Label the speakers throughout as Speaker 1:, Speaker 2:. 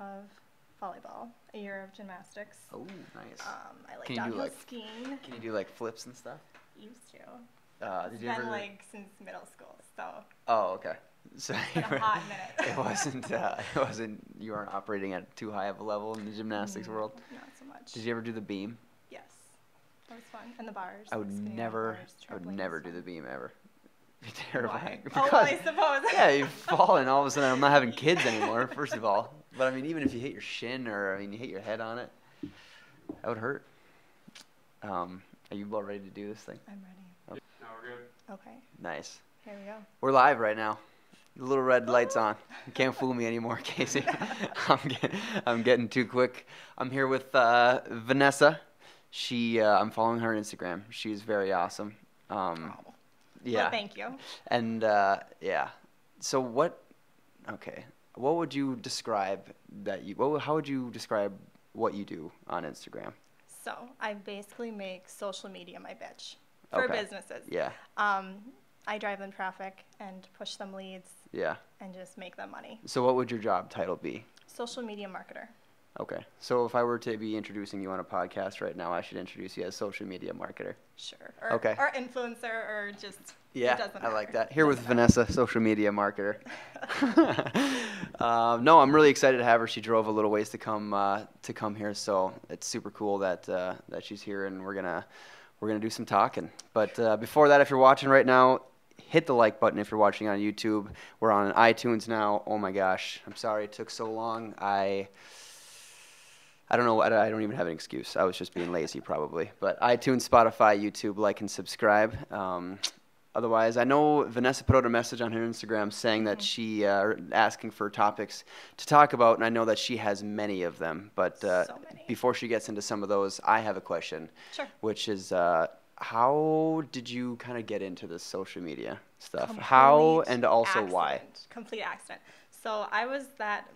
Speaker 1: of volleyball, a year of gymnastics.
Speaker 2: Oh, nice.
Speaker 1: Um, I like
Speaker 2: Can you do,
Speaker 1: downhill
Speaker 2: like-
Speaker 1: skiing.
Speaker 2: Can you do like flips and stuff?
Speaker 1: Used to.
Speaker 2: Uh, did
Speaker 1: It's
Speaker 2: you
Speaker 1: been
Speaker 2: ever?
Speaker 1: like since middle school, so
Speaker 2: oh, okay. So
Speaker 1: it's
Speaker 2: you
Speaker 1: been
Speaker 2: were-
Speaker 1: a hot minute.
Speaker 2: it wasn't. Uh, it wasn't. You weren't operating at too high of a level in the gymnastics
Speaker 1: Mm.
Speaker 2: world.
Speaker 1: Mm-hmm. Not so much.
Speaker 2: Did you ever do the beam?
Speaker 1: Yes, that was fun. And the bars.
Speaker 2: I would
Speaker 1: spinning on
Speaker 2: never.
Speaker 1: bars,
Speaker 2: I would
Speaker 1: trampolines
Speaker 2: never
Speaker 1: was
Speaker 2: do the
Speaker 1: fun.
Speaker 2: beam ever. It'd be
Speaker 1: Why?
Speaker 2: terrifying.
Speaker 1: Oh, well, I suppose.
Speaker 2: yeah, you fall and all of a sudden I'm not having kids anymore. First of all, but I mean, even if you hit your shin or I mean, you hit your head on it, that would hurt. Um, are you all ready to do this thing?
Speaker 1: I'm
Speaker 2: Oh.
Speaker 1: ready.
Speaker 3: No, we're good.
Speaker 1: Okay,
Speaker 2: Nice.
Speaker 1: here we go.
Speaker 2: We're live right now. The little red light's on. You can't fool me anymore, Casey. I'm, get, I'm getting too quick. I'm here with uh, Vanessa. She, uh, I'm following her on Instagram. She's very awesome. Um,
Speaker 1: Oh.
Speaker 2: yeah.
Speaker 1: Well, thank you.
Speaker 2: And uh, yeah. So what? Okay. What would you describe that you? What, would- how would you describe what you do on Instagram?
Speaker 1: So I basically make social media my bitch for
Speaker 2: Okay.
Speaker 1: businesses.
Speaker 2: Yeah.
Speaker 1: Um, I drive them traffic and push them leads
Speaker 2: Yeah.
Speaker 1: and just make them money.
Speaker 2: So what would your job title be?
Speaker 1: Social media marketer.
Speaker 2: Okay. So if I were to be introducing you on a podcast right now, I should introduce you as social media marketer.
Speaker 1: Sure. Or,
Speaker 2: Okay.
Speaker 1: Or influencer, or just. it
Speaker 2: Yeah,
Speaker 1: doesn't
Speaker 2: I like
Speaker 1: matter.
Speaker 2: that. Here with Vanessa, social media marketer. um, no, I'm really excited to have her. She drove a little ways to come uh, to come here, so it's super cool that uh, that she's here, and we're gonna we're gonna do some talking. But uh, before that, if you're watching right now, hit the like button. If you're watching on YouTube, we're on iTunes now. Oh my gosh, I'm sorry it took so long. I I don't know. I I don't even have an excuse. I was just being lazy, probably. But iTunes, Spotify, YouTube, like and subscribe. Um, otherwise, I know Vanessa put out a message on her Instagram saying that
Speaker 1: Mm-hmm.
Speaker 2: she uh, asking for topics to talk about, and I know that she has many of them. But uh,
Speaker 1: So many.
Speaker 2: before she gets into some of those, I have a question,
Speaker 1: Sure.
Speaker 2: which is. Uh, how did you kind of get into this social media stuff?
Speaker 1: Complete
Speaker 2: How and also why?
Speaker 1: accident. Complete accident. So I was that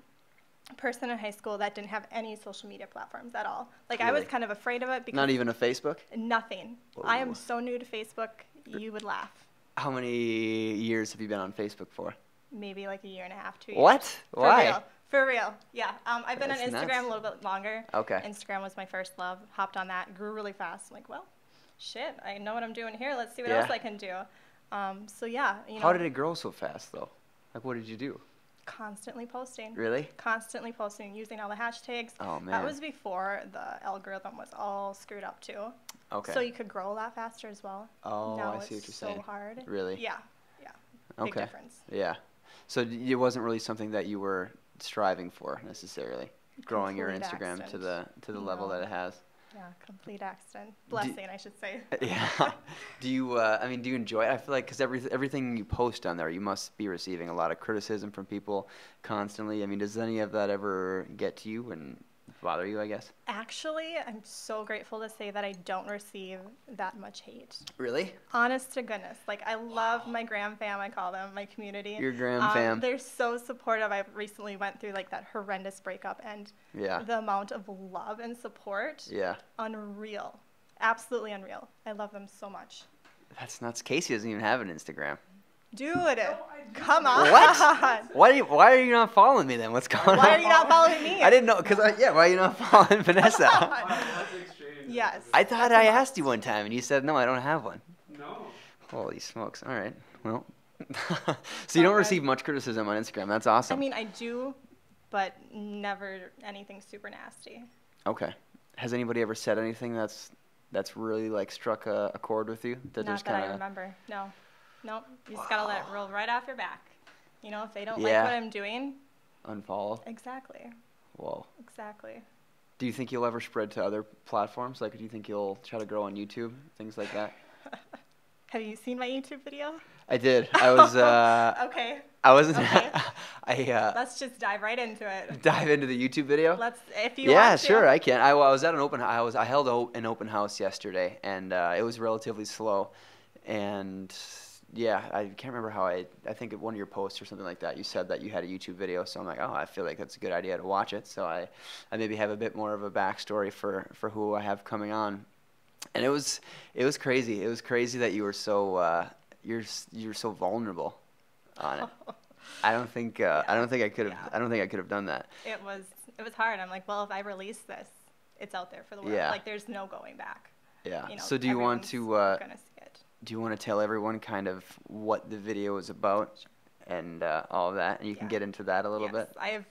Speaker 1: person in high school that didn't have any social media platforms at all. Like I was
Speaker 2: Really?
Speaker 1: kind of afraid of it because
Speaker 2: Not even a Facebook?
Speaker 1: nothing. I
Speaker 2: Whoa.
Speaker 1: am so new to Facebook. You would laugh.
Speaker 2: How many years have you been on Facebook for?
Speaker 1: Maybe like a year and a half, two years.
Speaker 2: What?
Speaker 1: For
Speaker 2: Why?
Speaker 1: Real. For real. Yeah. Um, I've been
Speaker 2: That's
Speaker 1: on Instagram
Speaker 2: nuts.
Speaker 1: a little bit longer.
Speaker 2: Okay.
Speaker 1: Instagram was my first love. Hopped on that, grew really fast. I'm like, well, shit, I know what I'm doing here. Let's see what
Speaker 2: Yeah.
Speaker 1: else I can do. Um, so yeah, you know,
Speaker 2: How did it grow so fast though? Like what did you do?
Speaker 1: constantly posting,
Speaker 2: Really?
Speaker 1: constantly posting, using all the hashtags.
Speaker 2: Oh man.
Speaker 1: That was before the algorithm was all screwed up too.
Speaker 2: okay.
Speaker 1: So you could grow a lot faster as well.
Speaker 2: oh,
Speaker 1: now
Speaker 2: I see what
Speaker 1: it's
Speaker 2: you're
Speaker 1: so
Speaker 2: saying.
Speaker 1: hard.
Speaker 2: Really?
Speaker 1: Yeah, yeah. Big
Speaker 2: Okay.
Speaker 1: difference.
Speaker 2: Yeah. So d- it wasn't really something that you were striving for necessarily. Growing your
Speaker 1: Complete
Speaker 2: Instagram to
Speaker 1: accident.
Speaker 2: the to the level
Speaker 1: No.
Speaker 2: that it has.
Speaker 1: Yeah, complete accident. Blessing, I should say.
Speaker 2: Yeah. do you? Uh, I mean, do you enjoy it? I feel like because every everything you post on there, you must be receiving a lot of criticism from people constantly. I mean, does any of that ever get to you and bother you? I guess.
Speaker 1: Actually, I'm so grateful to say that I don't receive that much hate.
Speaker 2: Really?
Speaker 1: Honest to goodness, like I love my gram fam. I call them my community.
Speaker 2: Your gram
Speaker 1: Um,
Speaker 2: fam.
Speaker 1: They're so supportive. I recently went through like that horrendous breakup, and
Speaker 2: Yeah.
Speaker 1: the amount of love and support,
Speaker 2: Yeah.
Speaker 1: unreal, absolutely unreal. I love them so much,
Speaker 2: That's nuts. Casey doesn't even have an Instagram.
Speaker 1: dude. come on.
Speaker 2: What? Why, do you, why are you not following me then? What's going
Speaker 1: Why are
Speaker 2: on?
Speaker 1: you not following me?
Speaker 2: I didn't know, cause I, yeah, why are you not following Vanessa?
Speaker 3: Wow, let's exchange.
Speaker 1: Yes.
Speaker 2: I thought I asked you one time and you said no, I don't have one.
Speaker 3: No.
Speaker 2: Holy smokes! All right, well, so you don't
Speaker 1: Okay.
Speaker 2: receive much criticism on Instagram. That's awesome.
Speaker 1: I mean, I do, but never anything super nasty.
Speaker 2: okay, has anybody ever said anything that's that's really like struck a, a chord with you? That
Speaker 1: Not
Speaker 2: just
Speaker 1: that I
Speaker 2: kind of
Speaker 1: remember. No. Nope. You just gotta let it roll right off your back. You know, if they don't
Speaker 2: Yeah.
Speaker 1: like what I'm doing,
Speaker 2: unfollow?
Speaker 1: exactly.
Speaker 2: Whoa.
Speaker 1: Exactly.
Speaker 2: Do you think you'll ever spread to other platforms? Like, do you think you'll try to grow on YouTube, things like that?
Speaker 1: Have you seen my YouTube video?
Speaker 2: I did. I was. Uh,
Speaker 1: okay.
Speaker 2: I wasn't.
Speaker 1: Okay.
Speaker 2: I uh,
Speaker 1: Let's just dive right into it.
Speaker 2: dive into the YouTube video.
Speaker 1: Let's if you
Speaker 2: yeah,
Speaker 1: want to.
Speaker 2: sure, I can. I, I was at an open. I was. I held o- an open house yesterday, and uh, it was relatively slow. And yeah, I can't remember how I. I think at one of your posts or something like that, you said that you had a YouTube video. So I'm like, oh, I feel like that's a good idea to watch it. So I, I maybe have a bit more of a backstory for for who I have coming on. And it was it was crazy. It was crazy that you were so uh, you're s- you're so vulnerable on it. I don't think uh, I don't think I could have
Speaker 1: Yeah.
Speaker 2: I don't think I could have done that.
Speaker 1: It was it was hard. I'm like, well, if I release this, it's out there for the world.
Speaker 2: Yeah.
Speaker 1: Like there's no going back.
Speaker 2: Yeah.
Speaker 1: You know,
Speaker 2: so do you want
Speaker 1: everyone's
Speaker 2: to uh,
Speaker 1: gonna see it.
Speaker 2: do you want to tell everyone kind of what the video is about and uh, all of that, and you can
Speaker 1: Yeah.
Speaker 2: get into that a little
Speaker 1: Yes,
Speaker 2: bit.
Speaker 1: I have.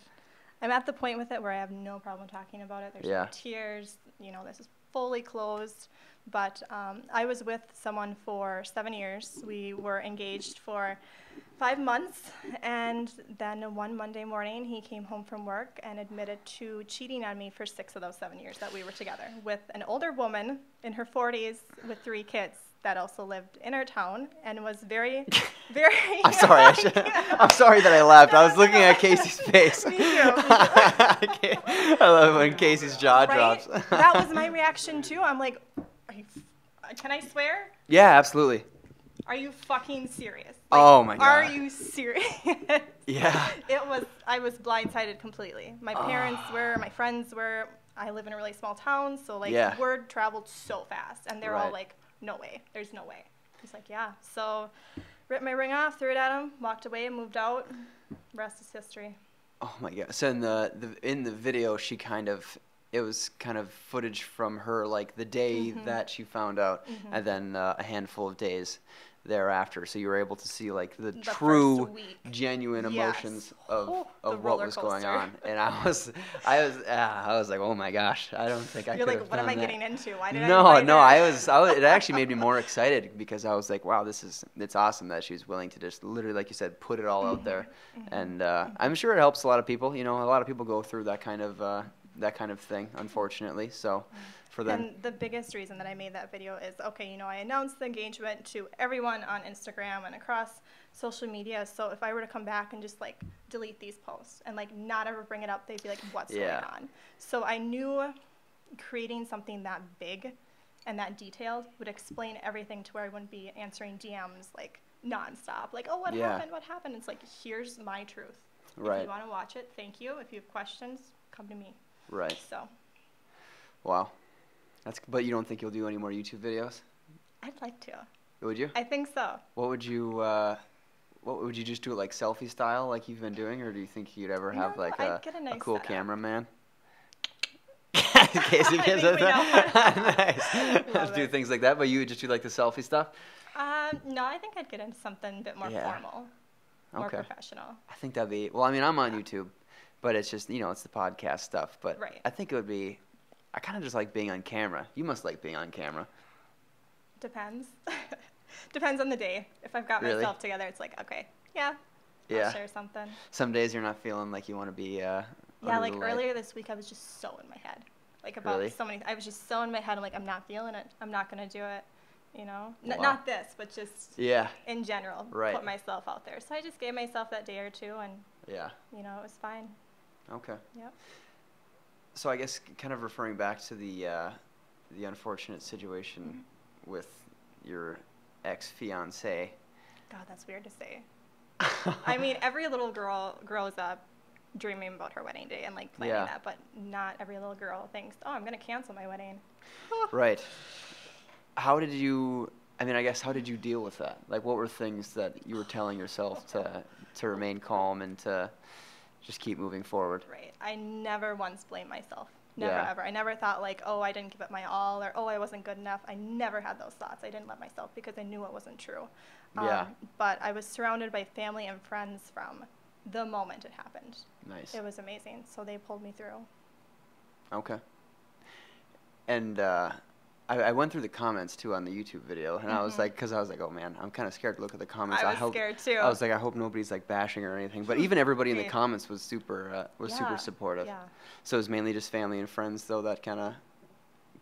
Speaker 1: I'm at the point with it where I have no problem talking about it. There's
Speaker 2: Yeah.
Speaker 1: no tears. You know, this is fully closed. But um, I was with someone for seven years. We were engaged for five months, and then one Monday morning, he came home from work and admitted to cheating on me for six of those seven years that we were together with an older woman in her 40s with three kids that also lived in our town and was very, very.
Speaker 2: I'm sorry. I should, I'm sorry that I laughed. I
Speaker 1: No,
Speaker 2: was
Speaker 1: no,
Speaker 2: looking
Speaker 1: no.
Speaker 2: at Casey's face.
Speaker 1: Me too, me too.
Speaker 2: I, can't- I love when Casey's jaw
Speaker 1: Right?
Speaker 2: drops.
Speaker 1: that was my reaction too. I'm like, are you, f- can I swear?
Speaker 2: yeah, absolutely.
Speaker 1: Are you fucking serious? Like,
Speaker 2: Oh my
Speaker 1: Are
Speaker 2: God.
Speaker 1: you serious?
Speaker 2: Yeah.
Speaker 1: it was. I was blindsided completely. My
Speaker 2: Ah.
Speaker 1: parents were. My friends were. I live in a really small town, so like
Speaker 2: Yeah.
Speaker 1: word traveled so fast, and they're all
Speaker 2: Right.
Speaker 1: like, "No way. There's no way." He's like, "Yeah." So, ripped my ring off, threw it at him, walked away, moved out. Rest is history.
Speaker 2: Oh my god. So in the, the in the video, she kind of it was kind of footage from her like the day
Speaker 1: Mm-hmm.
Speaker 2: that she found out, and then uh, a handful of days thereafter. So you were able to see like the,
Speaker 1: The first
Speaker 2: true,
Speaker 1: week.
Speaker 2: genuine
Speaker 1: Yes.
Speaker 2: emotions of
Speaker 1: Oh, the
Speaker 2: of what
Speaker 1: roller
Speaker 2: was going
Speaker 1: coaster.
Speaker 2: on. And I was I was ah, I was like, oh my gosh, I don't think I.
Speaker 1: You're
Speaker 2: could
Speaker 1: like,
Speaker 2: have
Speaker 1: "What am
Speaker 2: done
Speaker 1: I
Speaker 2: that."
Speaker 1: getting into? Why did I?"
Speaker 2: No,
Speaker 1: invite
Speaker 2: no,
Speaker 1: her?"
Speaker 2: I was, I was. It actually made me more excited because I was like, wow, this is. It's awesome that she was willing to just literally, like you said, put it all out there, and uh, I'm sure it helps a lot of people. You know, a lot of people go through that kind of uh, that kind of thing, unfortunately. So, for them,
Speaker 1: And the biggest reason that I made that video is okay, you know, I announced the engagement to everyone on Instagram and across social media. So if I were to come back and just like delete these posts and like not ever bring it up, they'd be like, what's
Speaker 2: Yeah.
Speaker 1: going on? So I knew creating something that big and that detailed would explain everything to where I wouldn't be answering DMs like nonstop. Like, oh, what
Speaker 2: Yeah.
Speaker 1: happened? What happened? It's like, here's my truth. If
Speaker 2: Right.
Speaker 1: you want to watch it, thank you. If you have questions, come to me.
Speaker 2: right?
Speaker 1: So
Speaker 2: Wow, that's. But you don't think you'll do any more YouTube videos,
Speaker 1: I'd like to.
Speaker 2: would you?
Speaker 1: I think so.
Speaker 2: What would you? Uh, what would you just do it like selfie style, like you've been doing, or do you think you'd ever have
Speaker 1: No,
Speaker 2: like
Speaker 1: I'd
Speaker 2: a,
Speaker 1: get a
Speaker 2: a
Speaker 1: nice
Speaker 2: cool
Speaker 1: setup.
Speaker 2: cameraman? Casey
Speaker 1: I
Speaker 2: gives
Speaker 1: think
Speaker 2: us
Speaker 1: we
Speaker 2: that.
Speaker 1: know.
Speaker 2: nice.
Speaker 1: Love
Speaker 2: do
Speaker 1: it.
Speaker 2: things like that, but you would just do like the selfie stuff.
Speaker 1: Um, no, I think I'd get into something a bit more
Speaker 2: Yeah.
Speaker 1: formal, more
Speaker 2: Okay,
Speaker 1: professional.
Speaker 2: I think that'd be. Well, I mean, I'm on YouTube, but it's just you know it's the podcast stuff. But
Speaker 1: Right.
Speaker 2: I think it would be. I kind of just like being on camera. You must like being on camera.
Speaker 1: Depends. Depends on the day. If I've got
Speaker 2: Really?
Speaker 1: myself together, it's like, okay, yeah,
Speaker 2: Yeah.
Speaker 1: I'll share something.
Speaker 2: Some days you're not feeling like you want to be. Uh,
Speaker 1: Yeah,
Speaker 2: under
Speaker 1: like
Speaker 2: the light.
Speaker 1: earlier this week, I was just so in my head, like about
Speaker 2: Really?
Speaker 1: so many. I was just so in my head. I'm like, I'm not feeling it. I'm not gonna do it. You know, N-
Speaker 2: Wow.
Speaker 1: not this, but just
Speaker 2: Yeah,
Speaker 1: in general,
Speaker 2: Right.
Speaker 1: put myself out there. So I just gave myself that day or two, and
Speaker 2: yeah.
Speaker 1: you know, it was fine.
Speaker 2: Okay.
Speaker 1: Yep.
Speaker 2: So I guess kind of referring back to the uh, the unfortunate situation
Speaker 1: Mm-hmm.
Speaker 2: with your ex fiance.
Speaker 1: God, that's weird to say. I mean, every little girl grows up dreaming about her wedding day and like planning
Speaker 2: Yeah.
Speaker 1: that, but not every little girl thinks, "Oh, I'm gonna cancel my wedding."
Speaker 2: right. How did you? I mean, I guess how did you deal with that? Like, what were things that you were telling yourself to to remain calm and to just keep moving forward?
Speaker 1: Right. I never once blamed myself. Never
Speaker 2: Yeah.
Speaker 1: ever. I never thought like, "Oh, I didn't give it my all," or "Oh, I wasn't good enough." I never had those thoughts. I didn't let myself because I knew it wasn't true. Um,
Speaker 2: Yeah.
Speaker 1: But I was surrounded by family and friends from the moment it happened.
Speaker 2: Nice.
Speaker 1: It was amazing. So they pulled me through.
Speaker 2: Okay. And uh, I, I went through the comments too on the YouTube video, and I was like, because I was like, oh man, I'm kind of scared to look at the comments.
Speaker 1: Mm-hmm. I was
Speaker 2: hope,
Speaker 1: scared, too.
Speaker 2: I was like, I hope nobody's like bashing or anything. But even everybody in the
Speaker 1: Right.
Speaker 2: comments was super uh, was
Speaker 1: Yeah,
Speaker 2: super supportive.
Speaker 1: yeah.
Speaker 2: So it was mainly just family and friends though that kind of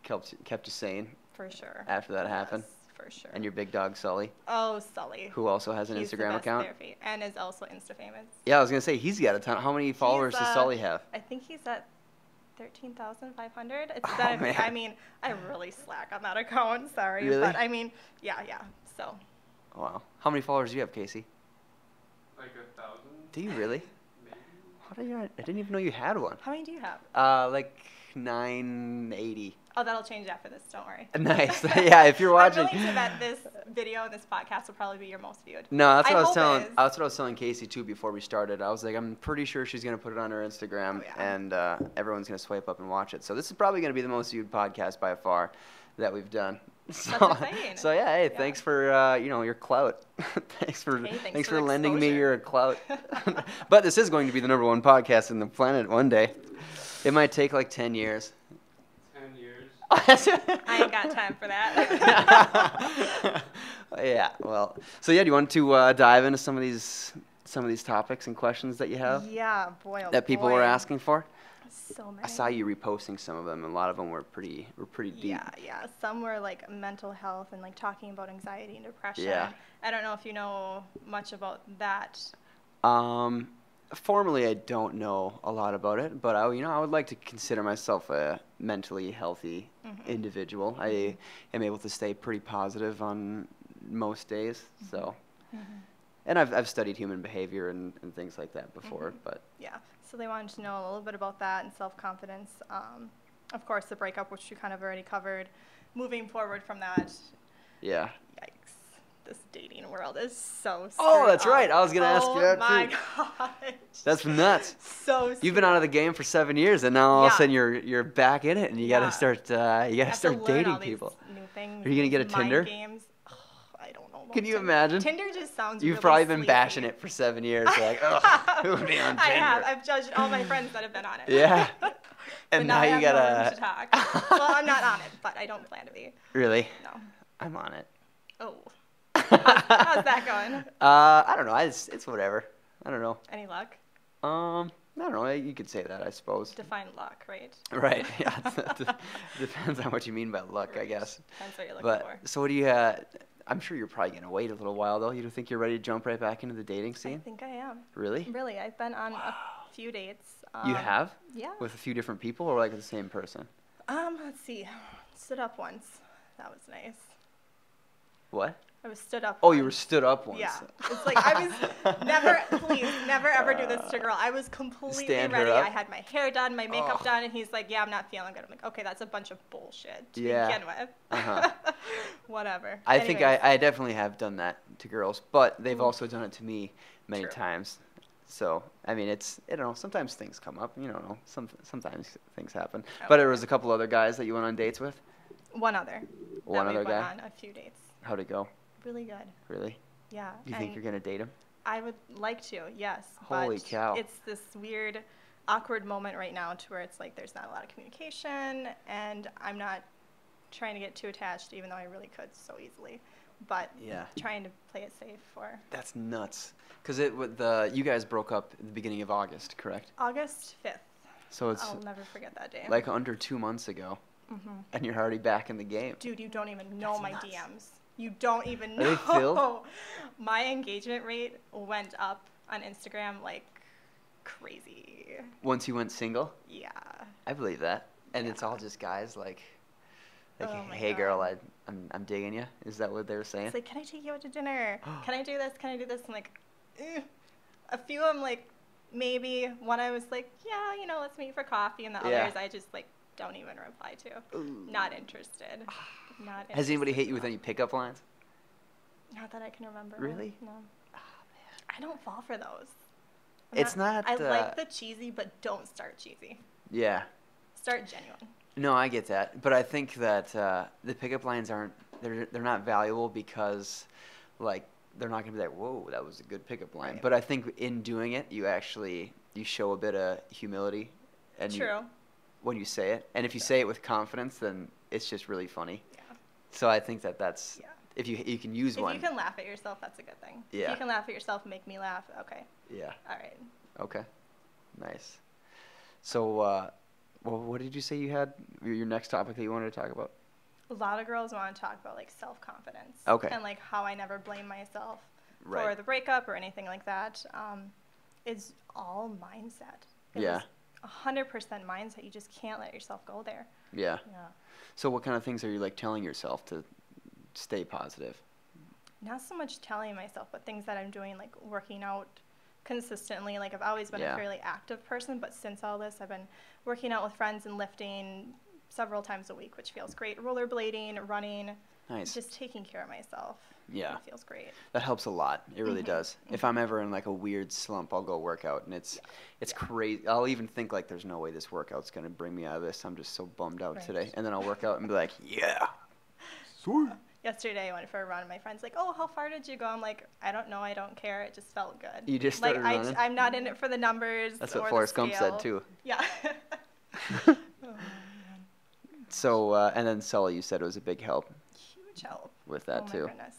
Speaker 2: kept kept you sane
Speaker 1: For sure.
Speaker 2: after that happened.
Speaker 1: Yes, for sure.
Speaker 2: And your big dog Sully,
Speaker 1: Oh, Sully.
Speaker 2: who also has an
Speaker 1: He's the
Speaker 2: Instagram
Speaker 1: best
Speaker 2: account.
Speaker 1: therapy and is also Insta famous.
Speaker 2: Yeah, I was gonna say he's got a ton. How many followers
Speaker 1: uh,
Speaker 2: does Sully have?
Speaker 1: I think he's at 13,500. It's
Speaker 2: Oh,
Speaker 1: that,
Speaker 2: man.
Speaker 1: I mean, I really slack on that account, sorry.
Speaker 2: Really?
Speaker 1: But I mean, yeah, yeah. So,
Speaker 2: Wow. How many followers do you have, Casey?
Speaker 3: Like a thousand,
Speaker 2: Do you really?
Speaker 3: maybe?
Speaker 2: How did you, I didn't even know you had one.
Speaker 1: how many do you have?
Speaker 2: Uh, like nine eighty.
Speaker 1: Oh, that'll change after this. Don't worry.
Speaker 2: Nice. yeah, if you're watching.
Speaker 1: I'm willing to bet this video, this podcast, will probably be your most viewed.
Speaker 2: No, that's what I, was
Speaker 1: hope it
Speaker 2: telling.
Speaker 1: is.
Speaker 2: That's what I was telling Casey too before we started. I was like, I'm pretty sure she's gonna put it on her Instagram,
Speaker 1: Oh, yeah.
Speaker 2: and uh, everyone's gonna swipe up and watch it. So this is probably gonna be the most viewed podcast by far that we've done. So,
Speaker 1: exciting.
Speaker 2: so yeah, hey,
Speaker 1: Yeah.
Speaker 2: thanks for uh, you know your clout. thanks for
Speaker 1: Hey, thanks
Speaker 2: thanks
Speaker 1: for
Speaker 2: for
Speaker 1: the
Speaker 2: lending me
Speaker 1: exposure.
Speaker 2: your clout. but this is going to be the number one podcast in the planet one day. It might take like ten years.
Speaker 3: Ten years.
Speaker 1: Oh, I ain't got time for that.
Speaker 2: yeah. Well. So yeah, do you want to uh, dive into some of these some of these topics and questions that you have
Speaker 1: yeah, boy. Oh
Speaker 2: that people
Speaker 1: boy.
Speaker 2: were asking for?
Speaker 1: So many.
Speaker 2: I saw you reposting some of them, and a lot of them were pretty were pretty deep.
Speaker 1: Yeah, yeah. Some were like mental health and like talking about anxiety and depression.
Speaker 2: Yeah.
Speaker 1: I don't know if you know much about that.
Speaker 2: Um, formally, I don't know a lot about it, but I, you know, I would like to consider myself a mentally healthy
Speaker 1: Mm-hmm.
Speaker 2: individual. I am able to stay pretty positive on most days,
Speaker 1: Mm-hmm.
Speaker 2: so. And I've, I've studied human behavior and, and things like that before,
Speaker 1: Mm-hmm.
Speaker 2: but
Speaker 1: Yeah. So they wanted to know a little bit about that and self confidence. Um, of course, the breakup, which you kind of already covered. Moving forward from that,
Speaker 2: yeah.
Speaker 1: yikes. This dating world is so.
Speaker 2: Oh,
Speaker 1: screwed
Speaker 2: that's right.
Speaker 1: up.
Speaker 2: I was gonna ask you
Speaker 1: Oh
Speaker 2: that,
Speaker 1: my
Speaker 2: too.
Speaker 1: gosh.
Speaker 2: That's nuts.
Speaker 1: so.
Speaker 2: You've been out of the game for seven years, and now all of a
Speaker 1: Yeah.
Speaker 2: sudden you're you're back in it, and you
Speaker 1: Yeah.
Speaker 2: gotta start uh, you gotta
Speaker 1: have to
Speaker 2: start
Speaker 1: learn
Speaker 2: dating
Speaker 1: all these
Speaker 2: people.
Speaker 1: New things.
Speaker 2: Are you gonna get a
Speaker 1: mind
Speaker 2: Tinder?
Speaker 1: Games. Ugh, I don't know. about
Speaker 2: Can you
Speaker 1: Tinder.
Speaker 2: imagine?
Speaker 1: Tinder just sounds.
Speaker 2: You've
Speaker 1: really
Speaker 2: probably been
Speaker 1: sleazy.
Speaker 2: bashing it for seven years, like, oh, who would be on Tinder?
Speaker 1: I have. I've judged all my friends that have been on it.
Speaker 2: Yeah.
Speaker 1: But
Speaker 2: And now
Speaker 1: I
Speaker 2: you
Speaker 1: have no
Speaker 2: gotta-
Speaker 1: room to talk. well, I'm not on it, but I don't plan to be.
Speaker 2: Really?
Speaker 1: No.
Speaker 2: I'm on it.
Speaker 1: Oh,
Speaker 2: How's
Speaker 1: how's that going?
Speaker 2: Uh, I don't know. I just, it's whatever. I don't know.
Speaker 1: Any luck?
Speaker 2: Um, I don't know. You could say that, I suppose.
Speaker 1: Define luck, right?
Speaker 2: right. Yeah. it's- it depends on what you mean by luck, I
Speaker 1: Right.
Speaker 2: guess.
Speaker 1: That's what you're looking
Speaker 2: But
Speaker 1: for.
Speaker 2: so what do you? Uh, I'm sure you're probably gonna wait a little while though. You don't think you're ready to jump right back into the dating
Speaker 1: I
Speaker 2: scene?
Speaker 1: think I am.
Speaker 2: Really?
Speaker 1: Really, I've been on a few dates. Um,
Speaker 2: you have
Speaker 1: Yeah.
Speaker 2: with a few different people, or like with the same person?
Speaker 1: Um, let's see. Stood up once. That was nice.
Speaker 2: What?
Speaker 1: I was stood up.
Speaker 2: Oh, you were
Speaker 1: once.
Speaker 2: stood up once.
Speaker 1: Yeah. It's like I was never, please, never ever do this to a girl. I was completely
Speaker 2: Stand her
Speaker 1: ready. I
Speaker 2: up? Oh.
Speaker 1: had my hair done, my makeup
Speaker 2: Ugh.
Speaker 1: done, and he's like, "Yeah, I'm not feeling good." I'm like, "Okay, that's a bunch of bullshit to
Speaker 2: Yeah.
Speaker 1: begin with."
Speaker 2: Uh-huh.
Speaker 1: Whatever.
Speaker 2: I think I,
Speaker 1: Anyways, Mm-hmm.
Speaker 2: I definitely have done that to girls, but they've also done it to me many
Speaker 1: True.
Speaker 2: times. So I mean, it's I don't know. Sometimes things come up. You don't know. Some sometimes things happen.
Speaker 1: Oh,
Speaker 2: But there was a couple other guys that you went on dates with.
Speaker 1: one other.
Speaker 2: One
Speaker 1: that we
Speaker 2: other
Speaker 1: went
Speaker 2: guy.
Speaker 1: on a few dates.
Speaker 2: How'd it go?
Speaker 1: Really good.
Speaker 2: Really?
Speaker 1: Yeah.
Speaker 2: Do you
Speaker 1: and
Speaker 2: think you're gonna date him?
Speaker 1: I would like to. Yes.
Speaker 2: Holy
Speaker 1: but
Speaker 2: cow.
Speaker 1: It's this weird, awkward moment right now to where it's like there's not a lot of communication, and I'm not trying to get too attached, even though I really could so easily. But
Speaker 2: Yeah.
Speaker 1: trying to play it safe for
Speaker 2: That's nuts. Cause it wa- the you guys broke up at the beginning of August, correct?
Speaker 1: August 5th.
Speaker 2: So it's
Speaker 1: I'll never forget that day. Mm-hmm.
Speaker 2: like under two months ago, and you're already back in the game.
Speaker 1: Dude, you don't even know
Speaker 2: That's
Speaker 1: my
Speaker 2: nuts.
Speaker 1: DMs. You don't even
Speaker 2: Are they
Speaker 1: know.
Speaker 2: filled?
Speaker 1: My engagement rate went up on Instagram like crazy.
Speaker 2: Once you went single,
Speaker 1: Yeah.
Speaker 2: I believe that. And it's
Speaker 1: Yeah.
Speaker 2: all just guys like, like
Speaker 1: Oh my
Speaker 2: hey girl, I,
Speaker 1: God.
Speaker 2: I'm, I'm digging you. Is that what they were saying?
Speaker 1: It's like, can I take you out to dinner? Can I do this? Can I do this? I'm like, eh. a few I'm like, maybe. One I was like, yeah, you know, let's meet for coffee. And the
Speaker 2: Yeah.
Speaker 1: others I just like don't even reply to. Not interested. Not
Speaker 2: Has anybody
Speaker 1: interested
Speaker 2: hit you with
Speaker 1: at all.
Speaker 2: any pickup lines?
Speaker 1: Not that I can remember.
Speaker 2: Really? Oh,
Speaker 1: No. I don't fall for those.
Speaker 2: It's not,
Speaker 1: I
Speaker 2: uh,
Speaker 1: like the cheesy, but don't start cheesy.
Speaker 2: Yeah.
Speaker 1: Start genuine.
Speaker 2: No, I get that, but I think that uh, the pickup lines aren't they're they're not valuable because like they're not gonna be like whoa that was a good pickup line.
Speaker 1: Right.
Speaker 2: But I think in doing it you actually you show a bit of humility and you-
Speaker 1: True.
Speaker 2: when you say it, and if you say it with confidence, then it's just really funny.
Speaker 1: Yeah.
Speaker 2: So I think that that's
Speaker 1: Yeah.
Speaker 2: if you you can use
Speaker 1: If
Speaker 2: one.
Speaker 1: you can laugh at yourself, that's a good thing. If
Speaker 2: Yeah.
Speaker 1: you can laugh at yourself, make me laugh. Okay.
Speaker 2: yeah.
Speaker 1: All right.
Speaker 2: Okay. Nice. So, uh, well, what did you say you had? Your your next topic that you wanted to talk about?
Speaker 1: A lot of girls want to talk about like self confidence.
Speaker 2: Okay.
Speaker 1: And like how I never blame myself for
Speaker 2: Right.
Speaker 1: the breakup or anything like that. Um, it's all mindset. It
Speaker 2: Yeah.
Speaker 1: was 100% mindset. You just can't let yourself go there.
Speaker 2: Yeah.
Speaker 1: Yeah.
Speaker 2: So, what kind of things are you like telling yourself to stay positive?
Speaker 1: not so much telling myself, but things that I'm doing, like working out, consistently. Like I've always been
Speaker 2: Yeah.
Speaker 1: a fairly active person, but since all this, I've been working out with friends and lifting several times a week, which feels great. Rollerblading, running,
Speaker 2: Nice.
Speaker 1: just taking care of myself.
Speaker 2: Yeah.
Speaker 1: it feels great.
Speaker 2: That helps a lot. It really
Speaker 1: Mm-hmm.
Speaker 2: does. If I'm ever in like a weird slump, I'll go work out, and it's it's crazy. I'll even think like, "There's no way this workout's gonna bring me out of this. I'm just so bummed out
Speaker 1: Right.
Speaker 2: today." And then I'll work out and be like, "Yeah,
Speaker 1: Yesterday, I went for a run. and My friend's like, "Oh, how far did you go?" I'm like, "I don't know. I don't care. It just felt good."
Speaker 2: You just
Speaker 1: like
Speaker 2: started
Speaker 1: I,
Speaker 2: running?
Speaker 1: am not in it for the numbers.
Speaker 2: that's
Speaker 1: or
Speaker 2: what
Speaker 1: the
Speaker 2: Forrest Gump said
Speaker 1: scale.
Speaker 2: too."
Speaker 1: Yeah.
Speaker 2: So uh, and then Sully, you said it was a big help
Speaker 1: Huge help.
Speaker 2: with that
Speaker 1: oh
Speaker 2: too.
Speaker 1: My goodness.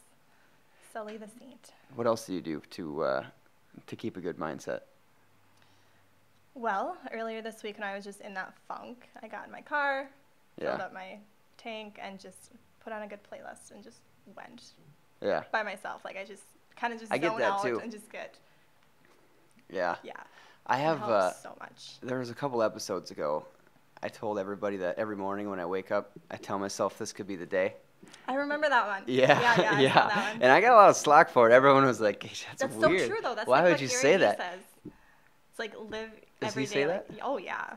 Speaker 1: Sully the Saint.
Speaker 2: What else do you do to uh, to keep a good mindset?
Speaker 1: Well, earlier this week when I was just in that funk, I got in my car, filled
Speaker 2: Yeah,
Speaker 1: up my tank, and just put on a good playlist and just went
Speaker 2: yeah,
Speaker 1: by myself. Like I just kind of just
Speaker 2: I get
Speaker 1: zone
Speaker 2: that
Speaker 1: out
Speaker 2: too.
Speaker 1: and just get
Speaker 2: yeah.
Speaker 1: yeah.
Speaker 2: I have.
Speaker 1: it
Speaker 2: Uh,
Speaker 1: helps so much.
Speaker 2: There was a couple episodes ago. I told everybody that every morning when I wake up, I tell myself this could be the day.
Speaker 1: I remember that one.
Speaker 2: Yeah,
Speaker 1: yeah, yeah. I saw that one.
Speaker 2: And I got a lot of slack for it. Everyone was like, "Hey, "That's,
Speaker 1: That's
Speaker 2: weird.
Speaker 1: so true though. That's
Speaker 2: Why
Speaker 1: like
Speaker 2: would
Speaker 1: what
Speaker 2: you
Speaker 1: Gary
Speaker 2: say
Speaker 1: Vee
Speaker 2: that?"
Speaker 1: Says. It's like live
Speaker 2: Does he
Speaker 1: every day.
Speaker 2: say
Speaker 1: like, Oh yeah.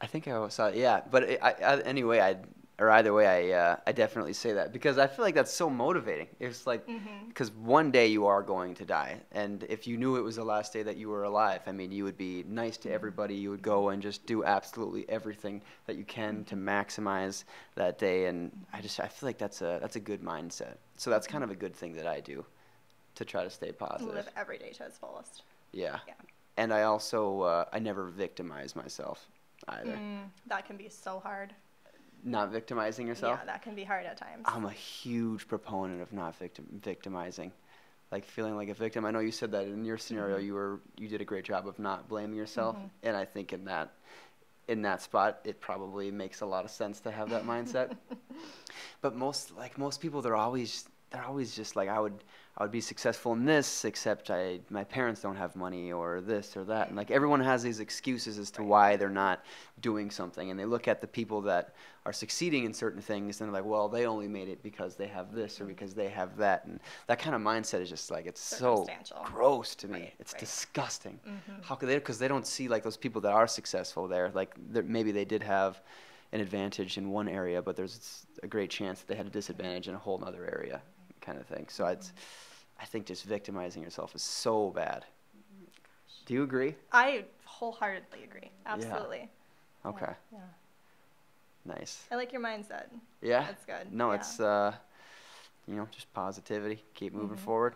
Speaker 2: I think I saw it. Yeah, but it, I, I, anyway, I or either way, I uh, I definitely say that because I feel like that's so motivating. It's like
Speaker 1: Mhm.
Speaker 2: because one day you are going to die, and if you knew it was the last day that you were alive, I mean, you would be nice to everybody. You would go and just do absolutely everything that you can to maximize that day. And I just I feel like that's a that's a good mindset. So that's kind of a good thing that I do to try to stay positive.
Speaker 1: Live every day to its fullest.
Speaker 2: Yeah.
Speaker 1: Yeah.
Speaker 2: And I also uh, I never victimize myself either.
Speaker 1: Mm, that can be so hard.
Speaker 2: Not victimizing yourself.
Speaker 1: Yeah, that can be hard at times.
Speaker 2: I'm a huge proponent of not victim victimizing. Like feeling like a victim. I know you said that in your scenario you were you did a great job of not blaming yourself and I think in that in that spot it probably makes a lot of sense to have that mindset. But most like most people they're always they're always just like I would I would be successful in this except I my parents don't have money or this or that. And like everyone has these excuses as to why they're not doing something and they look at the people that are succeeding in certain things and they're like, well, they only made it because they have
Speaker 1: Mm-hmm.
Speaker 2: this or because they have that. And that kind of mindset is just like, it's so
Speaker 1: Circumstantial. Mm-hmm.
Speaker 2: gross to me.
Speaker 1: Right,
Speaker 2: it's
Speaker 1: right.
Speaker 2: disgusting. How could they? Because they don't see like those people that are successful there. Like they're- maybe they did have an advantage in one area, but there's a great chance that they had a disadvantage in a whole other area, kind of thing. So it's, I think just victimizing yourself is so bad. Do you agree?
Speaker 1: I wholeheartedly agree. Absolutely. Yeah,
Speaker 2: Okay,
Speaker 1: Yeah.
Speaker 2: nice.
Speaker 1: I like your mindset.
Speaker 2: Yeah.
Speaker 1: That's good.
Speaker 2: Eh. No,
Speaker 1: yeah.
Speaker 2: it's uh, you know, just positivity. Keep moving
Speaker 1: Mm-hmm.
Speaker 2: forward.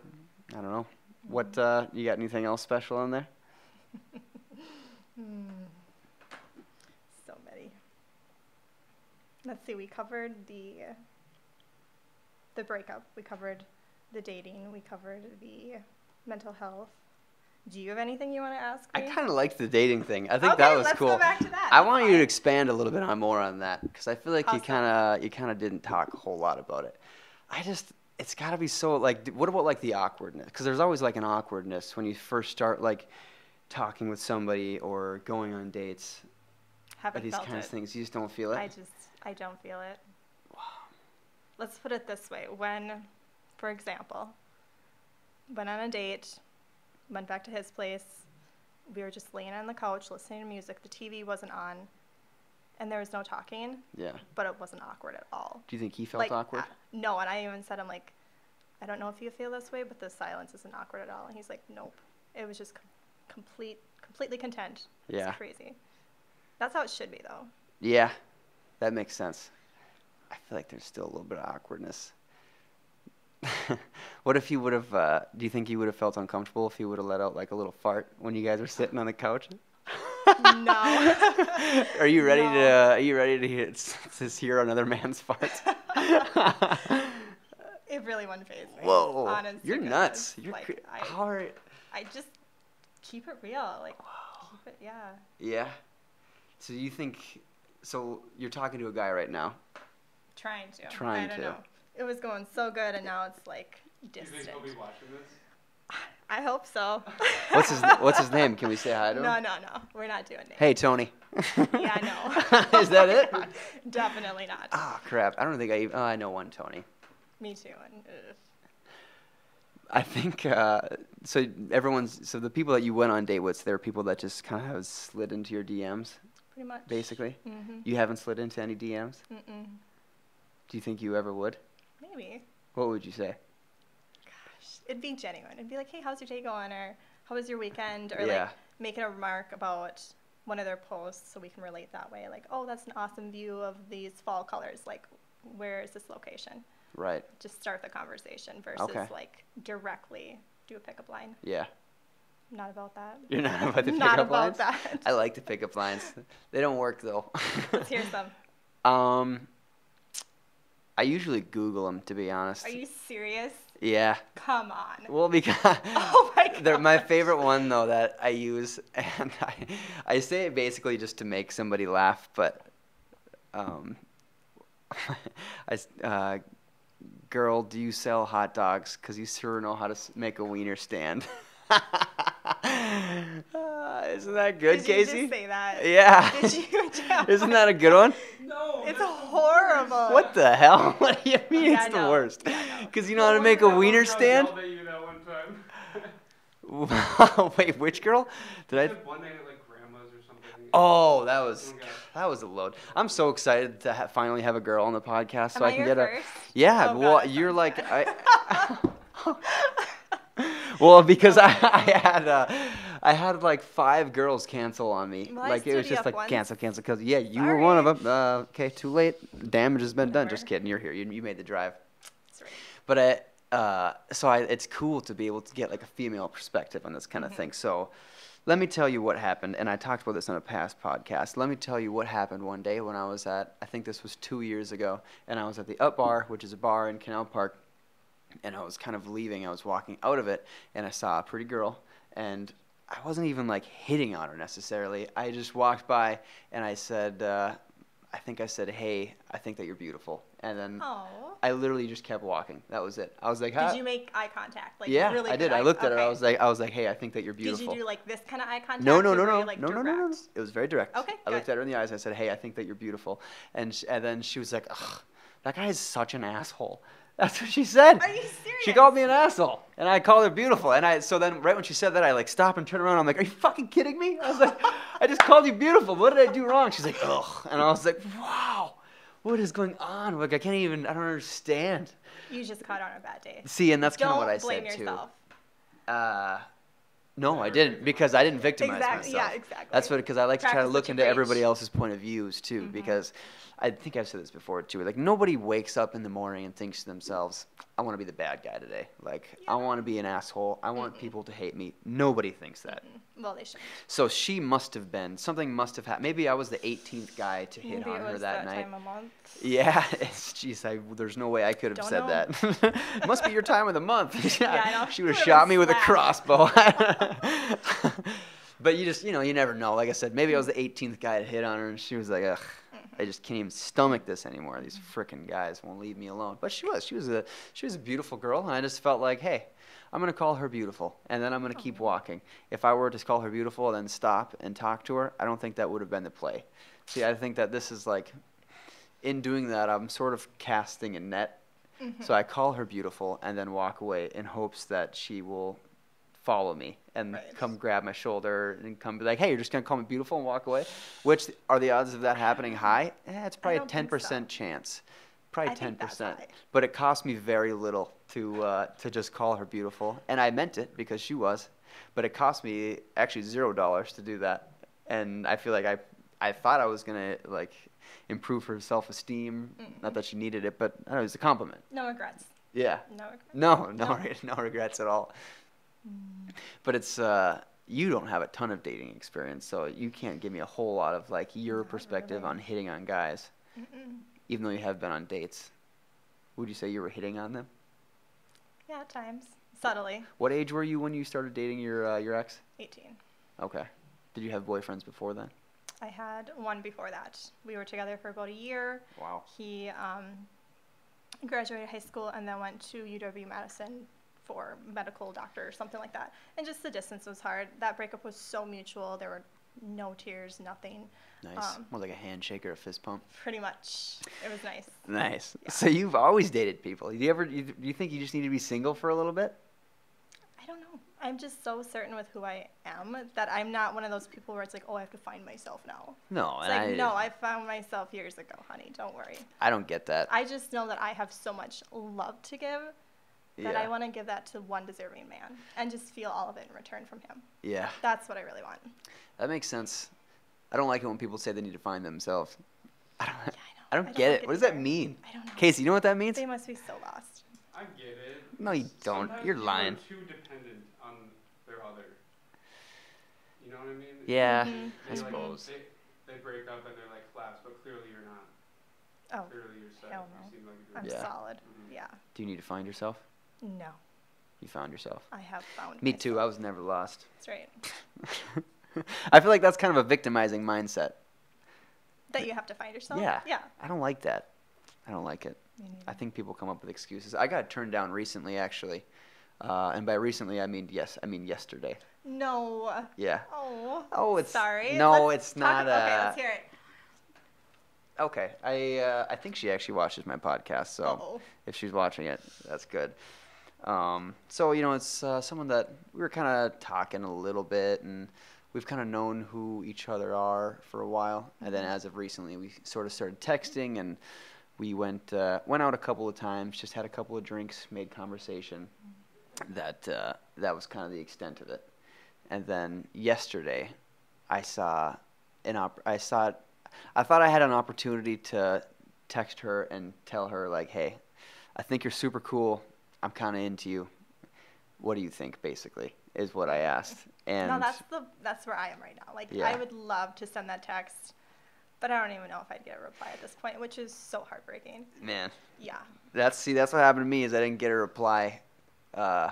Speaker 2: I don't know. What uh, you got? Anything else special on there?
Speaker 1: Hmm. so many. Let's see. We covered the the breakup. We covered the dating. We covered the mental health. Do you have anything you want to ask
Speaker 2: I
Speaker 1: me?
Speaker 2: kind of liked the dating thing. I think that
Speaker 1: Okay,
Speaker 2: was
Speaker 1: let's go
Speaker 2: cool.
Speaker 1: back to that.
Speaker 2: I
Speaker 1: That's
Speaker 2: want you to
Speaker 1: fine.
Speaker 2: expand a little bit on more on that because I feel like you
Speaker 1: Awesome.
Speaker 2: kind of you kind of didn't talk a whole lot about it. I just it's got to be so like d- what about like the awkwardness? Because there's always like an awkwardness when you first start like talking with somebody or going on dates. But
Speaker 1: haven't
Speaker 2: these
Speaker 1: felt
Speaker 2: kinds of
Speaker 1: it.
Speaker 2: things you just don't feel it.
Speaker 1: I just I don't feel it. Let's put it this way. When, for example, went on a date, went back to his place, we were just laying on the couch listening to music. The TV wasn't on, and there was no talking,
Speaker 2: yeah.
Speaker 1: but it wasn't awkward at all.
Speaker 2: Do you think he felt
Speaker 1: like,
Speaker 2: awkward?
Speaker 1: uh, no, and I even said, I'm like, I don't know if you feel this way, but the silence isn't awkward at all. And he's like, Nope. It was just com- complete, completely content. It's
Speaker 2: Yeah.
Speaker 1: crazy. That's how it should be, though.
Speaker 2: Yeah, that makes sense. I feel like there's still a little bit of awkwardness. what if you would have? Uh, do you think you would have felt uncomfortable if you would have let out like a little fart when you guys were sitting on the couch?
Speaker 1: no.
Speaker 2: Are you ready to? uh,
Speaker 1: No.
Speaker 2: Are you ready to hear, to hear another man's fart?
Speaker 1: It really wouldn't phase me.
Speaker 2: Whoa!
Speaker 1: Honest to
Speaker 2: You're
Speaker 1: goodness.
Speaker 2: nuts. You're
Speaker 1: like,
Speaker 2: cr-
Speaker 1: I,
Speaker 2: how are?
Speaker 1: I just keep it real. Like, keep it, yeah.
Speaker 2: Yeah. So you think? So you're talking to a guy right now.
Speaker 1: Trying to.
Speaker 2: Trying
Speaker 1: I don't
Speaker 2: to.
Speaker 1: know. It was going so good, and now it's like
Speaker 3: Do you
Speaker 1: distant.
Speaker 3: think he'll be watching this?
Speaker 1: I hope so.
Speaker 2: What's his What's his name? Can we say hi to
Speaker 1: no,
Speaker 2: him?
Speaker 1: no, no. We're not doing names.
Speaker 2: Hey, Tony.
Speaker 1: Yeah, I know. Oh
Speaker 2: Is that it?
Speaker 1: Definitely not.
Speaker 2: Ah, crap. I don't think I even. Oh, I know one Tony.
Speaker 1: Me too. And, ugh.
Speaker 2: I think uh, so. Everyone's so the people that you went on date with, they're people that just kind of have slid into your DMs,
Speaker 1: pretty much.
Speaker 2: basically.
Speaker 1: Mm-hmm.
Speaker 2: You haven't slid into any DMs.
Speaker 1: Mm-mm.
Speaker 2: Do you think you ever would?
Speaker 1: Maybe.
Speaker 2: What would you say?
Speaker 1: Gosh, it'd be genuine. It'd be like, hey, how's your day going? Or how was your weekend? Or
Speaker 2: yeah,
Speaker 1: like making a remark about one of their posts so we can relate that way. Like, oh, that's an awesome view of these fall colors. Like, where is this location?
Speaker 2: right.
Speaker 1: Just start the conversation versus
Speaker 2: Okay.
Speaker 1: like directly do a pickup line.
Speaker 2: Yeah,
Speaker 1: Not about that.
Speaker 2: you're not about to pick
Speaker 1: Not
Speaker 2: up
Speaker 1: about
Speaker 2: lines.
Speaker 1: that.
Speaker 2: I like to pick up lines. They don't work though.
Speaker 1: Let's hear some.
Speaker 2: um, I usually Google them to be honest.
Speaker 1: Are you serious?
Speaker 2: yeah.
Speaker 1: Come on.
Speaker 2: Well, because
Speaker 1: Oh my
Speaker 2: they're my
Speaker 1: gosh.
Speaker 2: favorite one though that I use, and I, I say it basically just to make somebody laugh. But um, I s uh, girl, do you sell hot dogs? Cause you sure know how to s- make a wiener stand. Uh, isn't that good,
Speaker 1: Did
Speaker 2: Casey?
Speaker 1: you just say that?
Speaker 2: yeah.
Speaker 1: Did you? Yeah.
Speaker 2: isn't that a good one?
Speaker 3: No.
Speaker 1: It's
Speaker 3: that's the
Speaker 1: horrible.
Speaker 3: worst.
Speaker 2: What the hell? What do you mean
Speaker 1: Yeah, I
Speaker 2: it's the
Speaker 1: know.
Speaker 2: worst?
Speaker 1: Yeah, I know.
Speaker 2: Cause you know how
Speaker 3: That
Speaker 2: to
Speaker 3: one
Speaker 2: make
Speaker 3: girl
Speaker 2: a
Speaker 3: that
Speaker 2: wiener
Speaker 3: one girl
Speaker 2: stand.
Speaker 3: yelled at you that one time.
Speaker 2: Wait, which girl? Did I?
Speaker 3: Like, one night at like grandma's or something.
Speaker 2: Oh, that was
Speaker 3: Someone got-
Speaker 2: that was a load. I'm so excited to ha- finally have a girl on the podcast,
Speaker 1: Am
Speaker 2: so
Speaker 1: I,
Speaker 2: I can
Speaker 1: your
Speaker 2: get a.
Speaker 1: first?
Speaker 2: Yeah,
Speaker 1: Oh,
Speaker 2: well,
Speaker 1: God, that
Speaker 2: you're
Speaker 1: sounds
Speaker 2: like
Speaker 1: bad.
Speaker 2: I. well, because I,
Speaker 1: Oh.
Speaker 2: I had uh, I had like five girls cancel on me.
Speaker 1: Well, I
Speaker 2: like it
Speaker 1: stood
Speaker 2: was
Speaker 1: you
Speaker 2: just
Speaker 1: up
Speaker 2: like
Speaker 1: once.
Speaker 2: cancel, cancel, because yeah, you were one of them. Uh, okay, too late. Damage has been done. Just
Speaker 1: Whatever.
Speaker 2: kidding. You're here. You, you made the drive.
Speaker 1: Sorry.
Speaker 2: But I, uh, so I, it's cool to be able to get like a female perspective on this kind of thing. So let me tell you what happened, and I talked about this on a past podcast. Let me tell you what happened one day when I was at, I think this was two years ago, and I was at the Up Bar, which is a bar in Canal Park, and I was kind of leaving. I was walking out of it, and I saw a pretty girl, and I wasn't even like hitting on her necessarily. I just walked by, and I said, uh, I think I said, hey, I think that you're beautiful. And then
Speaker 1: Oh.
Speaker 2: I literally just kept walking. That was it. I was like, "Hi."
Speaker 1: Did you make eye contact? Like
Speaker 2: yeah,
Speaker 1: really
Speaker 2: I
Speaker 1: good
Speaker 2: did.
Speaker 1: eye-
Speaker 2: I looked at her. I
Speaker 1: okay.
Speaker 2: was like, I was like, hey, I think that you're beautiful.
Speaker 1: Did you do like this kind of eye contact?
Speaker 2: no, no,
Speaker 1: or
Speaker 2: no,
Speaker 1: were you,
Speaker 2: no,
Speaker 1: like,
Speaker 2: no, no, no, no, no.
Speaker 1: direct?
Speaker 2: It was very direct.
Speaker 1: Okay,
Speaker 2: I looked
Speaker 1: good.
Speaker 2: at her in the eyes. I said, hey, I think that you're beautiful. And sh- and then she was like, Ugh, that guy is such an asshole. That's what she said.
Speaker 1: Are you
Speaker 2: She
Speaker 1: serious?
Speaker 2: called me an asshole, and I called her beautiful. And I so then right when she said that, I like stop and turn around. I'm like, are you fucking kidding me? I was like, I just called you beautiful. What did I do wrong? She's like, ugh. And I was like, wow, what is going on? Like I can't even. I don't understand.
Speaker 1: You just caught on a bad day.
Speaker 2: See, and that's kind
Speaker 1: Don't
Speaker 2: of what I
Speaker 1: blame
Speaker 2: said
Speaker 1: yourself.
Speaker 2: too. Uh, no, I didn't because I didn't victimize
Speaker 1: Exactly.
Speaker 2: myself.
Speaker 1: Yeah, exactly.
Speaker 2: That's what because I like to try to
Speaker 1: Practice what
Speaker 2: look
Speaker 1: you
Speaker 2: into everybody
Speaker 1: preach. Mm-hmm.
Speaker 2: else's point of views too because I think I've said this before too. Like nobody wakes up in the morning and thinks to themselves, "I want to be the bad guy today. Like I
Speaker 1: Yeah.
Speaker 2: want to be an asshole. I want people to hate me." Nobody thinks that.
Speaker 1: Well, they should.
Speaker 2: So she must have been something must have happened. Maybe I was the 18th guy to hit
Speaker 1: Maybe
Speaker 2: on
Speaker 1: it
Speaker 2: her
Speaker 1: was
Speaker 2: that,
Speaker 1: that,
Speaker 2: night.
Speaker 1: time of month.
Speaker 2: Yeah, it's, geez, I, there's no way I could have
Speaker 1: Don't
Speaker 2: said
Speaker 1: know.
Speaker 2: that. Must be your time of the month.
Speaker 1: Yeah, I know.
Speaker 2: She would
Speaker 1: Would've
Speaker 2: have shot
Speaker 1: been
Speaker 2: me with a
Speaker 1: slapped.
Speaker 2: crossbow. but you just, you know, you never know. Like I said, maybe I was the 18th guy to hit on her, and she was like, ugh, I just can't even stomach this anymore. These frickin' guys won't leave me alone. But she was, she was a, she was a beautiful girl, and I just felt like, hey, I'm gonna call her beautiful, and then I'm gonna keep walking. If I were to call her beautiful and then stop and talk to her, I don't think that would have been the play. See, I think that this is like in doing that, I'm sort of casting a net.
Speaker 1: Mm-hmm.
Speaker 2: So I call her beautiful and then walk away in hopes that she will follow me and
Speaker 1: Right.
Speaker 2: come grab my shoulder and come be like, hey, you're just going to call me beautiful and walk away? Which are the odds of that happening high? Eh, it's probably a
Speaker 1: don't think
Speaker 2: 10%
Speaker 1: so.
Speaker 2: chance. Probably
Speaker 1: I think that's
Speaker 2: 10%.
Speaker 1: high.
Speaker 2: But it cost me very little to, uh, to just call her beautiful. And I meant it because she was. But it cost me actually zero dollars to do that. And I feel like I, I thought I was going to like improve her self esteem. Not that she needed it, but I don't know, it was a compliment.
Speaker 1: No regrets.
Speaker 2: Yeah.
Speaker 1: No regrets.
Speaker 2: No, no,
Speaker 1: No.
Speaker 2: re- no regrets at all. But it's uh, you don't have a ton of dating experience, so you can't give me a whole lot of like your
Speaker 1: Not
Speaker 2: perspective
Speaker 1: really.
Speaker 2: on hitting on guys,
Speaker 1: Mm-mm.
Speaker 2: even though you have been on dates. Would you say you were hitting on them?
Speaker 1: Yeah, at times subtly.
Speaker 2: What age were you when you started dating your uh, your ex?
Speaker 1: 18.
Speaker 2: Okay. Did you have boyfriends before then?
Speaker 1: I had one before that. We were together for about a year.
Speaker 2: Wow.
Speaker 1: He um, graduated high school and then went to UW Madison for medical doctor or something like that. And just the distance was hard. That breakup was so mutual. There were no tears, nothing.
Speaker 2: Nice.
Speaker 1: Um,
Speaker 2: More like a handshake or a fist pump.
Speaker 1: Pretty much, it was nice.
Speaker 2: Nice. So you've always dated people. Do you ever? You, do you think you just need to be single for a little bit?
Speaker 1: I don't know. I'm just so certain with who I am that I'm not one of those people where it's like, oh, I have to find myself now.
Speaker 2: No,
Speaker 1: It's
Speaker 2: and
Speaker 1: like,
Speaker 2: I,
Speaker 1: no, I found myself years ago, honey. Don't worry.
Speaker 2: I don't get that.
Speaker 1: I just know that I have so much love to give that
Speaker 2: yeah.
Speaker 1: I want to give that to one deserving man and just feel all of it in return from him.
Speaker 2: yeah,
Speaker 1: That's what I really want.
Speaker 2: that makes sense. I don't like it when people say they need to find themselves. I don't,
Speaker 1: Yeah, I know.
Speaker 2: I don't get
Speaker 1: like
Speaker 2: it. What does that
Speaker 1: either.
Speaker 2: mean?
Speaker 1: I don't know.
Speaker 2: Casey, you know what that means?
Speaker 1: They must be so lost.
Speaker 3: I get it.
Speaker 2: No, you don't.
Speaker 3: Sometimes
Speaker 2: You're
Speaker 3: people
Speaker 2: lying.
Speaker 3: Are too dependent on their other. You know what I mean?
Speaker 2: Yeah,
Speaker 1: Mhm.
Speaker 2: I
Speaker 3: They, like,
Speaker 2: suppose.
Speaker 3: They, they break up and they're like flats, but clearly you're not.
Speaker 1: Oh,
Speaker 3: Clearly you're set.
Speaker 1: hell no.
Speaker 3: You seem like you're
Speaker 1: I'm
Speaker 2: Yeah.
Speaker 1: solid.
Speaker 3: Mhm.
Speaker 1: Yeah.
Speaker 2: Do you need to find yourself?
Speaker 1: No,
Speaker 2: You found yourself.
Speaker 1: I have found.
Speaker 2: Me
Speaker 1: myself.
Speaker 2: too. I was never lost.
Speaker 1: That's right.
Speaker 2: I feel like that's kind of a victimizing mindset.
Speaker 1: That you have to find yourself.
Speaker 2: Yeah.
Speaker 1: Yeah.
Speaker 2: I don't like that. I don't like it.
Speaker 1: Me neither.
Speaker 2: I think people come up with excuses. I got turned down recently, actually. Uh, and by recently, I mean yes. I mean yesterday.
Speaker 1: No.
Speaker 2: Yeah.
Speaker 1: Oh.
Speaker 2: Oh, it's-
Speaker 1: sorry.
Speaker 2: no,
Speaker 1: Let's
Speaker 2: it's
Speaker 1: talk-
Speaker 2: not uh,
Speaker 1: Okay,
Speaker 2: a-
Speaker 1: let's hear it.
Speaker 2: Okay. I uh, I think she actually watches my podcast, so
Speaker 1: Uh-oh.
Speaker 2: if she's watching it, that's good. Um, so you know, it's uh, someone that we were kind of talking a little bit, and we've kind of known who each other are for a while, and then as of recently, we sort of started texting, and we went uh, went out a couple of times, just had a couple of drinks, made conversation. That uh, that was kind of the extent of it. And then yesterday, I saw an op- I saw I thought I had an opportunity to text her and tell her like, "Hey, I think you're super cool. I'm kind of into you. What do you think?" Basically, is what I asked. And
Speaker 1: no, that's the that's where I am right now. Like
Speaker 2: Yeah.
Speaker 1: I would love to send that text, but I don't even know if I'd get a reply at this point, which is so heartbreaking.
Speaker 2: man,
Speaker 1: Yeah.
Speaker 2: that's see, that's what happened to me is I didn't get a reply uh,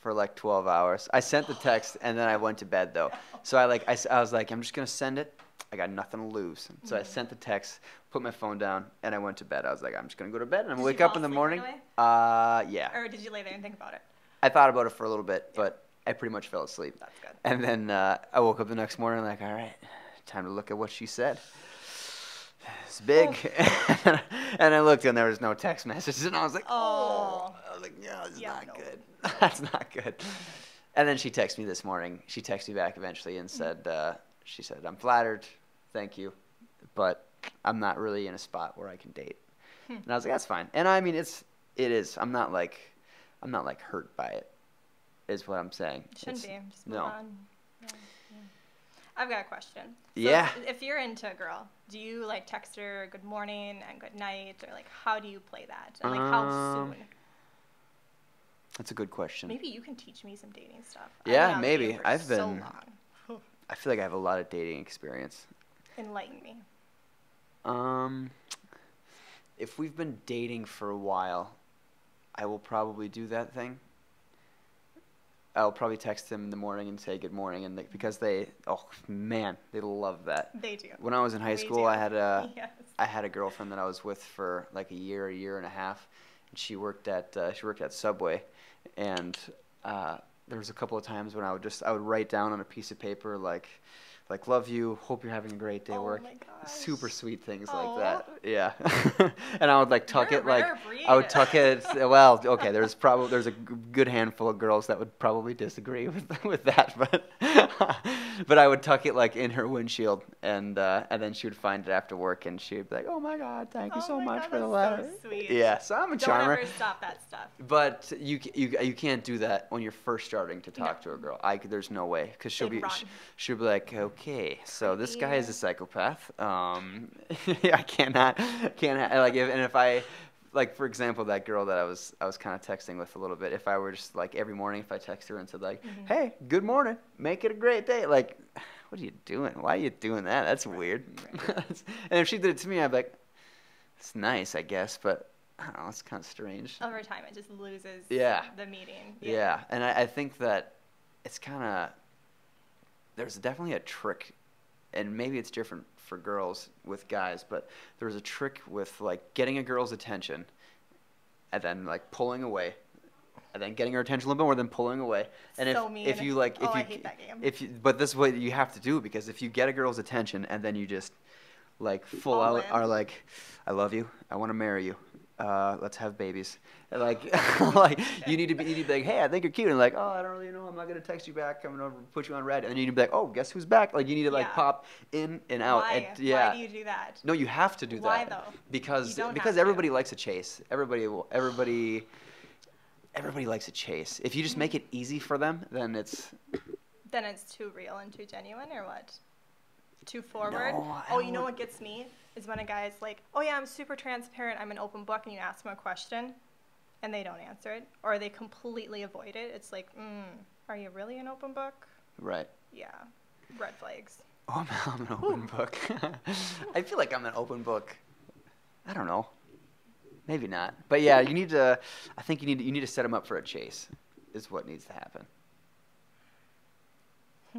Speaker 2: for like 12 hours. I sent the text and then I went to bed though. So I like I, s- I was like, I'm just gonna send it. I got nothing to lose.
Speaker 1: Mm-hmm.
Speaker 2: So I sent the text, put my phone down, and I went to bed. I was like, I'm just gonna go to bed and I'm
Speaker 1: Did
Speaker 2: gonna
Speaker 1: you
Speaker 2: wake up
Speaker 1: fall
Speaker 2: in the
Speaker 1: asleep right away?
Speaker 2: morning. uh, yeah.
Speaker 1: Or did you lay there and think about it?
Speaker 2: I thought about it for a little bit, but I pretty much fell asleep.
Speaker 1: That's good.
Speaker 2: And then uh, I woke up the next morning, like, all right, time to look at what she said. It's big. and I looked, and there was no text messages, and I was like, oh.
Speaker 1: Oh.
Speaker 2: I was like, no, it's
Speaker 1: Yeah,
Speaker 2: not
Speaker 1: no.
Speaker 2: good. That's not good. And then she texted me this morning. She texted me back eventually and said,
Speaker 1: Mm-hmm.
Speaker 2: uh, she said, I'm flattered, thank you, but I'm not really in a spot where I can date.
Speaker 1: Hmm.
Speaker 2: And I was like, that's fine. And I mean, it's it is. I'm not like I'm not like hurt by it. Is what I'm saying.
Speaker 1: Shouldn't
Speaker 2: It's-
Speaker 1: be. Just move
Speaker 2: no.
Speaker 1: on. Yeah, yeah. I've got a question. So
Speaker 2: Yeah.
Speaker 1: if- If you're into a girl, do you like text her good morning and good night, or like how do you play that? And like how
Speaker 2: Um,
Speaker 1: soon?
Speaker 2: That's a good question.
Speaker 1: Maybe you can teach me some dating stuff. I've
Speaker 2: Yeah,
Speaker 1: been on
Speaker 2: maybe.
Speaker 1: dating for
Speaker 2: I've
Speaker 1: so
Speaker 2: been-
Speaker 1: long.
Speaker 2: I feel like I have a lot of dating experience.
Speaker 1: Enlighten me.
Speaker 2: Um, if we've been dating for a while, I will probably do that thing. I'll probably text them in the morning and say good morning, and they, because they, oh man, they love that.
Speaker 1: They do.
Speaker 2: When I was in high
Speaker 1: We
Speaker 2: school, I
Speaker 1: do.
Speaker 2: had a
Speaker 1: yes.
Speaker 2: I had a girlfriend that I was with for like a year, a year and a half, and she worked at uh, she worked at Subway, and uh, there was a couple of times when I would just I would write down on a piece of paper like like love you, hope you're having a great day at
Speaker 1: Oh
Speaker 2: work,
Speaker 1: my gosh.
Speaker 2: super sweet things
Speaker 1: Aw.
Speaker 2: like that, yeah, and I would like tuck
Speaker 1: You're a
Speaker 2: it like
Speaker 1: rare breed.
Speaker 2: I would tuck it well okay there's probably there's a g- good handful of girls that would probably disagree with with that but but I would tuck it like in her windshield and uh, and then she would find it after work and she'd be like oh my god thank you
Speaker 1: Oh
Speaker 2: so
Speaker 1: my
Speaker 2: much
Speaker 1: God,
Speaker 2: for the
Speaker 1: that's so
Speaker 2: letter
Speaker 1: sweet.
Speaker 2: yeah so I'm a
Speaker 1: Don't
Speaker 2: charmer
Speaker 1: ever stop that stuff.
Speaker 2: but you, c- you you can't do that when you're first starting to talk to a girl. I c- there's no way because she'll
Speaker 1: They'd
Speaker 2: be
Speaker 1: run.
Speaker 2: sh- she'll be like, okay, so this guy is
Speaker 1: Creepy.
Speaker 2: a psychopath. Um, I cannot can't ha- like if, and if I like for example that girl that I was I was kind of texting with a little bit. If I were just like every morning if I text her and said like, hey, good morning, make it a great day, like. What are you doing? Why are you doing that? That's weird. and if she did it to me, I'd be like, it's nice, I guess, but I don't know, it's kind of strange.
Speaker 1: Over time, it just loses
Speaker 2: Yeah.
Speaker 1: the meeting.
Speaker 2: Yeah, and I, I think that it's kind of there's definitely a trick, and maybe it's different for girls with guys, but there's a trick with like getting a girl's attention, and then like pulling away, and then getting her attention a little bit more, then pulling away. And if
Speaker 1: So mean.
Speaker 2: if you like if
Speaker 1: Oh,
Speaker 2: you
Speaker 1: I hate that game.
Speaker 2: if you, but this is what you have to do because if you get a girl's attention and then you just like full
Speaker 1: All
Speaker 2: out
Speaker 1: in.
Speaker 2: are like, I love you, I want to marry you, uh, let's have babies. And like, like you need to be, you need to be like, hey, I think you're cute, and like, oh, I don't really know, I'm not gonna text you back, coming over, put you on red, and then you need to be like, oh, guess who's back? Like you need to like
Speaker 1: Yeah.
Speaker 2: pop in and out.
Speaker 1: Why?
Speaker 2: And- yeah.
Speaker 1: Why do you do that?
Speaker 2: no, you have to do
Speaker 1: Why
Speaker 2: that.
Speaker 1: though? You
Speaker 2: Because
Speaker 1: don't have
Speaker 2: because
Speaker 1: to.
Speaker 2: everybody likes a chase. Everybody will. Everybody. Everybody likes a chase. If you just make it easy for them, then it's
Speaker 1: Then it's too real and too genuine, or what? Too forward.
Speaker 2: No, I
Speaker 1: oh, you
Speaker 2: don't
Speaker 1: know
Speaker 2: want-
Speaker 1: what gets me is when a guy's like, "Oh yeah, I'm super transparent. I'm an open book," and you ask them a question, and they don't answer it, or they completely avoid it. It's like, mm, "Are you really an open book?"
Speaker 2: right.
Speaker 1: Yeah, red flags.
Speaker 2: Oh, I'm, I'm an open book. I feel like I'm an open book. I don't know. Maybe not. But yeah, you need to. I think you need you need to set them up for a chase. Is what needs to happen.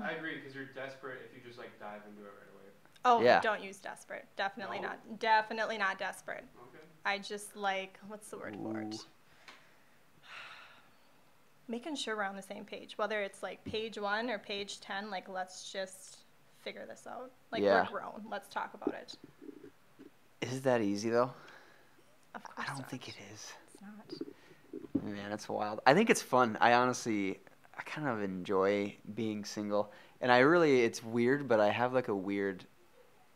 Speaker 3: I agree because you're desperate if you just like dive into it right away.
Speaker 1: Oh,
Speaker 2: Yeah.
Speaker 1: don't use desperate. Definitely
Speaker 3: No?
Speaker 1: not. Definitely not desperate.
Speaker 3: Okay.
Speaker 1: I just like what's the word for it?
Speaker 2: Ooh.
Speaker 1: Making sure we're on the same page, whether it's like page one or page ten. Like, let's just figure this out. Like,
Speaker 2: Yeah.
Speaker 1: we're grown. Let's talk about it.
Speaker 2: Is that easy though?
Speaker 1: Of course
Speaker 2: I don't
Speaker 1: not.
Speaker 2: think it is.
Speaker 1: It's not.
Speaker 2: Man, it's wild. I think it's fun. I honestly, I kind of enjoy being single, and I really, it's weird, but I have like a weird.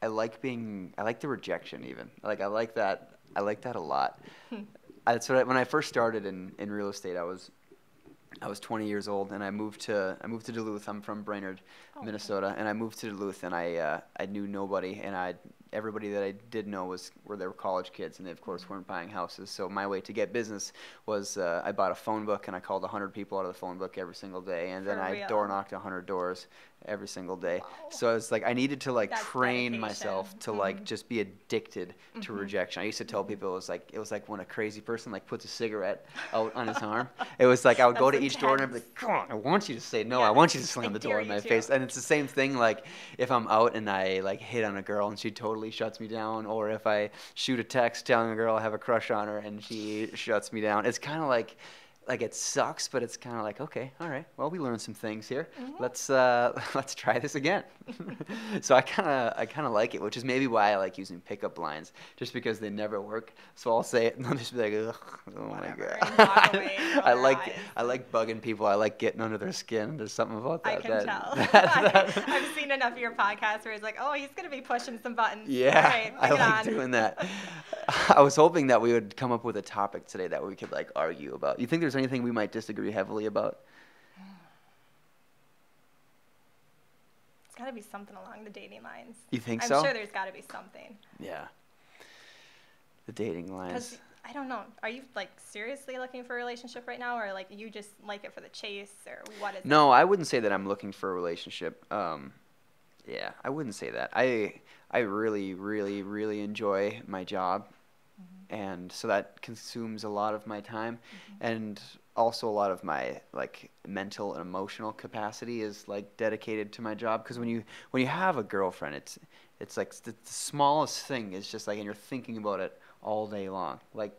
Speaker 2: I like being. I like the rejection, even. Like I like that. I like that a lot. I- That's what I, when I first started in in real estate. I was, I was 20 years old, and I moved to I moved to Duluth. I'm from Brainerd,
Speaker 1: Oh, okay.
Speaker 2: Minnesota, and I moved to Duluth, and I uh, I knew nobody, and I everybody that I did know was were their college kids, and they of course weren't buying houses. So my way to get business was uh, I bought a phone book, and I called 100 people out of the phone book every single day, and then
Speaker 1: For
Speaker 2: I
Speaker 1: real?
Speaker 2: door knocked 100 doors every single day.
Speaker 1: Wow.
Speaker 2: So I was like, I needed to like
Speaker 1: That's
Speaker 2: train
Speaker 1: dedication.
Speaker 2: myself to
Speaker 1: Mhm.
Speaker 2: like just be addicted to
Speaker 1: Mhm.
Speaker 2: rejection. I used to tell people it was like it was like when a crazy person like puts a cigarette out on his arm. It was like I would go to
Speaker 1: That's
Speaker 2: each door and I'd be
Speaker 1: intense.
Speaker 2: like, "Come on, I want you to say no.
Speaker 1: Yeah.
Speaker 2: I want you
Speaker 1: I
Speaker 2: to slam the
Speaker 1: dare
Speaker 2: door in
Speaker 1: you
Speaker 2: my
Speaker 1: to."
Speaker 2: face." And it's the same thing like if I'm out and I like hit on a girl and she totally shuts me down or if I shoot a text telling a girl I have a crush on her and she shuts me down. It's kind of like like it sucks, but it's kind of like okay, all right. Well, we learned some things here.
Speaker 1: Mhm.
Speaker 2: Let's uh, let's try this again. so I kind of I kind of like it, which is maybe why I like using pickup lines, just because they never work. So I'll say it, and they'll just be like, Ugh, oh
Speaker 1: Whatever,
Speaker 2: my
Speaker 1: and
Speaker 2: god.
Speaker 1: walk away, roll
Speaker 2: I
Speaker 1: their
Speaker 2: like
Speaker 1: eyes.
Speaker 2: I like bugging people. I like getting under their skin. There's something about
Speaker 1: I
Speaker 2: that.
Speaker 1: can
Speaker 2: that-
Speaker 1: tell.
Speaker 2: that- that-
Speaker 1: I've seen enough of your podcasts where it's like, oh, he's gonna be pushing some buttons.
Speaker 2: yeah,
Speaker 1: All right,
Speaker 2: I
Speaker 1: bring it
Speaker 2: like
Speaker 1: on.
Speaker 2: doing that. I was hoping that we would come up with a topic today that we could like argue about. You think there's anything we might disagree heavily about?
Speaker 1: It's gotta be something along the dating lines.
Speaker 2: You think
Speaker 1: I'm
Speaker 2: so?
Speaker 1: sure there's gotta be something.
Speaker 2: yeah. The dating lines.
Speaker 1: Because I don't know, are you like seriously looking for a relationship right now, or like you just like it for the chase, or what is?
Speaker 2: No, I wouldn't say that I'm looking for a relationship. Um, yeah, I wouldn't say that. I I really, really, really enjoy my job,
Speaker 1: Mm-hmm.
Speaker 2: and so that consumes a lot of my time, and also a lot of my like mental and emotional capacity is like dedicated to my job. Because when you when you have a girlfriend, it's it's like the, the smallest thing is just like, and you're thinking about it all day long. Like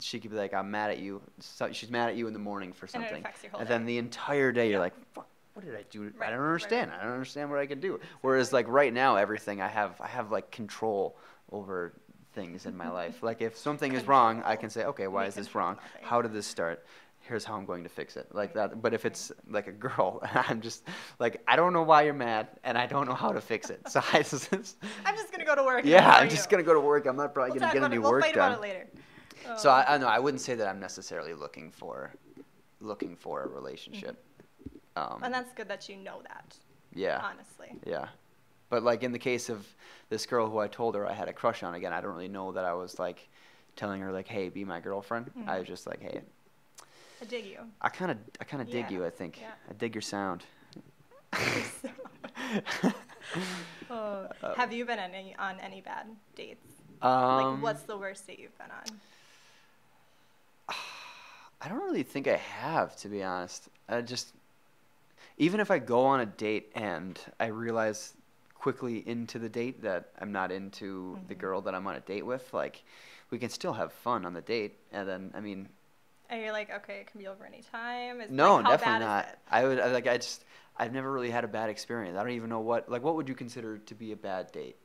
Speaker 2: she could be like, "I'm mad at you." So, she's mad at you in the morning for
Speaker 1: And it
Speaker 2: something
Speaker 1: affects your whole
Speaker 2: and
Speaker 1: day.
Speaker 2: then the entire day you're
Speaker 1: Yeah.
Speaker 2: like, "Fuck, what did I do?
Speaker 1: Right,
Speaker 2: I don't
Speaker 1: right,
Speaker 2: understand.
Speaker 1: right.
Speaker 2: I don't understand what I can do." Whereas like right now, everything I have, I have like control over things in my life. Like if something is wrong, I
Speaker 1: Control.
Speaker 2: can say, "Okay, why
Speaker 1: We
Speaker 2: is this
Speaker 1: control
Speaker 2: wrong?
Speaker 1: nothing.
Speaker 2: How did this start?" Here's how I'm going to fix it, like
Speaker 1: Right,
Speaker 2: that. But if it's like a girl, I'm just like I don't know why you're mad, and I don't know how to fix it. So I just,
Speaker 1: I'm just gonna go to work. and
Speaker 2: yeah,
Speaker 1: ignore
Speaker 2: I'm just
Speaker 1: you.
Speaker 2: gonna go to work. I'm not probably
Speaker 1: We'll
Speaker 2: gonna
Speaker 1: talk about
Speaker 2: get any
Speaker 1: it. We'll
Speaker 2: work
Speaker 1: fight
Speaker 2: done.
Speaker 1: about it later.
Speaker 2: So
Speaker 1: Oh.
Speaker 2: I, I know I wouldn't say that I'm necessarily looking for looking for a relationship. Um,
Speaker 1: Mm-hmm. and that's good that you know that.
Speaker 2: yeah,
Speaker 1: Honestly.
Speaker 2: yeah. But like in the case of this girl who I told her I had a crush on again, I don't really know that I was like telling her like, "Hey, be my girlfriend." I
Speaker 1: Mhm.
Speaker 2: was just like, "Hey,
Speaker 1: I dig you.
Speaker 2: I kind of I kind of dig
Speaker 1: Yeah,
Speaker 2: you. I think
Speaker 1: yeah.
Speaker 2: I dig your sound."
Speaker 1: Oh.
Speaker 2: Uh,
Speaker 1: Have you been on any, on any bad dates?
Speaker 2: um,
Speaker 1: like, what's the worst date you've been on?
Speaker 2: I don't really think I have, to be honest. I just, even if I go on a date and I realize quickly into the date that I'm not into the
Speaker 1: Mhm.
Speaker 2: girl that I'm on a date with, like, we can still have fun on the date. And then, I mean,
Speaker 1: And you're like, okay, it can be over any time. It's
Speaker 2: no,
Speaker 1: like, how
Speaker 2: definitely
Speaker 1: bad
Speaker 2: not. I would, I, like, I just, I've never really had a bad experience. I don't even know what, like, what would you consider to be a bad date?
Speaker 1: Is it?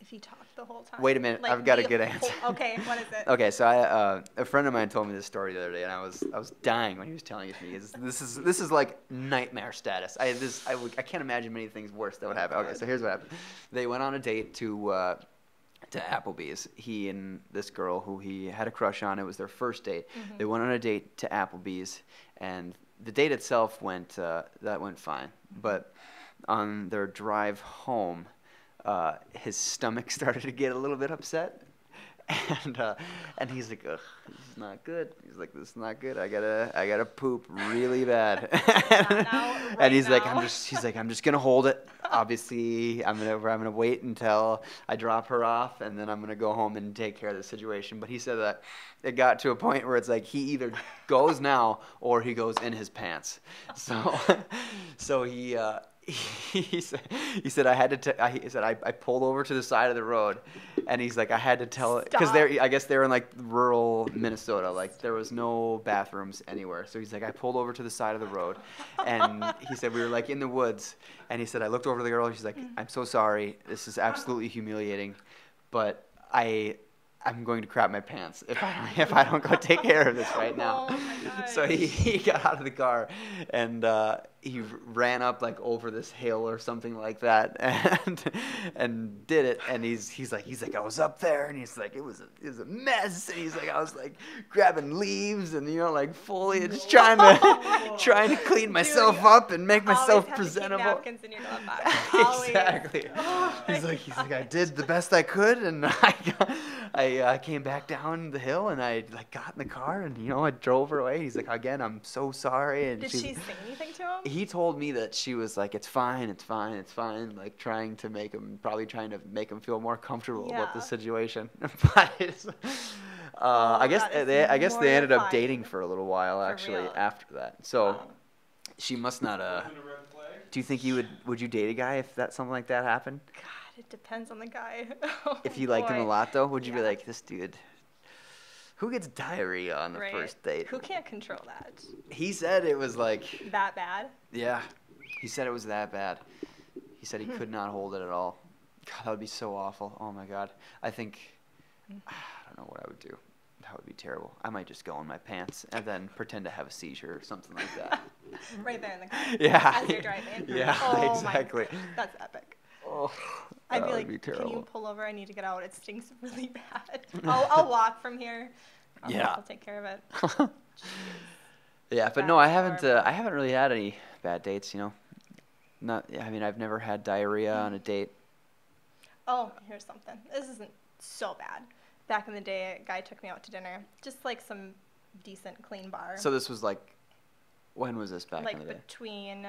Speaker 1: if he talked the whole time.
Speaker 2: Wait a minute,
Speaker 1: Like,
Speaker 2: I've got a
Speaker 1: the
Speaker 2: good
Speaker 1: whole-
Speaker 2: answer.
Speaker 1: Okay, what is it?
Speaker 2: Okay, so I, uh, a friend of mine told me this story the other day, and I was I was dying when he was telling it to me. This, this is this is like nightmare status. I this I, would, I can't imagine many things worse that would happen. Okay, so here's what happened. They went on a date to uh, to Applebee's. He and this girl who he had a crush on. It was their first date.
Speaker 1: Mm-hmm.
Speaker 2: They went on a date to Applebee's, and the date itself went uh, that went fine.
Speaker 1: Mm-hmm.
Speaker 2: But on their drive home, uh, his stomach started to get a little bit upset, and uh, and he's like, Ugh, "This is not good." He's like, "This is not good. I gotta I gotta poop really bad."
Speaker 1: now, right
Speaker 2: and he's like,
Speaker 1: now."
Speaker 2: "I'm just." He's like, "I'm just gonna hold it. Obviously, I'm gonna I'm gonna wait until I drop her off, and then I'm gonna go home and take care of the situation." But he said that it got to a point where it's like he either goes now or he goes in his pants. So, so he. Uh, he said, he said I had to. T- I, he said I, I pulled over to the side of the road, and he's like I had to tell because
Speaker 1: Stop.
Speaker 2: they're I guess they're in like rural Minnesota. Like there was no bathrooms anywhere. So he's like, I pulled over to the side of the road, and he said we were like in the woods, and he said I looked over to the girl. and She's like, I'm so sorry. This is absolutely humiliating, but I. I'm going to crap my pants if I, if I don't go take care of this right now.
Speaker 1: Oh my
Speaker 2: so he, he got out of the car and uh, he r- ran up like over this hill or something like that and and did it and he's he's like he's like I was up there and he's like it was a, it was a mess and he's like I was like grabbing leaves and you know like foliage trying to trying to clean myself
Speaker 1: you
Speaker 2: up and make
Speaker 1: Always
Speaker 2: myself
Speaker 1: have to keep
Speaker 2: presentable
Speaker 1: napkins in your glove box. Always.
Speaker 2: exactly.
Speaker 1: Oh
Speaker 2: he's
Speaker 1: my
Speaker 2: like, he's like, I did the best I could, and I, got, I uh, came back down the hill, and I like got in the car, and you know, I drove her away. He's like, again, I'm so sorry, and
Speaker 1: Did
Speaker 2: she's-
Speaker 1: she say anything to him?
Speaker 2: He told me that she was like, it's fine, it's fine, it's fine, like trying to make him, probably trying to make him feel more comfortable with
Speaker 1: Yeah. Oh
Speaker 2: the situation. but it's, uh, I guess
Speaker 1: that is
Speaker 2: they, I guess they ended up
Speaker 1: mortifying.
Speaker 2: dating for a little while actually
Speaker 1: real.
Speaker 2: after that. So
Speaker 1: Wow.
Speaker 2: she must not. Uh,
Speaker 3: Wasn't a red flag?
Speaker 2: do you think you would would you date a guy if that something like that happened?
Speaker 1: God, it depends on the guy.
Speaker 2: If you liked him a
Speaker 1: Oh, Boy.
Speaker 2: lot though, would you be
Speaker 1: Yeah.
Speaker 2: like this dude? Who gets diarrhea on the
Speaker 1: Right.
Speaker 2: first date?
Speaker 1: Who can't control that?
Speaker 2: He said it was like
Speaker 1: That bad?
Speaker 2: yeah. He said it was that bad. He said he
Speaker 1: Hmm.
Speaker 2: could not hold it at all. God, that would be so awful. Oh my god. I think
Speaker 1: Hmm.
Speaker 2: I don't know what I would do. That would be terrible. I might just go in my pants and then pretend to have a seizure or something like that.
Speaker 1: Right there in the car.
Speaker 2: yeah.
Speaker 1: As you're driving.
Speaker 2: Yeah,
Speaker 1: Oh my
Speaker 2: exactly.
Speaker 1: God, That's epic.
Speaker 2: Oh,
Speaker 1: I'd
Speaker 2: that
Speaker 1: be
Speaker 2: would
Speaker 1: like,
Speaker 2: be
Speaker 1: can you
Speaker 2: terrible.
Speaker 1: pull over? I need to get out. It stinks really bad. I'll, I'll walk from here. I'll,
Speaker 2: Yeah.
Speaker 1: I'll take care of it.
Speaker 2: yeah, but no, I haven't. Uh, I haven't really had any bad dates. You know, not. I mean, I've never had diarrhea on a date.
Speaker 1: Oh, here's something. This isn't so bad. Back in the day, a guy took me out to dinner, just like some decent, clean bar.
Speaker 2: So this was like, when was this back
Speaker 1: like
Speaker 2: in the day?
Speaker 1: between,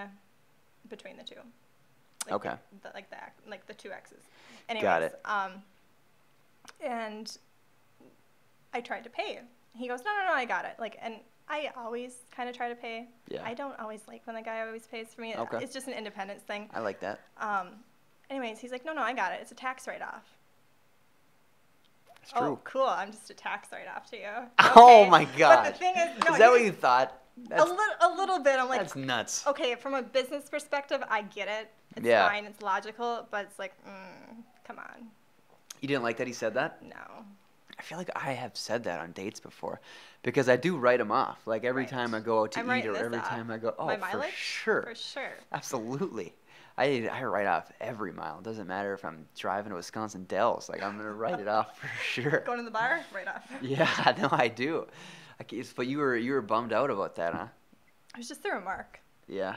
Speaker 1: between the two.
Speaker 2: Okay.
Speaker 1: The, like the ac- like the two X's. Anyways,
Speaker 2: Got
Speaker 1: Um, and I tried to pay. He goes, no, no, no, I got it. Like, and I always kind of try to pay.
Speaker 2: Yeah.
Speaker 1: I don't always like when the guy always pays for me.
Speaker 2: Okay.
Speaker 1: It's just an independence thing.
Speaker 2: I like that.
Speaker 1: Um, anyways, he's like, no, no, I got it. It's a tax write-off.
Speaker 2: It's
Speaker 1: Oh,
Speaker 2: true.
Speaker 1: cool. I'm just a tax write-off to you.
Speaker 2: Oh,
Speaker 1: Okay.
Speaker 2: my
Speaker 1: But
Speaker 2: gosh.
Speaker 1: the thing is, no,
Speaker 2: is that what
Speaker 1: here's-
Speaker 2: you thought? That's,
Speaker 1: a little, a little bit. I'm like, oh.
Speaker 2: that's nuts.
Speaker 1: okay, from a business perspective, I get it. It's
Speaker 2: Yeah.
Speaker 1: fine. It's logical, but it's like, mm, come on,
Speaker 2: You didn't like that he said that?
Speaker 1: no.
Speaker 2: I feel like I have said that on dates before, because I do write him off. Like every
Speaker 1: Right.
Speaker 2: time I go out to
Speaker 1: I'm
Speaker 2: eat
Speaker 1: writing
Speaker 2: or
Speaker 1: this
Speaker 2: every
Speaker 1: off.
Speaker 2: time I go, oh,
Speaker 1: my
Speaker 2: for
Speaker 1: mileage,
Speaker 2: sure,
Speaker 1: for sure.
Speaker 2: Absolutely. I, I write off every mile. It doesn't matter if I'm driving to Wisconsin Dells. Like, I'm going to write it off for sure.
Speaker 1: Going to the bar, right off.
Speaker 2: Yeah, no, I do. I ca- it's- but you were you were bummed out about that, huh?
Speaker 1: It was just a remark.
Speaker 2: Yeah.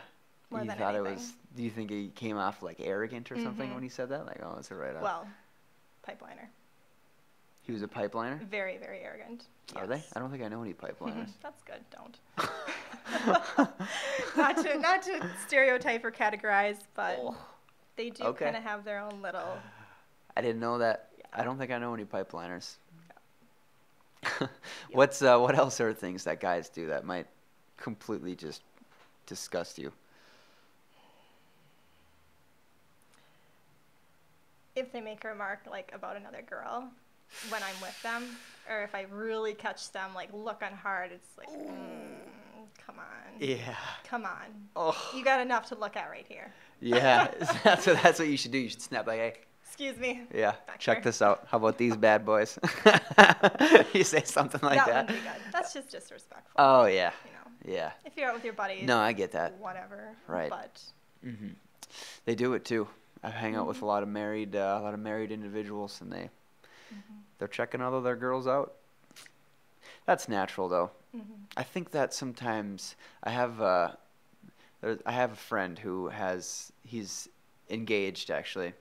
Speaker 1: More
Speaker 2: you
Speaker 1: than
Speaker 2: thought it
Speaker 1: anything.
Speaker 2: was. Do you think he came off like arrogant or something
Speaker 1: Mhm.
Speaker 2: when he said that? Like, oh, it's a write off.
Speaker 1: Well, pipeliner,
Speaker 2: he was a pipeliner.
Speaker 1: very, very arrogant.
Speaker 2: Are
Speaker 1: mm-hmm.
Speaker 2: they?
Speaker 1: Yes. Mm-hmm.
Speaker 2: I don't think I know any pipeliners.
Speaker 1: That's good. Don't. not to not to stereotype or categorize, but they do
Speaker 2: Oh. Okay.
Speaker 1: kind of have their own little.
Speaker 2: I didn't know that.
Speaker 1: Yeah.
Speaker 2: I don't think I know any pipeliners. What's uh, what else are things that guys do that might completely just disgust you?
Speaker 1: If they make a remark like about another girl when I'm with them, or if I really catch them like looking hard, it's like, mm, come on,
Speaker 2: Yeah.
Speaker 1: come on,
Speaker 2: Oh.
Speaker 1: you got enough to look at right here.
Speaker 2: Yeah. that's what that's what you should do. You should snap like, hey,
Speaker 1: Excuse me.
Speaker 2: Yeah.
Speaker 1: Back
Speaker 2: Check
Speaker 1: here.
Speaker 2: this out. How about these bad boys? you say something like
Speaker 1: that
Speaker 2: that.
Speaker 1: wouldn't be good. That's just disrespectful.
Speaker 2: Oh yeah.
Speaker 1: you know,
Speaker 2: Yeah.
Speaker 1: if you're out with your buddies,
Speaker 2: No, I get that.
Speaker 1: whatever.
Speaker 2: Right.
Speaker 1: But
Speaker 2: hmm They do it too. I hang out with a lot of married, uh, a lot of married individuals, and they
Speaker 1: mm-hmm,
Speaker 2: they're checking all of their girls out. That's natural though.
Speaker 1: mhm.
Speaker 2: I think that sometimes I have uh, there- I have a friend who has he's engaged actually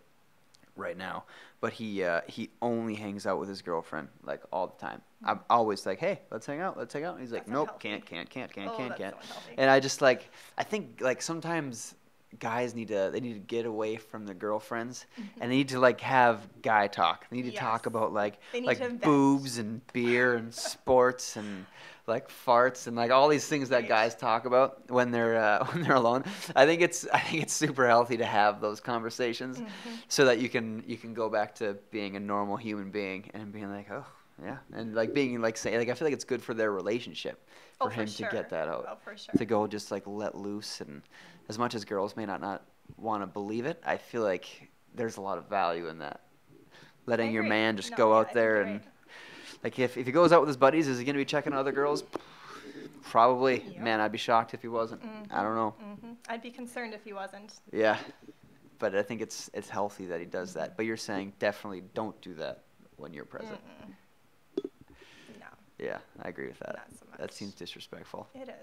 Speaker 2: right now, but he uh, he only hangs out with his girlfriend like all the time. I'm always like, hey, let's hang out, let's hang out. And he's like,
Speaker 1: Hmm. That's
Speaker 2: nope,
Speaker 1: unhealthy.
Speaker 2: can't, can't, can't, can't,
Speaker 1: oh,
Speaker 2: can't,
Speaker 1: that's
Speaker 2: can't.
Speaker 1: so unhealthy.
Speaker 2: And I just like I think like sometimes guys need to they need to get away from their girlfriends
Speaker 1: Mm-hmm.
Speaker 2: and they need to like have guy talk. They need to talk
Speaker 1: Yes.
Speaker 2: about like
Speaker 1: They need
Speaker 2: like
Speaker 1: to invest.
Speaker 2: boobs and beer and sports and like farts and like all these things that
Speaker 1: Right.
Speaker 2: guys talk about when they're uh, when they're alone. I think it's I think it's super healthy to have those conversations
Speaker 1: Mm. Mm-hmm.
Speaker 2: so that you can you can go back to being a normal human being and being like, "Oh, yeah." And like being like saying like I feel like it's good for their relationship
Speaker 1: Oh,
Speaker 2: for him to
Speaker 1: sure.
Speaker 2: get that out
Speaker 1: Oh, for sure.
Speaker 2: to go just like let loose and as much as girls may not not want to believe it i feel like there's a lot of value in that letting
Speaker 1: I
Speaker 2: your
Speaker 1: agree.
Speaker 2: man just
Speaker 1: No,
Speaker 2: go
Speaker 1: yeah, I
Speaker 2: out
Speaker 1: think
Speaker 2: there
Speaker 1: you're
Speaker 2: and
Speaker 1: right.
Speaker 2: like if, if he goes out with his buddies is he going to be checking other girls probably
Speaker 1: Yep.
Speaker 2: man i'd be shocked if he wasn't i don't know
Speaker 1: Mhm. I'd be concerned if he wasn't.
Speaker 2: yeah but i think it's it's healthy that he does that but you're saying definitely don't do that when you're
Speaker 1: Mm.
Speaker 2: present
Speaker 1: Mm-mm. No,
Speaker 2: yeah i agree with that
Speaker 1: not so much.
Speaker 2: that seems disrespectful
Speaker 1: It is.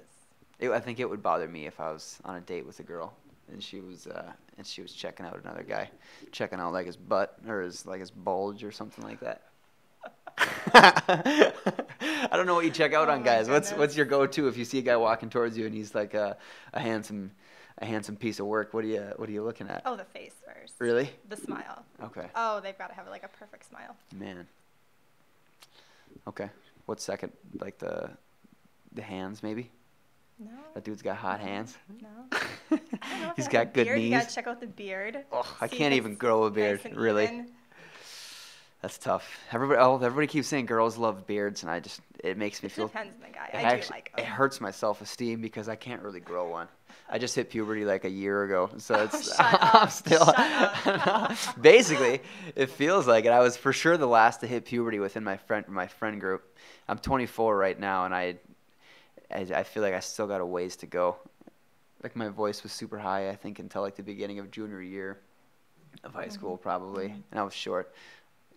Speaker 2: It, I think it would bother me if I was on a date with a girl and she was uh, and she was checking out another guy, checking out like his butt or his like his bulge or something like that. I don't know what you check out
Speaker 1: Oh
Speaker 2: on
Speaker 1: my
Speaker 2: guys. What's
Speaker 1: goodness.
Speaker 2: what's your go-to if you see a guy walking towards you and he's like a, a handsome a handsome piece of work? What are you what are you looking at?
Speaker 1: Oh, the face first.
Speaker 2: Really?
Speaker 1: The smile.
Speaker 2: Okay,
Speaker 1: Oh, they've got to have like a perfect smile.
Speaker 2: man. Okay, what's second? Like the the hands maybe?
Speaker 1: No.
Speaker 2: That dude's got hot hands.
Speaker 1: No. I don't know if
Speaker 2: He's
Speaker 1: they have a
Speaker 2: got good
Speaker 1: beard.
Speaker 2: knees.
Speaker 1: You gotta check out the beard.
Speaker 2: Oh, I
Speaker 1: See if
Speaker 2: can't
Speaker 1: it's
Speaker 2: even grow a beard,
Speaker 1: nice and
Speaker 2: really.
Speaker 1: even.
Speaker 2: That's tough. Everybody, oh, everybody keeps saying girls love beards, and I just it makes me
Speaker 1: It
Speaker 2: feel.
Speaker 1: depends on the guy.
Speaker 2: it
Speaker 1: I
Speaker 2: actu-
Speaker 1: do like oh.
Speaker 2: it
Speaker 1: him.
Speaker 2: hurts my self-esteem because I can't really grow one. I just hit puberty like a year ago, so
Speaker 1: Oh,
Speaker 2: it's
Speaker 1: shut up,
Speaker 2: I'm still
Speaker 1: shut up.
Speaker 2: basically it feels like it. I was for sure the last to hit puberty within my friend my friend group. I'm 24 right now, and I I, I feel like I still got a ways to go. Like my voice was super high, I think, until like the beginning of junior year of
Speaker 1: Mm-hmm.
Speaker 2: high school, probably, and I was short.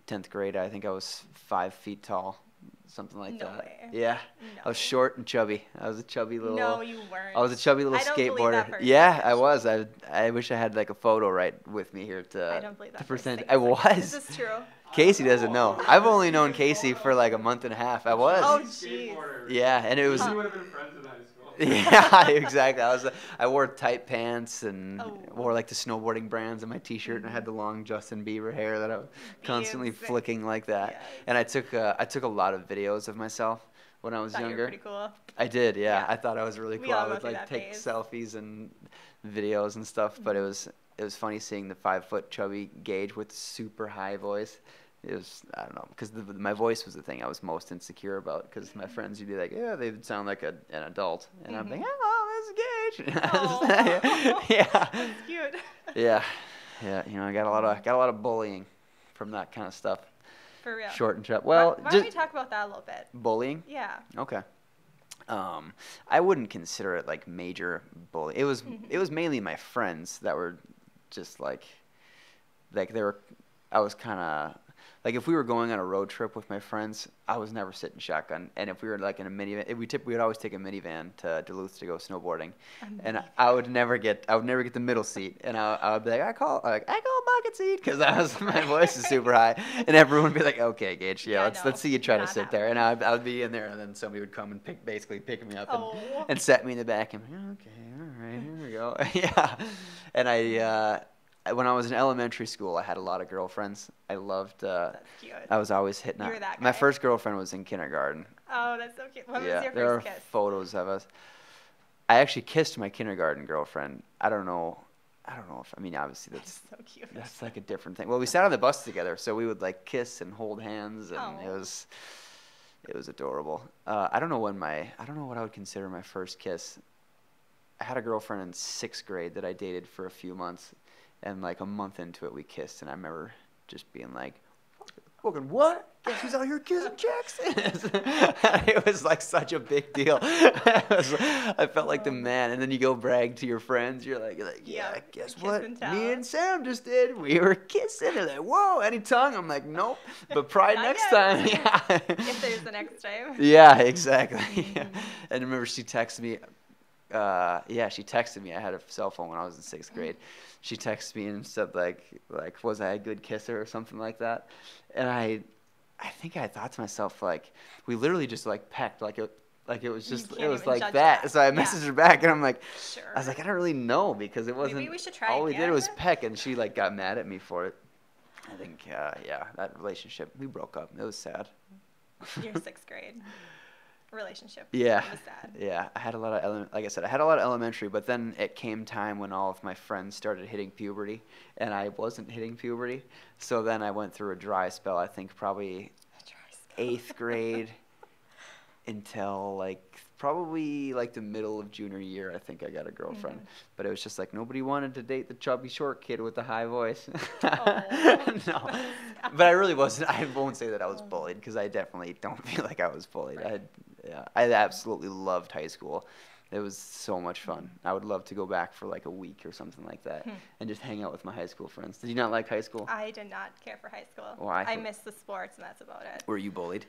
Speaker 2: 10th grade, I think I was five feet tall, something like
Speaker 1: No
Speaker 2: that.
Speaker 1: way.
Speaker 2: Yeah.
Speaker 1: No.
Speaker 2: I was short and chubby. I was a chubby little.
Speaker 1: No, you weren't.
Speaker 2: I was a chubby little
Speaker 1: I don't believe
Speaker 2: skateboarder.
Speaker 1: that for a
Speaker 2: yeah,
Speaker 1: second.
Speaker 2: I was. I I wish I had like a photo right with me here to
Speaker 1: I don't believe that.
Speaker 2: to
Speaker 1: for a
Speaker 2: present.
Speaker 1: second.
Speaker 2: I
Speaker 1: Is
Speaker 2: was.
Speaker 1: this true?
Speaker 2: Casey doesn't know.
Speaker 3: Oh.
Speaker 2: I've only known Casey for like a month and a half. I was.
Speaker 1: Oh, jeez.
Speaker 3: Skateboarder.
Speaker 2: Yeah, and it was.
Speaker 1: Huh.
Speaker 3: You would have been friends in high school.
Speaker 2: yeah, exactly. I was. I wore tight pants and
Speaker 1: Oh.
Speaker 2: wore like the snowboarding brands in my T-shirt, and I had the long Justin Bieber hair that I was constantly
Speaker 1: Beyonce.
Speaker 2: flicking like that.
Speaker 1: Yes.
Speaker 2: And I took uh, I took a lot of videos of myself when I was
Speaker 1: Thought you were
Speaker 2: younger.
Speaker 1: pretty cool.
Speaker 2: I did, yeah.
Speaker 1: Yeah.
Speaker 2: I thought I was really
Speaker 1: We
Speaker 2: cool. I
Speaker 1: all go
Speaker 2: would
Speaker 1: through
Speaker 2: like
Speaker 1: that
Speaker 2: take
Speaker 1: phase. Mm-hmm.
Speaker 2: selfies and videos and stuff, but it was it was funny seeing the five foot chubby Gage with super high voice. It was I don't know because my voice was the thing I was most insecure about because
Speaker 1: Mm-hmm.
Speaker 2: my friends would be like, yeah, they would sound like a, an adult, and I'm like, oh,
Speaker 1: Mm-hmm.
Speaker 2: that's Gage.
Speaker 1: Aw.
Speaker 2: yeah,
Speaker 1: That's cute.
Speaker 2: yeah, yeah. You know, I got a lot of got a lot of bullying from that kind of stuff.
Speaker 1: For real.
Speaker 2: Short and sharp.
Speaker 1: Why-
Speaker 2: Well,
Speaker 1: why, don't we
Speaker 2: just
Speaker 1: talk about that a little bit?
Speaker 2: bullying.
Speaker 1: Yeah.
Speaker 2: Okay. Um, I wouldn't consider it like major bully. It was it was mainly my friends that were just like like they were. I was kind of like if we were going on a road trip with my friends, I was never sitting shotgun. And if we were like in a minivan, we tip we would always take a minivan to Duluth to go snowboarding.
Speaker 1: Um,
Speaker 2: And I would never get I would never get the middle seat, and I, I would be like I call like I call bucket seat because I was my voice is super high, and everyone would be like, okay, Gage, yeah,
Speaker 1: Yeah,
Speaker 2: let's
Speaker 1: no,
Speaker 2: let's see you try to
Speaker 1: not
Speaker 2: sit
Speaker 1: happening.
Speaker 2: there, and I would, I would be in there, and then somebody would come and pick basically pick me up and,
Speaker 1: Oh.
Speaker 2: and set me in the back, and I'm like, okay, all right, here we go, yeah, and I uh, when I was in elementary school, I had a lot of girlfriends. I loved. Uh,
Speaker 1: That's cute.
Speaker 2: I was always hitting.
Speaker 1: You
Speaker 2: up-
Speaker 1: were that
Speaker 2: My
Speaker 1: guy.
Speaker 2: first girlfriend was in kindergarten.
Speaker 1: Oh, that's so cute. When
Speaker 2: yeah,
Speaker 1: was your
Speaker 2: there are
Speaker 1: first kiss?
Speaker 2: photos of us. I actually kissed my kindergarten girlfriend. I don't know. I don't know if I mean obviously that's
Speaker 1: That's so cute.
Speaker 2: that's like a different thing. Well, we sat on the bus together, so we would like kiss and hold hands, and it
Speaker 1: Aw.
Speaker 2: was it was adorable. Uh, I don't know when my I don't know what I would consider my first kiss. I had a girlfriend in sixth grade that I dated for a few months, and like a month into it, we kissed, and I remember just being like, "Fucking what? Guess who's out here kissing Jackson?" it was like such a big deal. I, was- I felt like the man. And then you go brag to your friends. You're like, like "Yeah,
Speaker 1: Oh. Yeah,
Speaker 2: guess
Speaker 1: kiss
Speaker 2: what?
Speaker 1: and
Speaker 2: Me
Speaker 1: tell."
Speaker 2: and Sam just did. We were kissing." They're like, "Whoa, any tongue?" I'm like, "Nope, but probably
Speaker 1: Not
Speaker 2: next
Speaker 1: yet.
Speaker 2: time." Yeah.
Speaker 1: if there's the next time.
Speaker 2: Yeah, exactly. and remember, she texted me. Uh, yeah, she texted me. I had a cell phone when I was in sixth
Speaker 1: Mm-hmm.
Speaker 2: grade. She texted me and said like, like, was I a good kisser or something like that? And I, I think I thought to myself like, we literally just like pecked like it, like it was
Speaker 1: You
Speaker 2: just it
Speaker 1: can't
Speaker 2: was
Speaker 1: even
Speaker 2: like that.
Speaker 1: judge that.
Speaker 2: So I
Speaker 1: Yeah.
Speaker 2: messaged her back and I'm like,
Speaker 1: Sure.
Speaker 2: I was like, I don't really know because it wasn't.
Speaker 1: we should try
Speaker 2: All we did
Speaker 1: again?
Speaker 2: was peck, and she like got mad at me for it. I think, uh, yeah, that relationship we broke up. It was sad.
Speaker 1: Your sixth grade relationship.
Speaker 2: Yeah.
Speaker 1: It was sad.
Speaker 2: Yeah, I had a lot of ele- like I said, I had a lot of elementary, but then it came time when all of my friends started hitting puberty, and I wasn't hitting puberty. So then I went through a dry spell. I think probably eighth grade until like probably like the middle of junior year. I think I got a
Speaker 1: Mm-hmm.
Speaker 2: girlfriend, but it was just like nobody wanted to date the chubby short kid with the high voice.
Speaker 1: Oh.
Speaker 2: no, but I really wasn't. I won't say that I was bullied because I definitely don't feel like I was bullied. I had, yeah, I absolutely loved high school. It was so much fun. I would love to go back for like a week or something like that
Speaker 1: Mm-hmm. Hmm.
Speaker 2: and just hang out with my high school friends. Did you not like high school?
Speaker 1: I did not care for high school.
Speaker 2: Why?
Speaker 1: I missed the sports, and that's about it.
Speaker 2: Were you bullied?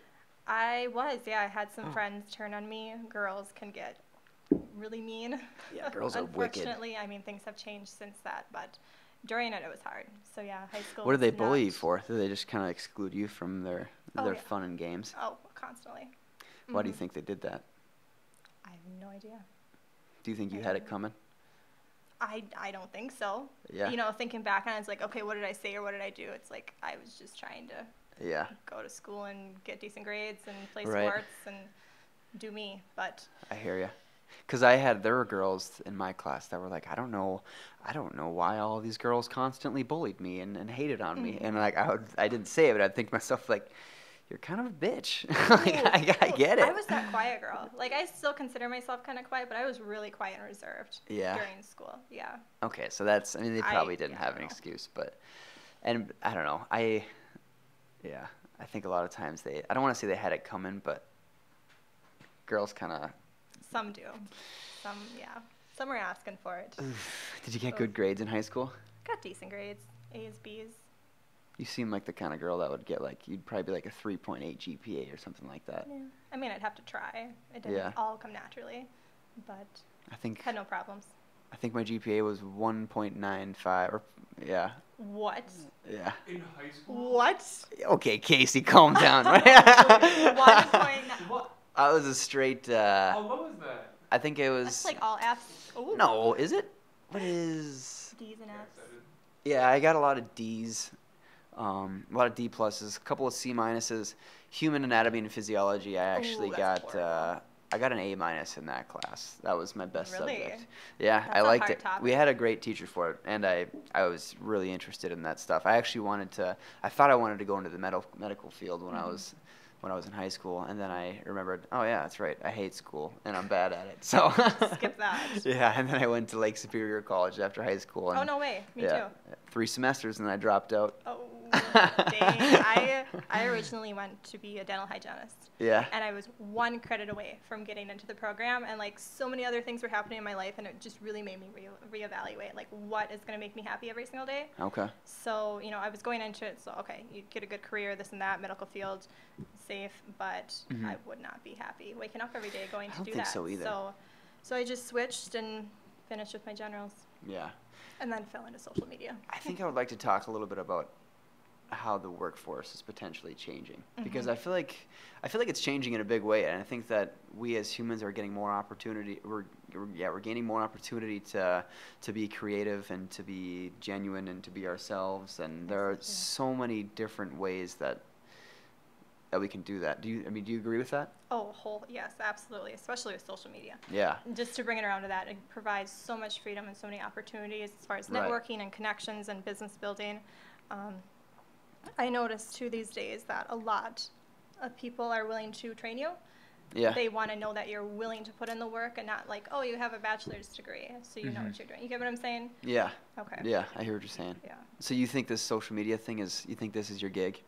Speaker 1: I was, yeah. I had
Speaker 2: Oh.
Speaker 1: some friends turn on me. Girls can get really mean.
Speaker 2: Yeah, girls are wicked.
Speaker 1: Unfortunately, I mean, things have changed since that, but during it, it was hard. So, yeah, high school.
Speaker 2: What do
Speaker 1: was
Speaker 2: they bully you
Speaker 1: not-
Speaker 2: for? Do they just kind of exclude you from their
Speaker 1: Oh,
Speaker 2: their
Speaker 1: yeah.
Speaker 2: fun and games?
Speaker 1: Oh, constantly.
Speaker 2: Why do you
Speaker 1: Mhm.
Speaker 2: think they did that?
Speaker 1: I have no idea.
Speaker 2: Do you think you
Speaker 1: I
Speaker 2: had
Speaker 1: don't
Speaker 2: it
Speaker 1: know.
Speaker 2: coming?
Speaker 1: I, I don't think so.
Speaker 2: Yeah.
Speaker 1: You know, thinking back on it, it's like, okay, what did I say or what did I do? It's like I was just trying to
Speaker 2: Yeah.
Speaker 1: go to school and get decent grades and play
Speaker 2: Right.
Speaker 1: sports and do me. But
Speaker 2: I hear you. Cause I had there were girls in my class that were like, I don't know, I don't know why all these girls constantly bullied me and, and hated on me,
Speaker 1: Mm-hmm.
Speaker 2: and like I would, I didn't say it, but I'd think to myself like, you're kind of a bitch. like,
Speaker 1: Ooh,
Speaker 2: I, I
Speaker 1: ooh,
Speaker 2: get it.
Speaker 1: I was that quiet girl. Like I still consider myself kind of quiet, but I was really quiet and reserved
Speaker 2: Yeah.
Speaker 1: during school. Yeah.
Speaker 2: Okay, so that's I mean they
Speaker 1: I-
Speaker 2: probably didn't
Speaker 1: yeah, I
Speaker 2: have
Speaker 1: don't
Speaker 2: an
Speaker 1: know.
Speaker 2: excuse, but and I don't know. I yeah, I think a lot of times they I don't want to say they had it coming, but girls kind of
Speaker 1: Some do. Some yeah. Some are asking for it.
Speaker 2: Did you get
Speaker 1: Oof.
Speaker 2: good grades in high school?
Speaker 1: Got decent grades, A's, B's.
Speaker 2: You seem like the kind of girl that would get like you'd probably be like a 3.8 GPA or something like that.
Speaker 1: Yeah. I mean, I'd have to try. It didn't
Speaker 2: Yeah.
Speaker 1: all come naturally, but
Speaker 2: I think
Speaker 1: had no problems.
Speaker 2: I think my GPA was 1.95 or yeah.
Speaker 1: What?
Speaker 2: Yeah.
Speaker 3: In high school?
Speaker 1: What?
Speaker 2: Okay, Casey, calm down.
Speaker 1: One
Speaker 2: I
Speaker 1: point.
Speaker 3: What?
Speaker 2: was a straight uh
Speaker 3: How low is that?
Speaker 2: I think it was
Speaker 1: That's like all F's. Oh,
Speaker 2: No, is it? What is?
Speaker 1: D's and
Speaker 3: Yeah,
Speaker 1: F's.
Speaker 3: seven.
Speaker 2: Yeah, I got a lot of D's, um, a lot of D pluses, a couple of C minuses. Human anatomy and physiology, I actually
Speaker 1: Ooh, that's
Speaker 2: got.
Speaker 1: horrible.
Speaker 2: Uh, I got an A minus in that class. That was my best
Speaker 1: Really?
Speaker 2: subject. Yeah,
Speaker 1: That's
Speaker 2: I
Speaker 1: a
Speaker 2: liked
Speaker 1: hard
Speaker 2: it.
Speaker 1: topic.
Speaker 2: We had a great teacher for it, and I I was really interested in that stuff. I actually wanted to. I thought I wanted to go into the medical medical field when I
Speaker 1: Mm-hmm.
Speaker 2: was when I was in high school, and then I remembered, oh yeah, that's right. I hate school, and I'm bad at it. So
Speaker 1: Skip that.
Speaker 2: Yeah, and then I went to Lake Superior College after high school. And
Speaker 1: Oh no way. Me
Speaker 2: yeah,
Speaker 1: too.
Speaker 2: Three semesters, and I dropped out.
Speaker 1: Oh dang. I I originally went to be a dental hygienist.
Speaker 2: Yeah.
Speaker 1: And I was one credit away from getting into the program, and like so many other things were happening in my life, and it just really made me re- reevaluate like what is going to make me happy every single day.
Speaker 2: Okay.
Speaker 1: So, you know, I was going into it, so okay, you get a good career, this and that, medical field, safe, but
Speaker 2: Mhm.
Speaker 1: I would not be happy waking up every day going
Speaker 2: I
Speaker 1: to
Speaker 2: don't
Speaker 1: do
Speaker 2: think
Speaker 1: that.
Speaker 2: so either.
Speaker 1: So, so I just switched and finished with my generals
Speaker 2: Yeah.
Speaker 1: and then fell into social media.
Speaker 2: I think I would like to talk a little bit about how the workforce is potentially changing because
Speaker 1: Mm-hmm.
Speaker 2: I feel like I feel like it's changing in a big way, and I think that we as humans are getting more opportunity. We're, we're yeah, we're gaining more opportunity to to be creative and to be genuine and to be ourselves. And there are
Speaker 1: Yes, yeah.
Speaker 2: so many different ways that that we can do that. Do you? I mean, do you agree with that?
Speaker 1: Oh, whole yes, absolutely, especially with social media.
Speaker 2: Yeah.
Speaker 1: Just to bring it around to that, it provides so much freedom and so many opportunities as far as
Speaker 2: Right.
Speaker 1: networking and connections and business building. Um, I notice too these days that a lot of people are willing to train you.
Speaker 2: Yeah.
Speaker 1: They want to know that you're willing to put in the work and not like, oh, you have a bachelor's degree, so you know
Speaker 2: Mhm.
Speaker 1: what you're doing. You get what I'm saying?
Speaker 2: yeah.
Speaker 1: Okay.
Speaker 2: Yeah. I hear what you're saying.
Speaker 1: Yeah.
Speaker 2: So you think this social media thing is? You think this is your gig?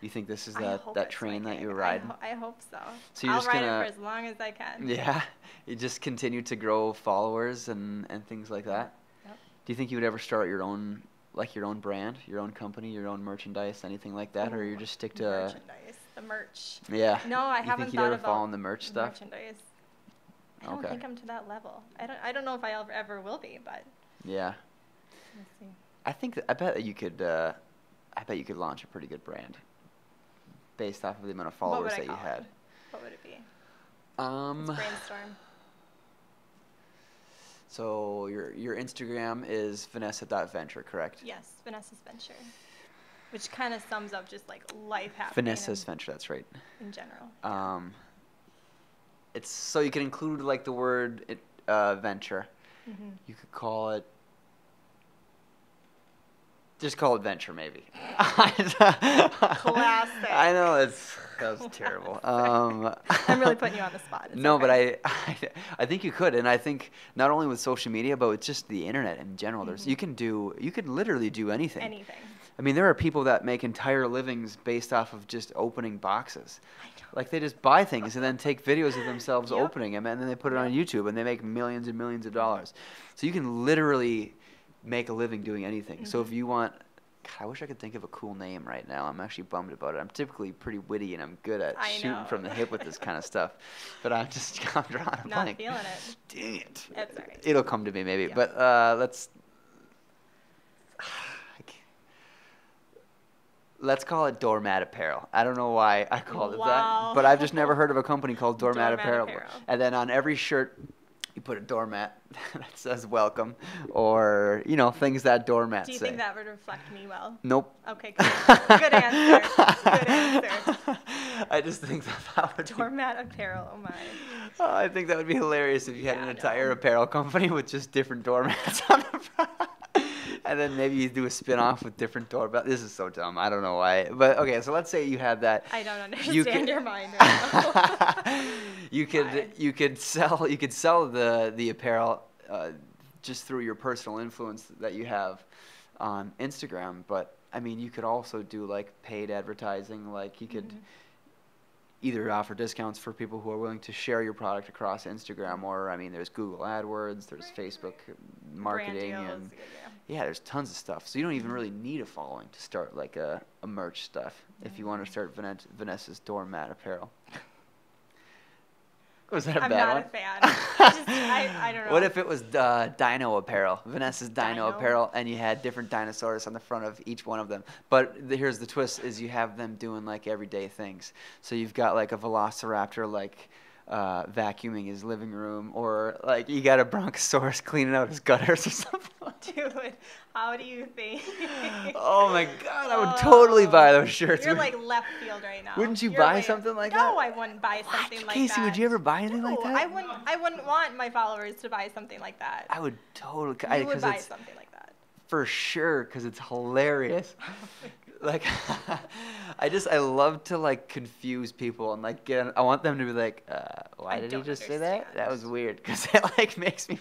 Speaker 2: You think this is
Speaker 1: I
Speaker 2: that
Speaker 1: hope
Speaker 2: that
Speaker 1: it's
Speaker 2: train
Speaker 1: my
Speaker 2: that you
Speaker 1: gig.
Speaker 2: ride?
Speaker 1: I, ho- I hope so.
Speaker 2: So you're
Speaker 1: I'll
Speaker 2: just
Speaker 1: ride it
Speaker 2: gonna-
Speaker 1: for as long as I can.
Speaker 2: Yeah, you just continue to grow followers and, and things like that.
Speaker 1: Yep.
Speaker 2: Do you think you would ever start your own, like your own brand, your own company, your own merchandise, anything like that, or you
Speaker 1: Ooh,
Speaker 2: just stick to?
Speaker 1: merchandise, the merch.
Speaker 2: Yeah.
Speaker 1: No, I
Speaker 2: you
Speaker 1: haven't
Speaker 2: think you'd
Speaker 1: thought
Speaker 2: ever
Speaker 1: about
Speaker 2: fall in the merch stuff?
Speaker 1: merchandise. I don't
Speaker 2: Okay.
Speaker 1: think I'm to that level. I don't. I don't know if I ever, ever will be, but
Speaker 2: Yeah,
Speaker 1: we'll see.
Speaker 2: I think th- I bet that you could, uh, I bet you could launch a pretty good brand, based off of the amount of
Speaker 1: What would
Speaker 2: followers
Speaker 1: I
Speaker 2: that you
Speaker 1: call it?
Speaker 2: had.
Speaker 1: What would it be?
Speaker 2: Um.
Speaker 1: Let's brainstorm.
Speaker 2: So your your Instagram is vanessa.venture, correct?
Speaker 1: Yes, Vanessa's venture, which kind of sums up just like life happening.
Speaker 2: Vanessa's
Speaker 1: in,
Speaker 2: venture. That's right.
Speaker 1: in general.
Speaker 2: Um, it's so you can include like the word it, uh, venture.
Speaker 1: hmm
Speaker 2: You could call it. Just call it venture, maybe. Classic. I know it's that was terrible. Um,
Speaker 1: I'm really putting you on the spot. It's
Speaker 2: no, but
Speaker 1: okay.
Speaker 2: I, I, I think you could, and I think not only with social media, but with just the internet in general. There's
Speaker 1: Mhm.
Speaker 2: you can do you can literally do anything.
Speaker 1: anything.
Speaker 2: I mean, there are people that make entire livings based off of just opening boxes.
Speaker 1: I know.
Speaker 2: Like they just buy things and then take videos of themselves
Speaker 1: Yep.
Speaker 2: opening them and then they put it on
Speaker 1: Yep.
Speaker 2: YouTube and they make millions and millions of dollars. So you can literally make a living doing anything. So if
Speaker 1: Mhm.
Speaker 2: you want God, I wish I could think of a cool name right now. I'm actually bummed about it. I'm typically pretty witty and I'm good at
Speaker 1: I
Speaker 2: shooting
Speaker 1: know.
Speaker 2: from the hip with this kind of stuff. But I'm just I'm drawing
Speaker 1: Not
Speaker 2: a blank.
Speaker 1: feeling it.
Speaker 2: Dang it.
Speaker 1: That's all right.
Speaker 2: It'll come to me maybe.
Speaker 1: Yeah.
Speaker 2: But uh, let's I can't- Let's call it doormat apparel. I don't know why I called it
Speaker 1: Wow.
Speaker 2: that, but I've just never heard of a company called doormat,
Speaker 1: Doormat
Speaker 2: apparel.
Speaker 1: apparel.
Speaker 2: And then on every shirt, you put a doormat that says welcome, or you know things that doormat
Speaker 1: Do you
Speaker 2: say.
Speaker 1: think that would reflect me well?
Speaker 2: nope.
Speaker 1: Okay, good. Good answer. Good answer.
Speaker 2: I just think that that would. Be,
Speaker 1: Doormat apparel. Oh my.
Speaker 2: Oh, I think that would be hilarious if you had
Speaker 1: Yeah,
Speaker 2: an
Speaker 1: I
Speaker 2: entire
Speaker 1: know.
Speaker 2: apparel company with just different doormats on the front. And then maybe you do a spin off with different doorbell. This is so dumb. I don't know why. But okay, so let's say you had that.
Speaker 1: I don't understand
Speaker 2: You could-
Speaker 1: your mind. Right now.
Speaker 2: you could
Speaker 1: Why?
Speaker 2: you could sell you could sell the the apparel uh, just through your personal influence that you have on Instagram, but I mean you could also do like paid advertising, like you could
Speaker 1: Mhm.
Speaker 2: either offer discounts for people who are willing to share your product across Instagram or I mean there's Google AdWords, there's
Speaker 1: Right,
Speaker 2: Facebook
Speaker 1: Brand
Speaker 2: marketing
Speaker 1: deals,
Speaker 2: and
Speaker 1: yeah,
Speaker 2: yeah, there's tons of stuff. So you don't even
Speaker 1: Mhm.
Speaker 2: really need a following to start like a, a merch stuff if you want to start Vanet- Vanessa's doormat apparel. Was that
Speaker 1: yeah.
Speaker 2: a
Speaker 1: I'm
Speaker 2: bad
Speaker 1: not
Speaker 2: one?
Speaker 1: a fan. Just- I, I don't know.
Speaker 2: What if it was uh, dino apparel, Vanessa's dino,
Speaker 1: Dino.
Speaker 2: apparel, and you had different dinosaurs on the front of each one of them? But the, here's the twist: is you have them doing like everyday things. So you've got like a Velociraptor like uh, vacuuming his living room, or like you got a Bronchosaurus cleaning out his gutters or something. like
Speaker 1: Dude, how do you think?
Speaker 2: oh my god, I would totally buy those shirts.
Speaker 1: You're
Speaker 2: Would-
Speaker 1: like left field right now.
Speaker 2: Wouldn't you
Speaker 1: You're
Speaker 2: buy
Speaker 1: way-
Speaker 2: something like
Speaker 1: No,
Speaker 2: that?
Speaker 1: I wouldn't buy
Speaker 2: What?
Speaker 1: something like
Speaker 2: Casey,
Speaker 1: that.
Speaker 2: would you ever buy anything like
Speaker 1: No,
Speaker 2: that?
Speaker 1: I wouldn't. I wouldn't want my followers to buy something like that.
Speaker 2: I would totally,
Speaker 1: You would
Speaker 2: because
Speaker 1: buy
Speaker 2: it's
Speaker 1: something like that.
Speaker 2: for sure, because it's hilarious. like, I just, I love to like confuse people and like get. I want them to be like, uh, why
Speaker 1: I
Speaker 2: did you
Speaker 1: don't
Speaker 2: just say that? That
Speaker 1: understand.
Speaker 2: was weird, because it like makes me.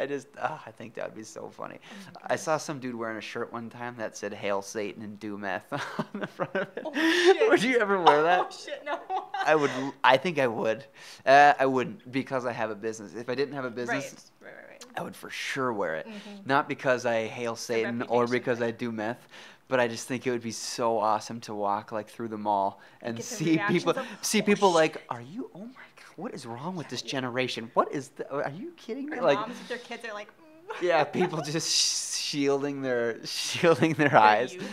Speaker 2: I just, ah, I think that would be so funny. I saw some dude wearing a shirt one time that said "Hail Satan" and "Do meth" on the front of it.
Speaker 1: Oh, shit.
Speaker 2: Would you ever wear that?
Speaker 1: Oh shit, no.
Speaker 2: I would. l- I think I would. Uh, I wouldn't because I have a business. If I didn't have a business, Mm-hmm.
Speaker 1: Right, right, right, right.
Speaker 2: I would for sure wear it.
Speaker 1: Mhm.
Speaker 2: Not because I hail Satan or
Speaker 1: reputation,
Speaker 2: because
Speaker 1: right.
Speaker 2: I do meth, but I just think it would be so awesome to walk like through the mall and
Speaker 1: get the
Speaker 2: see people
Speaker 1: reactions of,
Speaker 2: see
Speaker 1: "Oh,
Speaker 2: people like,
Speaker 1: shit."
Speaker 2: "Are you? Oh my god, what is wrong with
Speaker 1: Yeah,
Speaker 2: this
Speaker 1: yeah.
Speaker 2: generation? What is? The, are you kidding me?
Speaker 1: Or
Speaker 2: Like,
Speaker 1: Mm-hmm. moms with their kids are like. "Mm."
Speaker 2: yeah, people just shielding their shielding their,
Speaker 1: Their
Speaker 2: eyes.
Speaker 1: youth.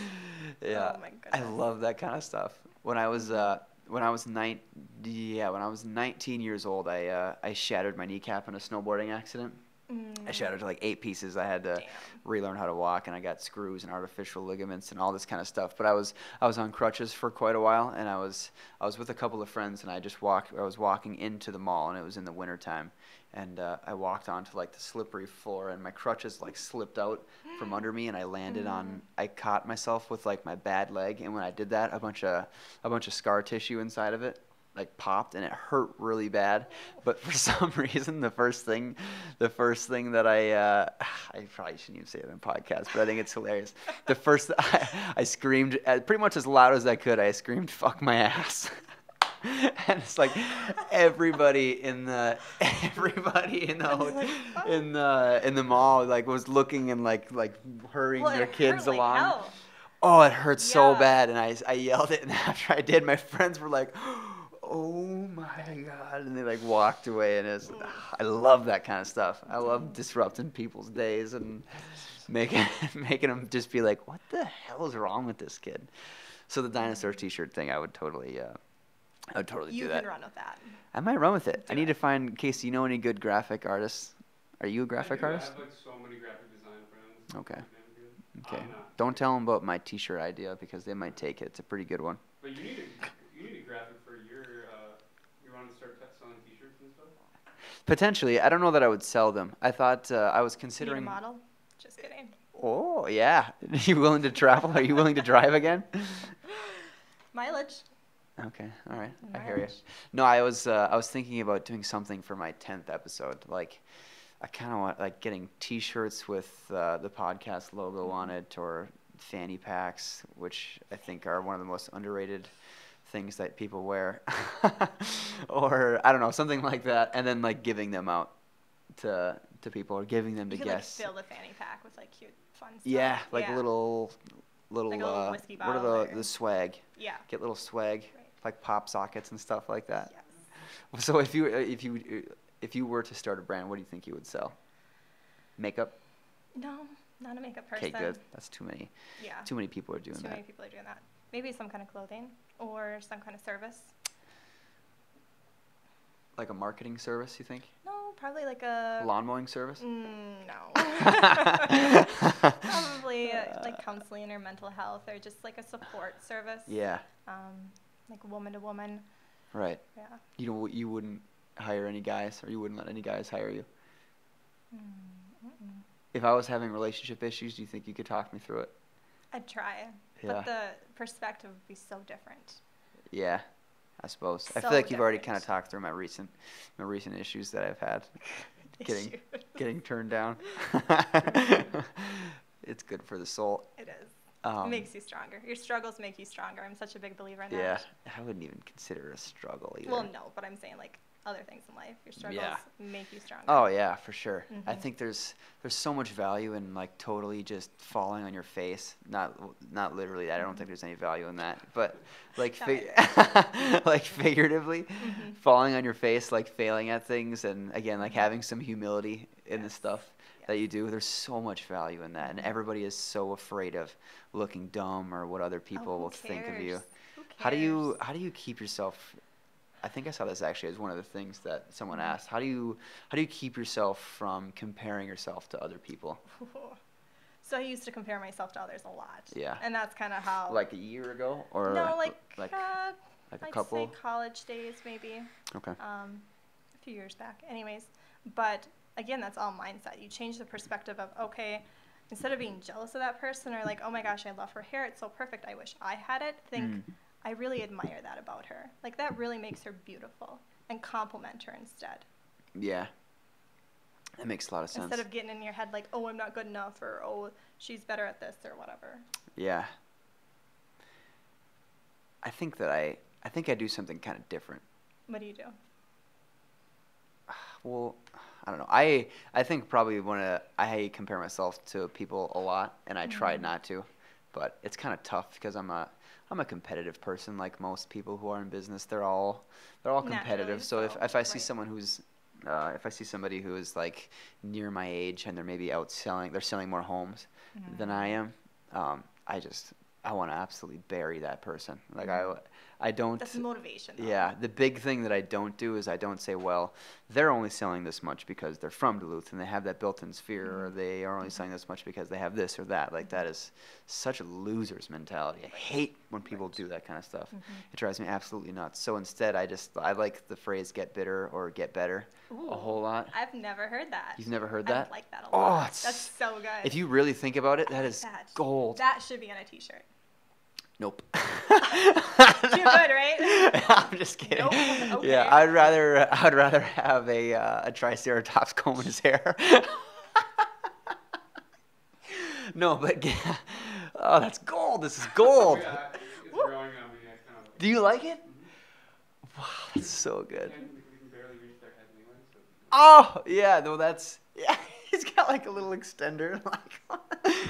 Speaker 2: Yeah,
Speaker 1: Oh my
Speaker 2: I
Speaker 1: goodness.
Speaker 2: love that kind of stuff. When I was uh, when I was nine, yeah, when I was 19 years old, I uh, I shattered my kneecap in a snowboarding accident. I
Speaker 1: Mm,
Speaker 2: shattered like eight pieces. I had to
Speaker 1: damn.
Speaker 2: relearn how to walk, and I got screws and artificial ligaments and all this kind of stuff. But I was I was on crutches for quite a while, and I was I was with a couple of friends, and I just walked. I was walking into the mall, and it was in the wintertime, and uh, I walked onto like the slippery floor, and my crutches like slipped out from under me, and I landed on. I caught myself with like my bad leg, and when I did that, a bunch of a bunch of scar tissue inside of it like popped and it hurt really bad. But for some reason, the first thing, the first thing that I, uh, I probably shouldn't even say it on podcast, but I think it's hilarious. The first, I, I screamed uh, pretty much as loud as I could. I screamed, "Fuck my ass." and it's like everybody in the everybody in the
Speaker 1: I was like, "Fuck."
Speaker 2: in the in the mall like was looking and like like hurrying
Speaker 1: Well, it
Speaker 2: their
Speaker 1: hurt
Speaker 2: kids
Speaker 1: like
Speaker 2: along.
Speaker 1: hell.
Speaker 2: Oh, it hurt so
Speaker 1: Yeah.
Speaker 2: bad, and I I yelled it. And after I did, my friends were like, "Oh my god!" And they like walked away. And it's I love that kind of stuff. I love disrupting people's days and making making them just be like, "What the hell is wrong with this kid?" So the dinosaur
Speaker 3: Mm.
Speaker 2: T-shirt thing, I would totally, uh, I would totally
Speaker 1: You
Speaker 2: do
Speaker 1: can
Speaker 2: that.
Speaker 1: run with that.
Speaker 2: I might run with it. I
Speaker 1: Do
Speaker 2: need
Speaker 1: it.
Speaker 2: to find Casey. You know any good graphic artists? Are you a graphic
Speaker 3: I do.
Speaker 2: artist?
Speaker 3: I have like so many graphic design friends.
Speaker 2: Okay.
Speaker 3: Damn good.
Speaker 2: Okay.
Speaker 3: I'm not.
Speaker 2: Don't tell them about my T-shirt idea because they might take it. It's a pretty good one.
Speaker 3: But you need a, you need a graphic for your. Uh, you want to start t- selling T-shirts and stuff.
Speaker 2: Potentially, I don't know that I would sell them. I thought uh, I was
Speaker 1: Need a
Speaker 2: considering.
Speaker 1: model? Just kidding.
Speaker 2: Oh yeah, are you willing to travel? Are you willing to drive again?
Speaker 1: Mileage.
Speaker 2: Okay, all right, I hear you.
Speaker 1: Mileage.
Speaker 2: No, I was uh, I was thinking about doing something for my tenth episode. Like, I kind of want like getting T-shirts with uh, the podcast
Speaker 1: Mm-hmm.
Speaker 2: logo on it, or fanny packs, which I think are one of the most underrated things that people wear, or I don't know, something like that, and then like giving them out to to people or giving them
Speaker 1: You
Speaker 2: to
Speaker 1: could
Speaker 2: guests.
Speaker 1: like fill the fanny pack with like cute, fun stuff.
Speaker 2: Yeah, like
Speaker 1: yeah.
Speaker 2: little, little,
Speaker 1: Like a little
Speaker 2: uh,
Speaker 1: whiskey
Speaker 2: what
Speaker 1: bottle
Speaker 2: are the,
Speaker 1: or-
Speaker 2: the swag?
Speaker 1: Yeah.
Speaker 2: Get little swag,
Speaker 1: Right.
Speaker 2: like pop sockets and stuff like that.
Speaker 1: Yes.
Speaker 2: So if you uh, if you if you were to start a brand, what do you think you would sell? Makeup.
Speaker 1: No, not a makeup person.
Speaker 2: Okay, good. That's too many.
Speaker 1: Yeah.
Speaker 2: Too many people are doing
Speaker 1: Too
Speaker 2: that.
Speaker 1: many people are doing that. Maybe some kind of clothing or some kind of service.
Speaker 2: Like a marketing service, you think?
Speaker 1: No, probably like a.
Speaker 2: Lawn mowing service.
Speaker 1: Uh, Mm, no. probably uh, like counseling or mental health or just like a support service.
Speaker 2: Yeah.
Speaker 1: Um, like woman to woman.
Speaker 2: Right.
Speaker 1: Yeah.
Speaker 2: You know, you wouldn't hire any guys, or you wouldn't let any guys hire you.
Speaker 1: Mm, mm-mm.
Speaker 2: If I was having relationship issues, do you think you could talk me through it?
Speaker 1: I'd try,
Speaker 2: Yeah.
Speaker 1: but the perspective would be so different.
Speaker 2: Yeah, I suppose. I feel
Speaker 1: So
Speaker 2: like you've already kind
Speaker 1: different.
Speaker 2: of talked through my recent, my recent issues that I've had, Getting-
Speaker 1: Issue.
Speaker 2: getting turned down. it's good for the soul.
Speaker 1: It is.
Speaker 2: Um,
Speaker 1: it makes you stronger. Your struggles make you stronger. I'm such a big believer in
Speaker 2: yeah,
Speaker 1: that.
Speaker 2: I wouldn't even consider it a struggle either.
Speaker 1: Well, no, but I'm saying like other things in life. Your struggles
Speaker 2: Yeah.
Speaker 1: make you stronger.
Speaker 2: Oh yeah, for sure. I
Speaker 1: Mhm.
Speaker 2: think there's there's so much value in like totally just falling on your face. Not not literally. I
Speaker 1: Mm-hmm.
Speaker 2: don't think there's any value in that. But like
Speaker 1: That
Speaker 2: fig- like figuratively,
Speaker 1: Mhm.
Speaker 2: falling on your face, like failing at things, and again like having some humility in the
Speaker 1: Mm-hmm. Yes.
Speaker 2: stuff that you do. There's so much value in that, and everybody is so afraid of looking dumb or what other people
Speaker 1: Oh,
Speaker 2: will think of you. How do you how do you keep yourself? I think I saw this actually as one of the things that someone asked. How do you how do you keep yourself from comparing yourself to other people?
Speaker 1: So I used to compare myself to others a lot.
Speaker 2: Yeah.
Speaker 1: And that's kind of how.
Speaker 2: Like a year ago, or
Speaker 1: Oh. no, like
Speaker 2: like,
Speaker 1: uh,
Speaker 2: like a
Speaker 1: I'd
Speaker 2: couple?
Speaker 1: say college days maybe.
Speaker 2: Okay.
Speaker 1: um, a few years back, anyways. But again, that's all mindset. You change the perspective of, okay, instead of being jealous of that person or like, oh my gosh, I love her hair, it's so perfect, I wish I had it, think,
Speaker 2: Mm.
Speaker 1: I really admire that about her. Like, that really makes her beautiful and compliment her instead.
Speaker 2: Yeah. That makes a lot of sense.
Speaker 1: Instead of getting in your head, like, oh, I'm not good enough or oh, she's better at this or whatever.
Speaker 2: Yeah. I think that I I think I do something kind of different.
Speaker 1: What do you do?
Speaker 2: Well, I don't know. I I think probably when I, I compare myself to people a lot, and I try
Speaker 1: Mhm.
Speaker 2: not to, but it's kind of tough because I'm a I'm a competitive person. Like most people who are in business, they're all they're all competitive.
Speaker 1: Naturally
Speaker 2: So if
Speaker 1: so,
Speaker 2: if I see
Speaker 1: right.
Speaker 2: someone who's uh, if I see somebody who is like near my age and they're maybe outselling, they're selling more homes
Speaker 1: Mm-hmm.
Speaker 2: than I am. Um, I just I want to absolutely bury that person. Like I I don't.
Speaker 1: Mm-hmm. That's motivation. though.
Speaker 2: Yeah, the big thing that I don't do is I don't say, well, they're only selling this much because they're from Duluth and they have that built-in sphere, or
Speaker 1: Mm-hmm.
Speaker 2: they are only selling this much because they have this or that. Like that is such a loser's mentality. I hate when people do that kind of stuff.
Speaker 1: Mm-hmm.
Speaker 2: It drives me absolutely nuts. So instead, I just I like the phrase "get bitter" or "get better"
Speaker 1: Ooh,
Speaker 2: a whole lot.
Speaker 1: I've never heard that.
Speaker 2: You've never heard
Speaker 1: I
Speaker 2: that?
Speaker 1: like that a
Speaker 2: Oh,
Speaker 1: lot.
Speaker 2: it's-
Speaker 1: That's so good.
Speaker 2: If you really think about it, that
Speaker 1: like
Speaker 2: is
Speaker 1: that.
Speaker 2: gold.
Speaker 1: That should be on a t-shirt.
Speaker 2: Nope.
Speaker 1: Too good, right?
Speaker 2: I'm just kidding.
Speaker 1: Nope. Okay.
Speaker 2: Yeah, I'd rather I'd rather have a uh, a triceratops comb in his hair. no, but yeah. oh, that's gold. This is gold.
Speaker 3: Yeah, it's growing on me. I kind of like
Speaker 2: Do you like it? Wow, that's so good.
Speaker 3: it. We can barely reach their head anyway, so
Speaker 2: Oh yeah, no, that's yeah. He's got like a little extender. Like,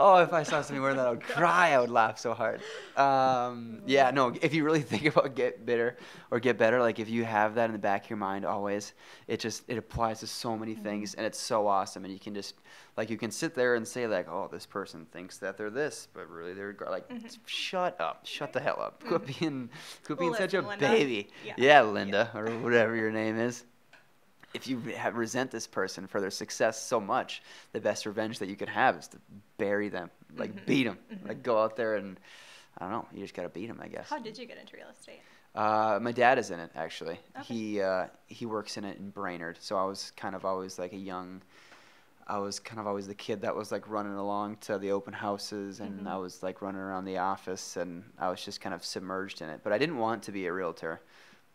Speaker 2: oh, if I saw somebody wearing that, I would cry. I would laugh so hard. Um, yeah, no. If you really think about get bitter or get better, like if you have that in the back of your mind always, it just it applies to so
Speaker 1: Mm-hmm.
Speaker 2: many things, and it's so awesome. And you can just like you can sit there and say like, oh, this person thinks that they're this, but really they're gar-" like,
Speaker 1: Mm-hmm.
Speaker 2: shut up, shut the hell up, quit being quit being such a
Speaker 1: Listen, Linda.
Speaker 2: baby.
Speaker 1: Yeah.
Speaker 2: yeah, Linda or whatever your name is if you re- ha- resent this person for their success so much, the best revenge that you could have is to bury them, like beat 'em. beat them, like go out there and I don't know. You just gotta beat them, I guess.
Speaker 1: How did you get into real estate?
Speaker 2: Uh, my dad is in it actually.
Speaker 1: Okay.
Speaker 2: He uh, he works in it in Brainerd, so I was kind of always like a young. I was kind of always the kid that was like running along to the open houses, and
Speaker 1: Mm-hmm.
Speaker 2: I was like running around the office, and I was just kind of submerged in it. But I didn't want to be a realtor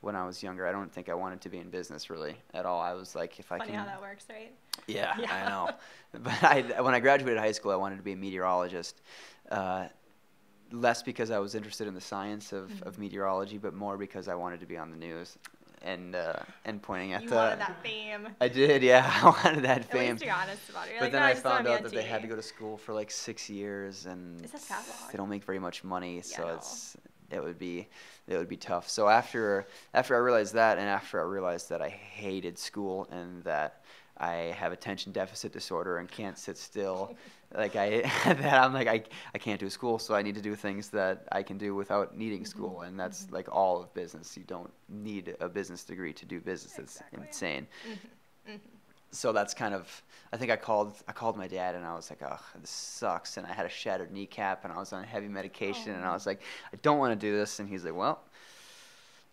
Speaker 2: when I was younger. I don't think I wanted to be in business really at all. I was like, if I
Speaker 1: Funny
Speaker 2: can,
Speaker 1: how that works, right?
Speaker 2: yeah,
Speaker 1: Yeah.
Speaker 2: I know. But I, when I graduated high school, I wanted to be a meteorologist. Uh, less because I was interested in the science of,
Speaker 1: Mm-hmm.
Speaker 2: of meteorology, but more because I wanted to be on the news and uh, and pointing at
Speaker 1: You
Speaker 2: the.
Speaker 1: wanted that fame.
Speaker 2: I did, yeah. I wanted that
Speaker 1: At
Speaker 2: uh, fame.
Speaker 1: least you're honest about it. You're
Speaker 2: but
Speaker 1: like,
Speaker 2: then
Speaker 1: "No,
Speaker 2: I
Speaker 1: just wanna
Speaker 2: found
Speaker 1: be
Speaker 2: out
Speaker 1: on
Speaker 2: that they had to
Speaker 1: TV."
Speaker 2: go to school for like six years, and
Speaker 1: Is that that long?
Speaker 2: they don't make very much money, so
Speaker 1: no.
Speaker 2: it's it would be it would be tough. So after after I realized that, and after I realized that I hated school and that I have attention deficit disorder and can't sit still, like I that I'm like I I can't do school, so I need to do things that I can do without needing
Speaker 1: Mm-hmm.
Speaker 2: school, and that's like all of business. You don't need a business degree to do business.
Speaker 1: Exactly.
Speaker 2: It's insane
Speaker 1: Mm-hmm.
Speaker 2: so that's kind of I think I called I called my dad and I was like, oh, this sucks. And I had a shattered kneecap and I was on heavy medication
Speaker 1: Oh.
Speaker 2: and I was like, I don't want to do this. And he's like, well,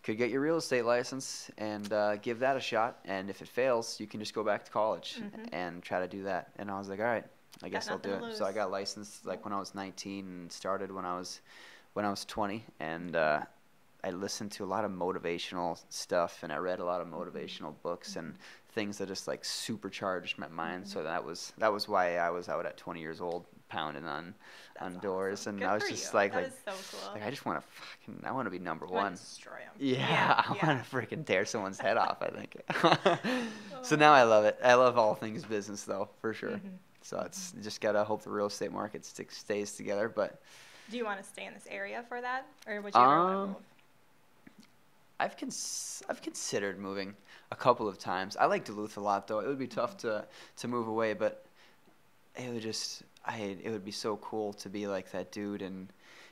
Speaker 2: could get your real estate license and uh, give that a shot. And if it fails, you can just go back to college and try to do that. And I was like, all right, I guess I'll do
Speaker 1: Mm-hmm. nothing to
Speaker 2: it. So I
Speaker 1: lose.
Speaker 2: got licensed like when I was 19 and started when I was when I was 20 and. Uh, I listened to a lot of motivational stuff and I read a lot
Speaker 1: Mm-hmm.
Speaker 2: of motivational books and things that just like supercharged my mind.
Speaker 1: Mm-hmm.
Speaker 2: So that was that was why I was out at 20 years old pounding on on
Speaker 1: That's
Speaker 2: doors
Speaker 1: awesome.
Speaker 2: and
Speaker 1: Good
Speaker 2: I was
Speaker 1: for
Speaker 2: just
Speaker 1: you.
Speaker 2: like
Speaker 1: That
Speaker 2: like,
Speaker 1: is so cool.
Speaker 2: like I just want to fucking I want to be number
Speaker 1: You wanna
Speaker 2: 1.
Speaker 1: destroy 'em.
Speaker 2: Yeah, I
Speaker 1: yeah.
Speaker 2: want to freaking tear someone's head off, I think. so
Speaker 1: Oh.
Speaker 2: now I love it. I love all things business though, for sure.
Speaker 1: Mm-hmm.
Speaker 2: So it's just got to hope the real estate market stick, stays together, but
Speaker 1: Do you want to stay in this area for that, or would you ever want
Speaker 2: Um,
Speaker 1: to move?
Speaker 2: I've cons- I've considered moving a couple of times. I like Duluth a lot though. It would be tough to to move away, but it would just I it would be so cool to be like that dude in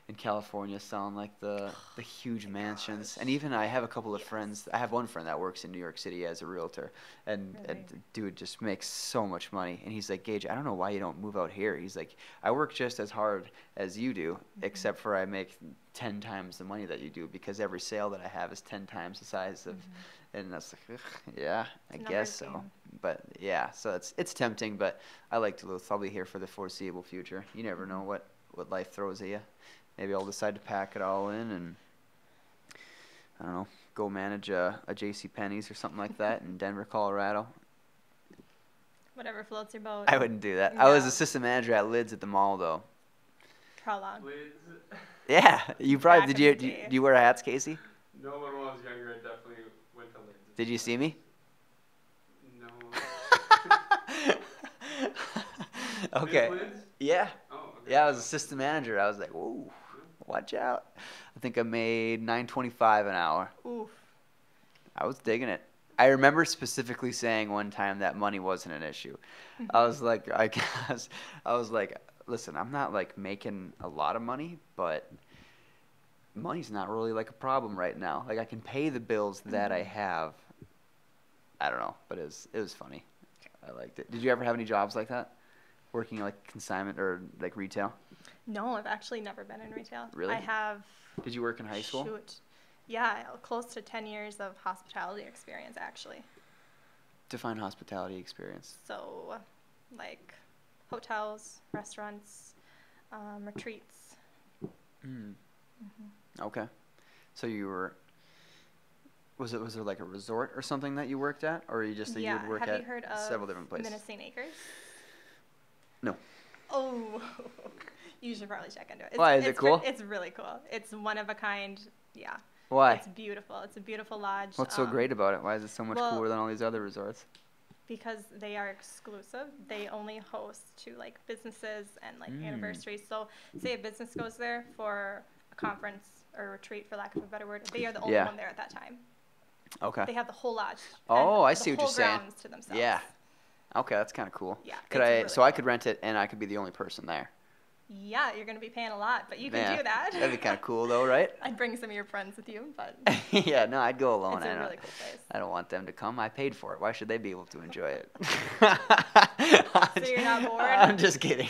Speaker 2: in California selling like the the huge mansions. And even I have a couple of friends. I have one friend that works in New York City as a realtor, and and
Speaker 1: Really?
Speaker 2: the dude just makes so much money. And he's like, Gage, I don't know why you don't move out here. He's like, I work just as hard as you do, except for I make ten times the money that you do because every sale that I have is ten times the size of.
Speaker 1: Mm-hmm.
Speaker 2: And that's like, "Ugh, yeah, I
Speaker 1: numbers
Speaker 2: guess so.
Speaker 1: game.
Speaker 2: But yeah, so it's it's tempting, but I like Duluth. I'll be here for the foreseeable future. You never
Speaker 1: Mm-hmm.
Speaker 2: know what what life throws at you. Maybe I'll decide to pack it all in and I don't know, go manage a, a J.C. Penney's or something like that in Denver, Colorado.
Speaker 1: Whatever floats your boat.
Speaker 2: I wouldn't do that. I was
Speaker 1: No.
Speaker 2: assistant manager at Lids at the mall though.
Speaker 1: How long?
Speaker 3: Liz,
Speaker 2: Yeah, you probably
Speaker 1: Back
Speaker 2: did
Speaker 1: in
Speaker 2: you,
Speaker 1: the
Speaker 2: do you
Speaker 1: day.
Speaker 2: do you wear hats, Casey?
Speaker 3: no, when I was younger, I definitely went to Liz.
Speaker 2: Did you see me?
Speaker 3: No.
Speaker 2: okay.
Speaker 3: Liz?
Speaker 2: Yeah.
Speaker 3: Oh, okay.
Speaker 2: Yeah, I was assistant manager. I was like, whoa, watch out. I think I made nine twenty five an hour.
Speaker 1: Oof.
Speaker 2: I was digging it. I remember specifically saying one time that money wasn't an issue. I was like, I guess, I was like, listen, I'm not like making a lot of money, but money's not really like a problem right now. Like I can pay the bills that I have. I don't know, but it was it was funny. I liked it. Did you ever have any jobs like that? Working like consignment or like retail?
Speaker 1: No, I've actually never been in retail.
Speaker 2: Really?
Speaker 1: I have.
Speaker 2: Did you work in high school?
Speaker 1: Shoot. Yeah, close to 10 years of hospitality experience, actually.
Speaker 2: Define hospitality experience.
Speaker 1: So, like hotels, restaurants, um, retreats,
Speaker 2: Mm. Okay. So you were. Was it was there like a resort or something that you worked at, or you just that you would work
Speaker 1: Have
Speaker 2: at
Speaker 1: you heard of
Speaker 2: several different places?
Speaker 1: Minnesota Acres?
Speaker 2: No.
Speaker 1: Oh, you should probably check into it. It's,
Speaker 2: Why, is it
Speaker 1: it's re-
Speaker 2: cool?
Speaker 1: it's really cool. It's one of a kind. Yeah.
Speaker 2: Why?
Speaker 1: It's beautiful. It's a beautiful lodge.
Speaker 2: What's so
Speaker 1: um,
Speaker 2: great about it? Why is it so much
Speaker 1: well-
Speaker 2: cooler than all these other resorts?
Speaker 1: Because they are exclusive. They only host to like businesses and like
Speaker 2: Mm.
Speaker 1: anniversaries. So say a business goes there for a conference or a retreat, for lack of a better word, they are the only
Speaker 2: Yeah.
Speaker 1: one there at that time.
Speaker 2: Okay.
Speaker 1: They have the whole lodge.
Speaker 2: Oh,
Speaker 1: and
Speaker 2: I
Speaker 1: the
Speaker 2: see what
Speaker 1: whole
Speaker 2: you're saying.
Speaker 1: grounds to themselves.
Speaker 2: Yeah. Okay, that's kind of cool.
Speaker 1: Yeah,
Speaker 2: Could
Speaker 1: it's
Speaker 2: I?
Speaker 1: really
Speaker 2: so I
Speaker 1: cool.
Speaker 2: could rent it, and I could be the only person there.
Speaker 1: Yeah, you're gonna be paying a lot, but you can
Speaker 2: Yeah,
Speaker 1: do that.
Speaker 2: That'd be kind of cool, though, right?
Speaker 1: I'd bring some of your friends with you, but
Speaker 2: yeah. No, I'd go alone.
Speaker 1: it's
Speaker 2: I
Speaker 1: a
Speaker 2: don't.
Speaker 1: really cool place.
Speaker 2: I don't want them to come. I paid for it. Why should they be able to enjoy it?
Speaker 1: So you're not bored?
Speaker 2: I'm just kidding.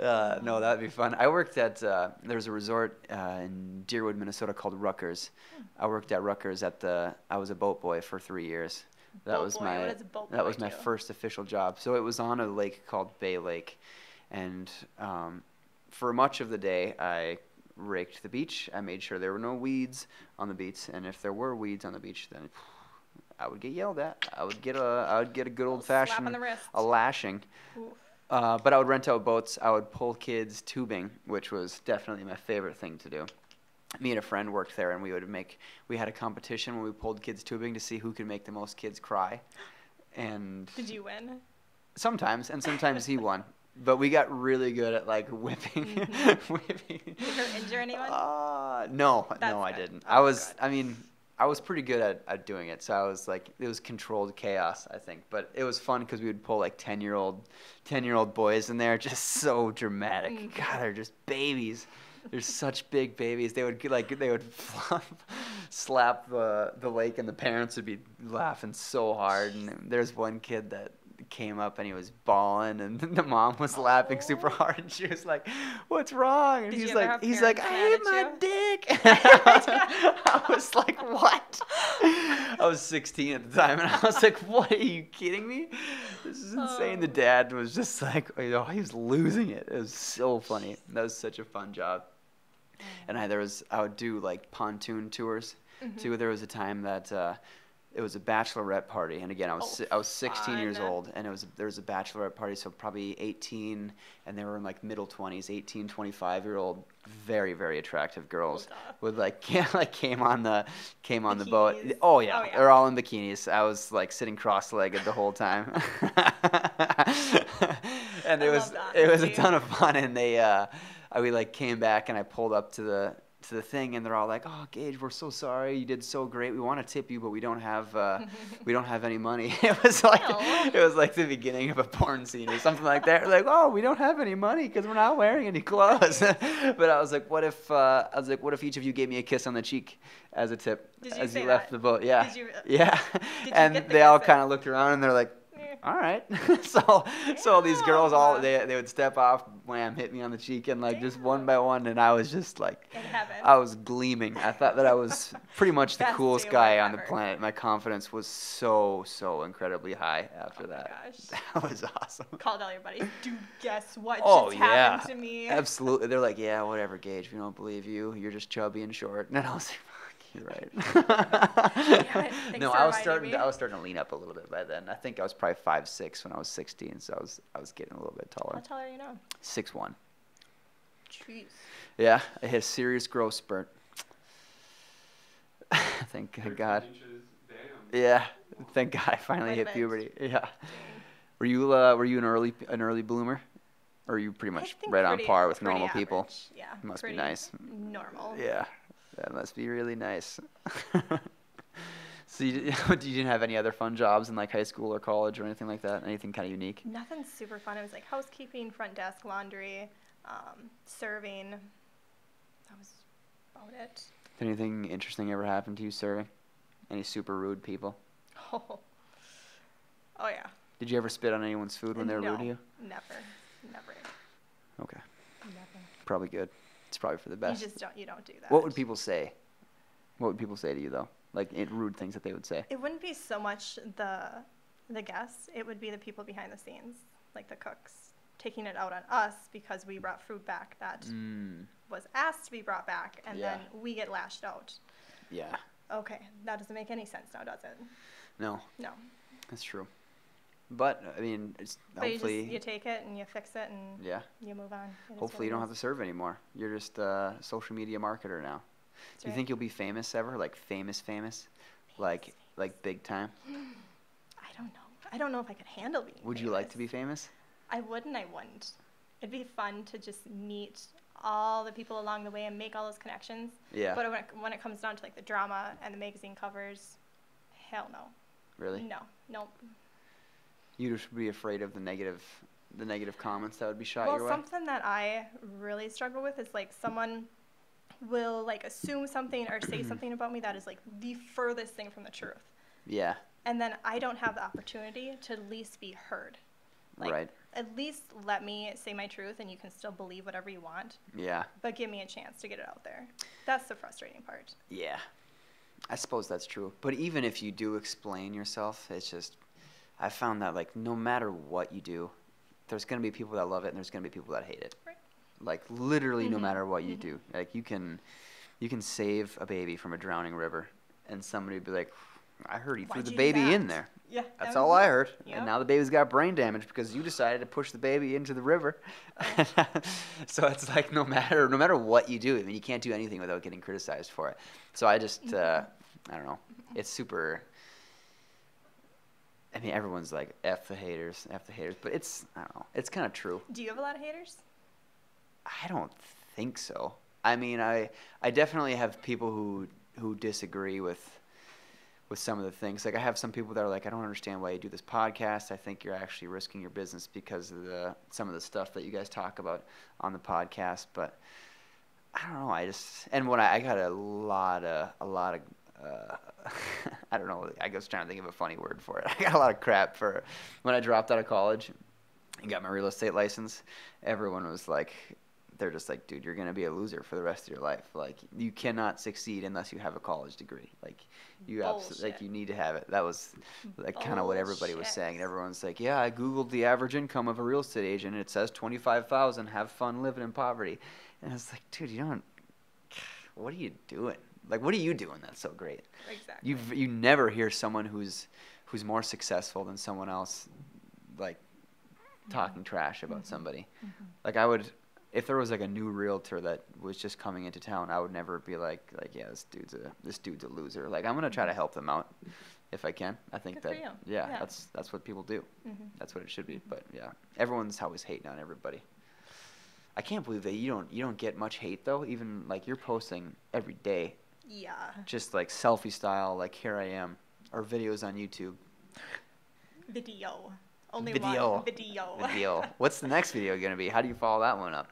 Speaker 2: uh, no, that'd be fun. I worked at uh, there's a resort uh, in Deerwood, Minnesota called Rutgers.
Speaker 1: Hmm.
Speaker 2: I worked at Rutgers at the. I was a boat boy for three years. That
Speaker 1: Boat
Speaker 2: was
Speaker 1: boy,
Speaker 2: my.
Speaker 1: what does a boat
Speaker 2: that
Speaker 1: boy
Speaker 2: was my
Speaker 1: do?
Speaker 2: first official job. So it was on a lake called Bay Lake, and um, for much of the day I raked the beach. I made sure there were no weeds on the beach, and if there were weeds on the beach, then I would get yelled at. I would get a I would get a good
Speaker 1: Little
Speaker 2: old
Speaker 1: slap on
Speaker 2: fashioned
Speaker 1: the wrist.
Speaker 2: a lashing.
Speaker 1: Oof.
Speaker 2: Uh, but I would rent out boats. I would pull kids tubing, which was definitely my favorite thing to do. Me and a friend worked there, and we would make we had a competition when we pulled kids tubing to see who could make the most kids cry. And
Speaker 1: Did you win?
Speaker 2: sometimes, and sometimes he won. But we got really good at like whipping, whipping.
Speaker 1: Mm-hmm. Did you hurt, injure anyone?
Speaker 2: Uh, no,
Speaker 1: That's
Speaker 2: no, I
Speaker 1: good.
Speaker 2: didn't. I
Speaker 1: Oh,
Speaker 2: was,
Speaker 1: good.
Speaker 2: I mean, I was pretty good at, at doing it. So I was like, it was controlled chaos, I think. But it was fun because we would pull like 10 year old, 10 year old boys in there, just so dramatic.
Speaker 1: Mm.
Speaker 2: God, they're just babies. They're such big babies. They would get, like, they would flop, slap the, the lake and the parents would be laughing so hard. And there's one kid that, came up and he was bawling and the mom was laughing super
Speaker 1: Aw.
Speaker 2: hard and she was like what's wrong and
Speaker 1: Did you
Speaker 2: he's
Speaker 1: ever
Speaker 2: like
Speaker 1: have
Speaker 2: he's like i hate
Speaker 1: parents
Speaker 2: my
Speaker 1: mad
Speaker 2: dick i was like what i was 16 at the time and i was like what are you kidding me this is insane the
Speaker 1: Oh.
Speaker 2: dad was just like you know he was losing it it was so funny that was such a fun job and I there was I would do like pontoon tours
Speaker 1: Mm-hmm.
Speaker 2: too. There was a time that uh, it was a bachelorette party, and again I was
Speaker 1: Oh,
Speaker 2: si- I was 16 years
Speaker 1: fun.
Speaker 2: old, and it was there was a bachelorette party, so probably 18, and they were in like middle 20s, 18, 25 year old, very very attractive girls
Speaker 1: Duh.
Speaker 2: with like came, like came on the came on the boat.
Speaker 1: Bikinis.
Speaker 2: Oh yeah,
Speaker 1: Oh, yeah.
Speaker 2: they're all in bikinis. I was like sitting cross-legged the whole time, and it
Speaker 1: I love
Speaker 2: was
Speaker 1: that,
Speaker 2: it was a
Speaker 1: dude.
Speaker 2: ton of fun. And they uh, I- we like came back and I pulled up to the to the thing, and they're all like, "Oh, Gage, we're so sorry. You did so great. We want to tip you, but we don't have uh, we don't have any money." it was like
Speaker 1: Aw.
Speaker 2: it was like the beginning of a porn scene or something like that. Like, "Oh, we don't have any money because we're not wearing any clothes." but I was like, "What if uh, I was like, what if each of you gave me a kiss on the cheek as a tip
Speaker 1: Did you
Speaker 2: as you
Speaker 1: say
Speaker 2: left
Speaker 1: that?
Speaker 2: the boat?" Yeah,
Speaker 1: Did you-
Speaker 2: uh, yeah.
Speaker 1: you
Speaker 2: and
Speaker 1: get the
Speaker 2: they all
Speaker 1: kisses?
Speaker 2: kind of looked around and they're like,
Speaker 1: Eh.
Speaker 2: "All right." so so all these girls all
Speaker 1: Yeah.
Speaker 2: they they would step off, wham, hit me on the cheek, and like just one by one, and I was just like,
Speaker 1: In heaven.
Speaker 2: I was gleaming. I thought that I was pretty much the
Speaker 1: Best
Speaker 2: coolest
Speaker 1: day
Speaker 2: guy
Speaker 1: ever.
Speaker 2: on the planet. My confidence was so so incredibly high after
Speaker 1: Oh my
Speaker 2: that.
Speaker 1: gosh.
Speaker 2: That was awesome.
Speaker 1: Called all your buddies. Do guess what
Speaker 2: Oh,
Speaker 1: just
Speaker 2: yeah.
Speaker 1: happened to me?
Speaker 2: Absolutely. They're like, yeah, whatever, Gage. We don't believe you. You're just chubby and short. And I was like,
Speaker 1: Damn it.
Speaker 2: fuck, you're right.
Speaker 1: Thanks
Speaker 2: no,
Speaker 1: for
Speaker 2: I was
Speaker 1: reminding
Speaker 2: starting.
Speaker 1: me.
Speaker 2: To, I was starting to lean up a little bit by then. I think I was probably five six when I was sixteen, so I was I was getting a little bit
Speaker 1: I'll
Speaker 2: taller.
Speaker 1: tell her you know.
Speaker 2: Six one.
Speaker 1: Jeez.
Speaker 2: Yeah, I hit a serious growth spurt. Thank God.
Speaker 3: Inches, damn.
Speaker 2: Yeah, thank God I finally
Speaker 1: Quite a
Speaker 2: hit
Speaker 1: bit.
Speaker 2: puberty. Yeah. Were you uh, were you an early an early bloomer, or are you pretty
Speaker 1: I
Speaker 2: much
Speaker 1: think
Speaker 2: right on
Speaker 1: pretty-
Speaker 2: par with
Speaker 1: pretty
Speaker 2: normal people?
Speaker 1: average. Yeah.
Speaker 2: Must be
Speaker 1: pretty
Speaker 2: nice.
Speaker 1: Normal.
Speaker 2: Yeah, that must be really nice. so you, di- you didn't have any other fun jobs in like high school or college or anything like that? Anything kind of unique?
Speaker 1: Nothing super fun. It was like housekeeping, front desk, laundry, um, serving. That was about it.
Speaker 2: Did anything interesting ever happen to you serving? Any super rude people?
Speaker 1: Oh, oh yeah.
Speaker 2: Did you ever spit on anyone's food when they were rude
Speaker 1: No,
Speaker 2: to you?
Speaker 1: Never, never,
Speaker 2: Okay,
Speaker 1: never.
Speaker 2: probably good. It's probably for the best.
Speaker 1: You just don't. You don't do that.
Speaker 2: What would people say? What would people say to you though? Like it, rude things that they would say.
Speaker 1: It wouldn't be so much the the guests. It would be the people behind the scenes, like the cooks, taking it out on us because we brought food back that
Speaker 2: Mm.
Speaker 1: was asked to be brought back, and
Speaker 2: Yeah.
Speaker 1: then we get lashed out.
Speaker 2: Yeah.
Speaker 1: Okay, that doesn't make any sense now, does it?
Speaker 2: No,
Speaker 1: No.
Speaker 2: that's true. But I mean, it's
Speaker 1: But you just
Speaker 2: hopefully,
Speaker 1: you take it and you fix it and
Speaker 2: yeah.
Speaker 1: you move on. It is what
Speaker 2: Hopefully, you
Speaker 1: it
Speaker 2: don't have
Speaker 1: is.
Speaker 2: to serve anymore. You're just a social media marketer now.
Speaker 1: That's
Speaker 2: Do you
Speaker 1: right.
Speaker 2: think you'll be famous ever? Like famous, famous, like like big time.
Speaker 1: I don't know. I don't know if I could handle being.
Speaker 2: Would you like to be
Speaker 1: famous.
Speaker 2: famous?
Speaker 1: I wouldn't. I wouldn't. It'd be fun to just meet all the people along the way and make all those connections.
Speaker 2: Yeah.
Speaker 1: But when it, when it comes down to like the drama and the magazine covers, hell no.
Speaker 2: really?
Speaker 1: No. Nope.
Speaker 2: You'd just be afraid of the negative, the negative comments that would be shot
Speaker 1: well,
Speaker 2: your way.
Speaker 1: something that I really struggle with is like someone will like assume something or say something about me that is like the furthest thing from the truth.
Speaker 2: yeah.
Speaker 1: And then I don't have the opportunity to at least be heard. Like,
Speaker 2: right.
Speaker 1: At least let me say my truth and you can still believe whatever you want,
Speaker 2: Yeah.
Speaker 1: but give me a chance to get it out there. That's the frustrating part.
Speaker 2: Yeah. I suppose that's true. But even if you do explain yourself, it's just I found that like no matter what you do, there's going to be people that love it and there's going to be people that hate it.
Speaker 1: Right.
Speaker 2: Like literally no
Speaker 1: Mhm.
Speaker 2: matter what you
Speaker 1: Mhm.
Speaker 2: do. Like you can you can save a baby from a drowning river and somebody would be like I heard you threw
Speaker 1: Why'd
Speaker 2: the
Speaker 1: you do
Speaker 2: baby in
Speaker 1: that?"
Speaker 2: there.
Speaker 1: Yeah.
Speaker 2: That's all I heard.
Speaker 1: Yep.
Speaker 2: And now the baby's got brain damage because you decided to push the baby into the river. so it's like no matter no matter what you do, I mean you can't do anything without getting criticized for it. So I just uh,
Speaker 1: Mm-hmm.
Speaker 2: I don't know. It's super I mean everyone's like F the haters, F the haters, but it's I don't know. It's kind of true.
Speaker 1: Do you have a lot of haters?
Speaker 2: I don't think so. I mean, I I definitely have people who who disagree with with some of the things. Like I have some people that are like, I don't understand why you do this podcast. I think you're actually risking your business because of the some of the stuff that you guys talk about on the podcast. But I don't know. I just and when I, I got a lot of a lot of uh, I don't know. I was trying to think of a funny word for it. I got a lot of crap for when I dropped out of college and got my real estate license. Everyone was like, they're just like, dude, you're gonna be a loser for the rest of your life. Like, you cannot succeed unless you have a college degree. Like, you abs- like
Speaker 1: Bullshit.
Speaker 2: you need to have it. That was like kind of what everybody was
Speaker 1: Bullshit.
Speaker 2: saying. And everyone's like, yeah, I googled the average income of a real estate agent. and It says twenty five thousand. Have fun living in poverty. And I was like, dude, you don't. What are you doing? Like, what are you doing that's so great?
Speaker 1: Exactly.
Speaker 2: you you never hear someone who's who's more successful than someone else like talking trash about somebody
Speaker 1: Mm-hmm.
Speaker 2: like i would if there was like a new realtor that was just coming into town i would never be like like yeah this dude's a this dude's a loser like i'm gonna try to help them out if i can i think
Speaker 1: Good for
Speaker 2: that
Speaker 1: you.
Speaker 2: Yeah,
Speaker 1: Yeah.
Speaker 2: that's that's what people do
Speaker 1: Mhm.
Speaker 2: that's what it should be but yeah everyone's always hating on everybody i can't believe that you don't you don't get much hate though even like you're posting every day
Speaker 1: Yeah.
Speaker 2: just like selfie style, like here I am, or videos on YouTube.
Speaker 1: Video. Only
Speaker 2: Video.
Speaker 1: one. Video.
Speaker 2: Video. What's the next video gonna be? How do you follow that one up?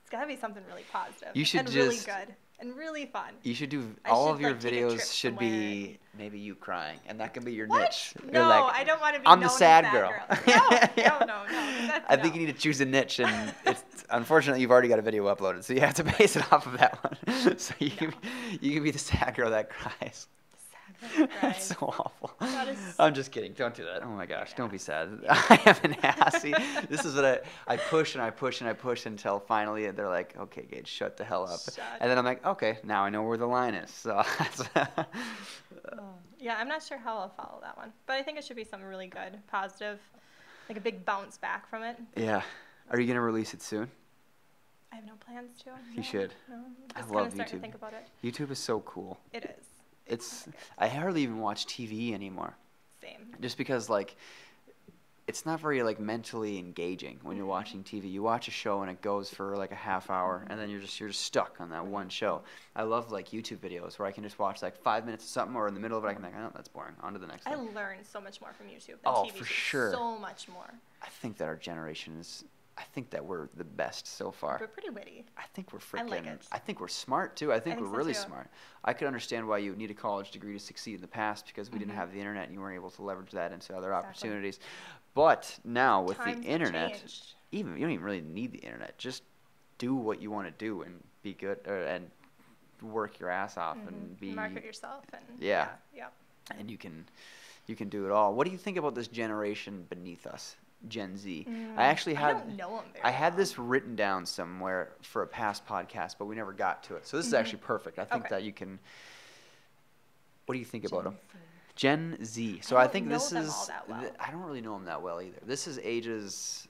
Speaker 1: It's gotta be something really positive.
Speaker 2: You should
Speaker 1: and
Speaker 2: just-
Speaker 1: really good and really fun.
Speaker 2: You should do
Speaker 1: I
Speaker 2: all
Speaker 1: should,
Speaker 2: of your
Speaker 1: like, take a trip
Speaker 2: videos should be maybe you crying, and that can be your
Speaker 1: What?
Speaker 2: niche. You're
Speaker 1: No,
Speaker 2: like,
Speaker 1: I don't want to be.
Speaker 2: I'm
Speaker 1: known
Speaker 2: the
Speaker 1: as
Speaker 2: sad
Speaker 1: that
Speaker 2: girl.
Speaker 1: No, no, no, no. That's,
Speaker 2: I think
Speaker 1: no.
Speaker 2: you need to choose a niche, and it's unfortunately you've already got a video uploaded, so you have to base it off of that one. so you can,
Speaker 1: No.
Speaker 2: you can be the sad girl that cries.
Speaker 1: Sad girl cry.
Speaker 2: That's so awful.
Speaker 1: That is-
Speaker 2: I'm just kidding. Don't do that. Oh my gosh.
Speaker 1: an
Speaker 2: Don't be sad. I am an assy. this is what I, I push and I push and I push until finally they're like, okay, Gage, shut the hell up.
Speaker 1: Shut
Speaker 2: and then I'm like, okay, now I know where the line is. So that's-
Speaker 1: Yeah, I'm not sure how I'll follow that one, but I think it should be something really good, positive, like a big bounce back from it.
Speaker 2: yeah. Are you going to release it soon?
Speaker 1: I have no plans to.
Speaker 2: You
Speaker 1: no,
Speaker 2: should.
Speaker 1: No, I'm
Speaker 2: I
Speaker 1: just
Speaker 2: love
Speaker 1: kinda starting
Speaker 2: YouTube.
Speaker 1: to think about it.
Speaker 2: YouTube is so cool.
Speaker 1: It is
Speaker 2: It's I hardly even watch TV anymore.
Speaker 1: same.
Speaker 2: just because like it's not very like mentally engaging when you're watching TV. You watch a show and it goes for like a half hour, and then you're just you're just stuck on that one show. I love like YouTube videos where I can just watch like five minutes of something, or in the middle of it I can like, oh, that's boring. On to the next.
Speaker 1: I
Speaker 2: thing.
Speaker 1: learned so much more from YouTube than
Speaker 2: Oh,
Speaker 1: TV.
Speaker 2: for
Speaker 1: shows,
Speaker 2: sure.
Speaker 1: So much more.
Speaker 2: I think that our generation is. I think that we're the best so far.
Speaker 1: We're pretty witty.
Speaker 2: I think we're
Speaker 1: I
Speaker 2: freaking.
Speaker 1: like it.
Speaker 2: I think we're smart too. I think,
Speaker 1: think
Speaker 2: we're
Speaker 1: so,
Speaker 2: really
Speaker 1: too.
Speaker 2: smart. I could understand why you would need a college degree to succeed in the past because we didn't
Speaker 1: Mhm.
Speaker 2: have the internet and you weren't able to leverage that into other
Speaker 1: Exactly.
Speaker 2: opportunities. But now with
Speaker 1: Times
Speaker 2: the
Speaker 1: have
Speaker 2: internet,
Speaker 1: changed.
Speaker 2: even you don't even really need the internet. Just do what you want to do and be good or, and work your ass off and
Speaker 1: Mhm.
Speaker 2: be
Speaker 1: market yourself and
Speaker 2: Yeah.
Speaker 1: yeah.
Speaker 2: and you can you can do it all. What do you think about this generation beneath us? Gen Z. Mm. I actually
Speaker 1: Mm, I
Speaker 2: had
Speaker 1: don't know them very
Speaker 2: I had
Speaker 1: well.
Speaker 2: this written down somewhere for a past podcast, but we never got to it. So this is actually perfect. I think
Speaker 1: Mm-hmm. Okay.
Speaker 2: that you can. What do you think about
Speaker 4: Gen
Speaker 2: them?
Speaker 4: Z.
Speaker 2: Gen Z. So
Speaker 1: I
Speaker 2: I,
Speaker 1: don't
Speaker 2: think
Speaker 1: know
Speaker 2: this
Speaker 1: them all
Speaker 2: is.
Speaker 1: that well.
Speaker 2: th- I don't really know them that well either. This is ages,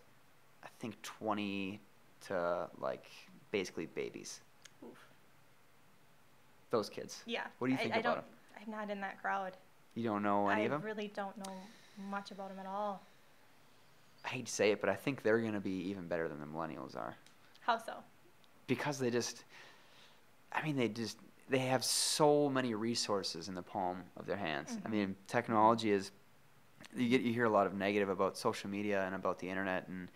Speaker 2: I think, 20 to like basically babies.
Speaker 1: Oof.
Speaker 2: Those kids.
Speaker 1: Yeah.
Speaker 2: What do you
Speaker 1: I,
Speaker 2: think
Speaker 1: I
Speaker 2: about
Speaker 1: don't, I'm not in that crowd.
Speaker 2: You don't know any
Speaker 1: I
Speaker 2: of them?
Speaker 1: really don't know much about them at all.
Speaker 2: I hate to say it, but I think they're going to be even better than the millennials are.
Speaker 1: How so?
Speaker 2: because they just i mean they just they have so many resources in the palm of their hands i
Speaker 1: Mhm.
Speaker 2: mean technology is you get you hear a lot of negative about social media and about the internet and